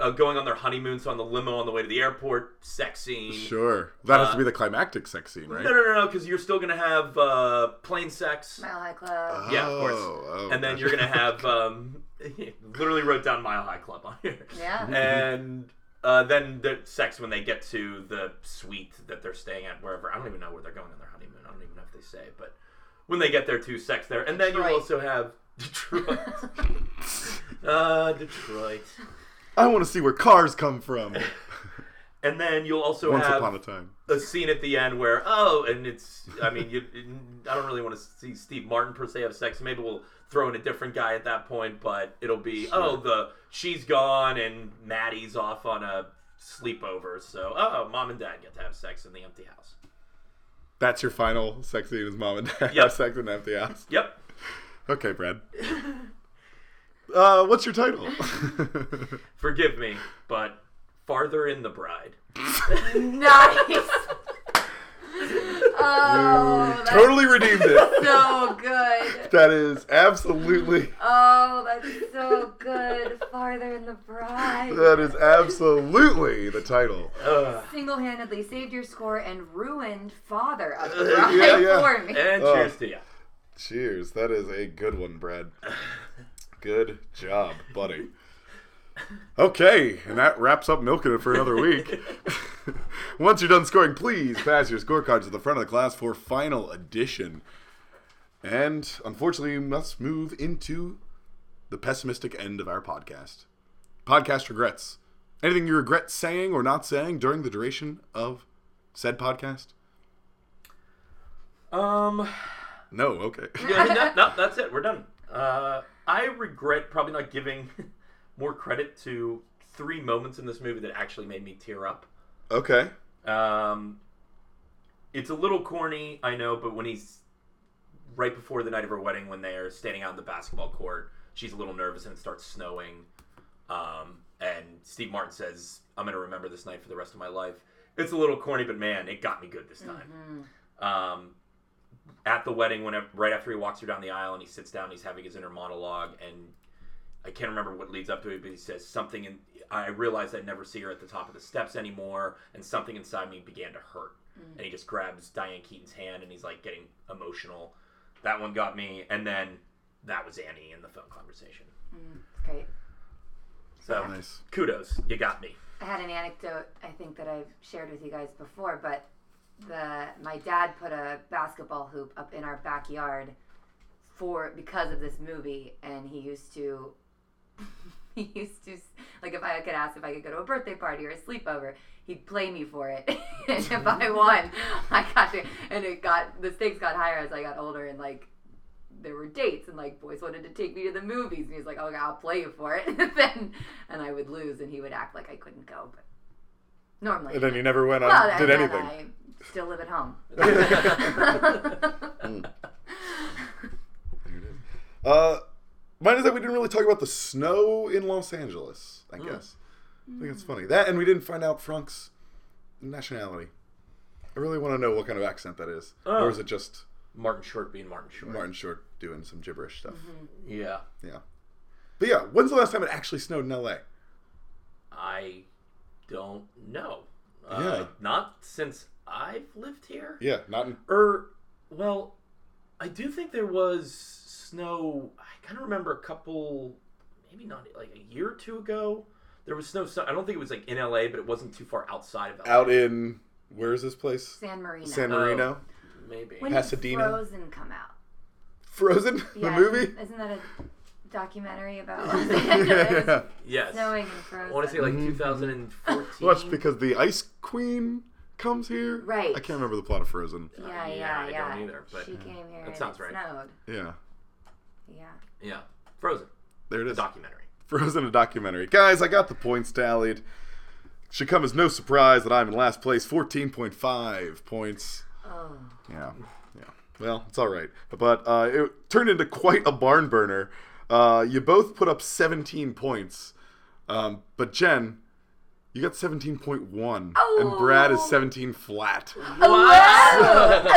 [SPEAKER 2] uh, going on their honeymoon, so on the limo on the way to the airport, sex scene.
[SPEAKER 1] Sure. That has to be the climactic sex scene, right?
[SPEAKER 2] No, no, no, no, because you're still gonna have uh, plain sex.
[SPEAKER 3] Mile High Club.
[SPEAKER 2] Yeah, of course.
[SPEAKER 1] Oh, oh,
[SPEAKER 2] and then
[SPEAKER 1] gosh.
[SPEAKER 2] you're gonna have um, literally wrote down Mile High Club on here.
[SPEAKER 3] Yeah.
[SPEAKER 2] And uh, then the sex when they get to the suite that they're staying at, wherever. I don't even know where they're going on their honeymoon. I don't even know if they say, but when they get there, to sex there, and then you
[SPEAKER 3] Detroit.
[SPEAKER 2] also have Detroit. uh, Detroit.
[SPEAKER 1] I want to see where cars come from.
[SPEAKER 2] And then you'll also
[SPEAKER 1] Once
[SPEAKER 2] have
[SPEAKER 1] upon a time.
[SPEAKER 2] a scene at the end where oh and it's i mean you i don't really want to see steve martin per se have sex maybe we'll throw in a different guy at that point but it'll be oh the she's gone and maddie's off on a sleepover so oh mom and dad get to have sex in the empty house
[SPEAKER 1] That's your final sex scene is mom and dad have
[SPEAKER 2] Yep.
[SPEAKER 1] sex in an empty house.
[SPEAKER 2] yep
[SPEAKER 1] Okay, Brad. Uh, what's your title?
[SPEAKER 2] forgive me but farther in the bride
[SPEAKER 3] Nice. oh, that's
[SPEAKER 1] totally redeemed it.
[SPEAKER 3] so good.
[SPEAKER 1] That is absolutely.
[SPEAKER 3] Oh, that's so good. Farther in the bride.
[SPEAKER 1] That is absolutely the title.
[SPEAKER 2] Ugh.
[SPEAKER 3] Single-handedly saved your score and ruined Father of the
[SPEAKER 2] Yeah,
[SPEAKER 3] Bride
[SPEAKER 1] yeah.
[SPEAKER 3] for me.
[SPEAKER 2] and
[SPEAKER 1] Oh.
[SPEAKER 2] cheers to you.
[SPEAKER 1] Cheers. That is a good one, Brad. Good job, buddy. Okay, and that wraps up milking it for another week. Once you're done scoring, please pass your scorecards to the front of the class for final edition. And unfortunately, we must move into the pessimistic end of our podcast. Podcast regrets. Anything you regret saying or not saying during the duration of said podcast?
[SPEAKER 2] Um,
[SPEAKER 1] No, okay.
[SPEAKER 2] yeah, no, no, that's it. We're done. Uh, I regret probably not giving more credit to three moments in this movie that actually made me tear up.
[SPEAKER 1] Okay.
[SPEAKER 2] Um, it's a little corny, I know, but when he's right before the night of her wedding, when they are standing out in the basketball court, she's a little nervous and it starts snowing. Um, and Steve Martin says, "I'm going to remember this night for the rest of my life." It's a little corny, but man, it got me good this time. Um, at the wedding, whenever right after he walks her down the aisle and he sits down, he's having his inner monologue, and I can't remember what leads up to it, but he says something, and I realized I'd never see her at the top of the steps anymore, and something inside me began to hurt.
[SPEAKER 1] Mm.
[SPEAKER 2] And he just grabs Diane Keaton's hand, and he's like getting emotional. That one got me, and then that was Annie in the phone conversation.
[SPEAKER 3] It's great.
[SPEAKER 2] So
[SPEAKER 1] Nice.
[SPEAKER 2] kudos, you got me.
[SPEAKER 3] I had an anecdote I think that I've shared with you guys before, but the my dad put a basketball hoop up in our backyard for because of this movie, and he used to he used to like if I could ask if I could go to a birthday party or a sleepover, he'd play me for it, and if I won, I got to, and it got the stakes got higher as I got older, and like there were dates and like boys wanted to take me to the movies and he's like, Okay, I'll play you for it and then and I would lose and he would act like I couldn't go but normally
[SPEAKER 1] And then you never went on,
[SPEAKER 3] well,
[SPEAKER 1] did
[SPEAKER 3] and then
[SPEAKER 1] anything.
[SPEAKER 3] I still live at home.
[SPEAKER 1] Uh, mine is that we didn't really talk about the snow in Los Angeles. I guess. I think it's funny that, and we didn't find out Frank's nationality. I really want to know what kind of accent that is,
[SPEAKER 2] Oh.
[SPEAKER 1] or is it just
[SPEAKER 2] Martin Short being Martin Short.
[SPEAKER 1] Martin Short doing some gibberish stuff?
[SPEAKER 3] Mm-hmm.
[SPEAKER 2] Yeah,
[SPEAKER 1] Yeah. But yeah, when's the last time it actually snowed in L.A.?
[SPEAKER 2] I don't know.
[SPEAKER 1] Yeah.
[SPEAKER 2] Uh, not since I've lived here.
[SPEAKER 1] Yeah, not in.
[SPEAKER 2] Or, Er, well, I do think there was snow. I kind of remember a couple, maybe not like a year or two ago. There was snow. I don't think it was like in LA, but it wasn't too far outside of LA.
[SPEAKER 1] Out in where is this place?
[SPEAKER 3] San Marino.
[SPEAKER 1] San Marino.
[SPEAKER 2] Maybe.
[SPEAKER 3] when
[SPEAKER 1] Pasadena.
[SPEAKER 3] did Frozen come out?
[SPEAKER 1] Frozen,
[SPEAKER 3] Yeah,
[SPEAKER 1] the movie.
[SPEAKER 3] Isn't, isn't that a documentary about
[SPEAKER 1] yeah, yeah.
[SPEAKER 2] yes.
[SPEAKER 3] snowing and
[SPEAKER 2] I
[SPEAKER 3] frozen?
[SPEAKER 2] want to say like 2014.
[SPEAKER 1] Mm-hmm. Well, that's because the Ice Queen comes here.
[SPEAKER 3] Right.
[SPEAKER 1] I can't remember the plot of Frozen.
[SPEAKER 3] yeah,
[SPEAKER 2] Yeah,
[SPEAKER 3] yeah,
[SPEAKER 2] I
[SPEAKER 3] yeah.
[SPEAKER 2] don't either, but-
[SPEAKER 3] she came here. and
[SPEAKER 2] sounds
[SPEAKER 3] it
[SPEAKER 2] right.
[SPEAKER 3] Snowed.
[SPEAKER 1] Yeah,
[SPEAKER 3] Yeah.
[SPEAKER 2] Yeah. Frozen.
[SPEAKER 1] there it
[SPEAKER 2] The
[SPEAKER 1] is.
[SPEAKER 2] documentary.
[SPEAKER 1] Frozen a documentary. Guys, I got the points tallied. Should come as no surprise that I'm in last place, 14.5 points.
[SPEAKER 3] Oh.
[SPEAKER 1] Yeah, yeah. Well, it's all right. But uh, it turned into quite a barn burner. Uh, you both put up 17 points, um, but Jen, you got 17.1, and Brad is 17 flat.
[SPEAKER 3] Oh, wow.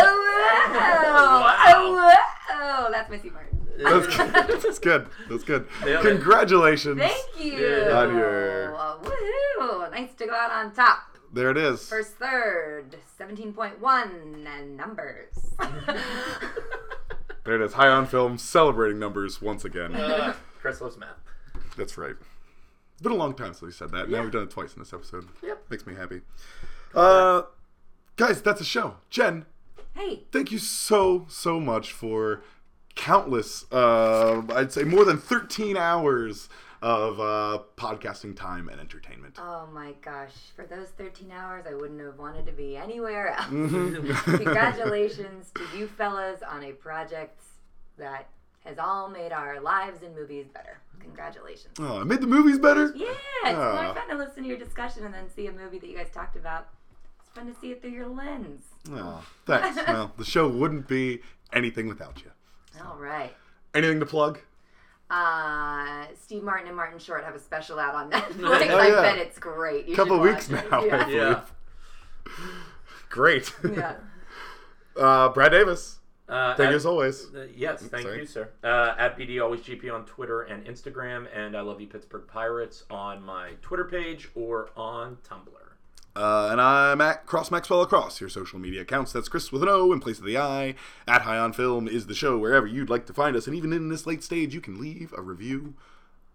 [SPEAKER 3] oh, wow. That's Missy Martin.
[SPEAKER 1] That's good. That's good. That's good.
[SPEAKER 2] Nailed it.
[SPEAKER 1] Congratulations.
[SPEAKER 3] Thank you.
[SPEAKER 2] Yeah.
[SPEAKER 1] Out here.
[SPEAKER 3] Oh, Woohoo. Nice to go out on top.
[SPEAKER 1] There it is.
[SPEAKER 3] First third, 17.1 and numbers.
[SPEAKER 1] There it is. High on film, celebrating numbers once again.
[SPEAKER 2] Uh, Chris loves math.
[SPEAKER 1] That's right. It's been a long time since we said that. Now we've done it twice in this episode.
[SPEAKER 2] Yep.
[SPEAKER 1] Makes me happy. Uh, guys, that's a show. Jen,
[SPEAKER 3] hey,
[SPEAKER 1] thank you so, so much for countless, uh, I'd say more than 13 hours of uh, podcasting time and entertainment.
[SPEAKER 3] oh my gosh, for those 13 hours, I wouldn't have wanted to be anywhere else. Congratulations to you fellas on a project that has all made our lives and movies better. Congratulations.
[SPEAKER 1] Oh, I made the movies better?
[SPEAKER 3] Yeah, it's
[SPEAKER 1] Ah.
[SPEAKER 3] more fun to listen to your discussion and then see a movie that you guys talked about. It's fun to see it through your lens.
[SPEAKER 1] Oh, thanks. well, the show wouldn't be anything without you.
[SPEAKER 3] All right.
[SPEAKER 1] Anything to plug?
[SPEAKER 3] Uh, Steve Martin and Martin Short have a special out on Netflix. I
[SPEAKER 1] yeah.
[SPEAKER 3] bet it's great. You
[SPEAKER 1] A couple
[SPEAKER 3] should
[SPEAKER 1] weeks
[SPEAKER 3] watch it.
[SPEAKER 1] now, I
[SPEAKER 3] Yeah.
[SPEAKER 1] believe.
[SPEAKER 2] Yeah.
[SPEAKER 1] Great.
[SPEAKER 3] yeah.
[SPEAKER 1] Uh, Brad Davis.
[SPEAKER 2] Uh,
[SPEAKER 1] Thank
[SPEAKER 2] at-
[SPEAKER 1] you as always.
[SPEAKER 2] Uh, yes,
[SPEAKER 1] Oops,
[SPEAKER 2] thank
[SPEAKER 1] sorry.
[SPEAKER 2] you, sir. Uh, at PD Always GP on Twitter and Instagram, and I love you Pittsburgh Pirates on my Twitter page or on Tumblr.
[SPEAKER 1] Uh, and I'm at Cross Maxwell Across, your social media accounts. That's Chris with an O in place of the I. At High on Film is the show wherever you'd like to find us. And even in this late stage, you can leave a review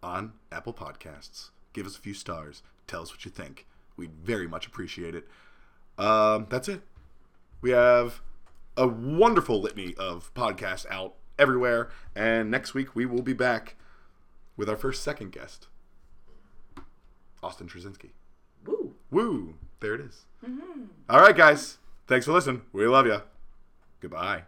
[SPEAKER 1] on Apple Podcasts. Give us a few stars. Tell us what you think. We'd very much appreciate it. Um, that's it. We have a wonderful litany of podcasts out everywhere. And next week, we will be back with our first second guest, Austin Trzynski.
[SPEAKER 2] Woo!
[SPEAKER 1] Woo! There it is. All right, guys. Thanks for listening. We love ya. Goodbye.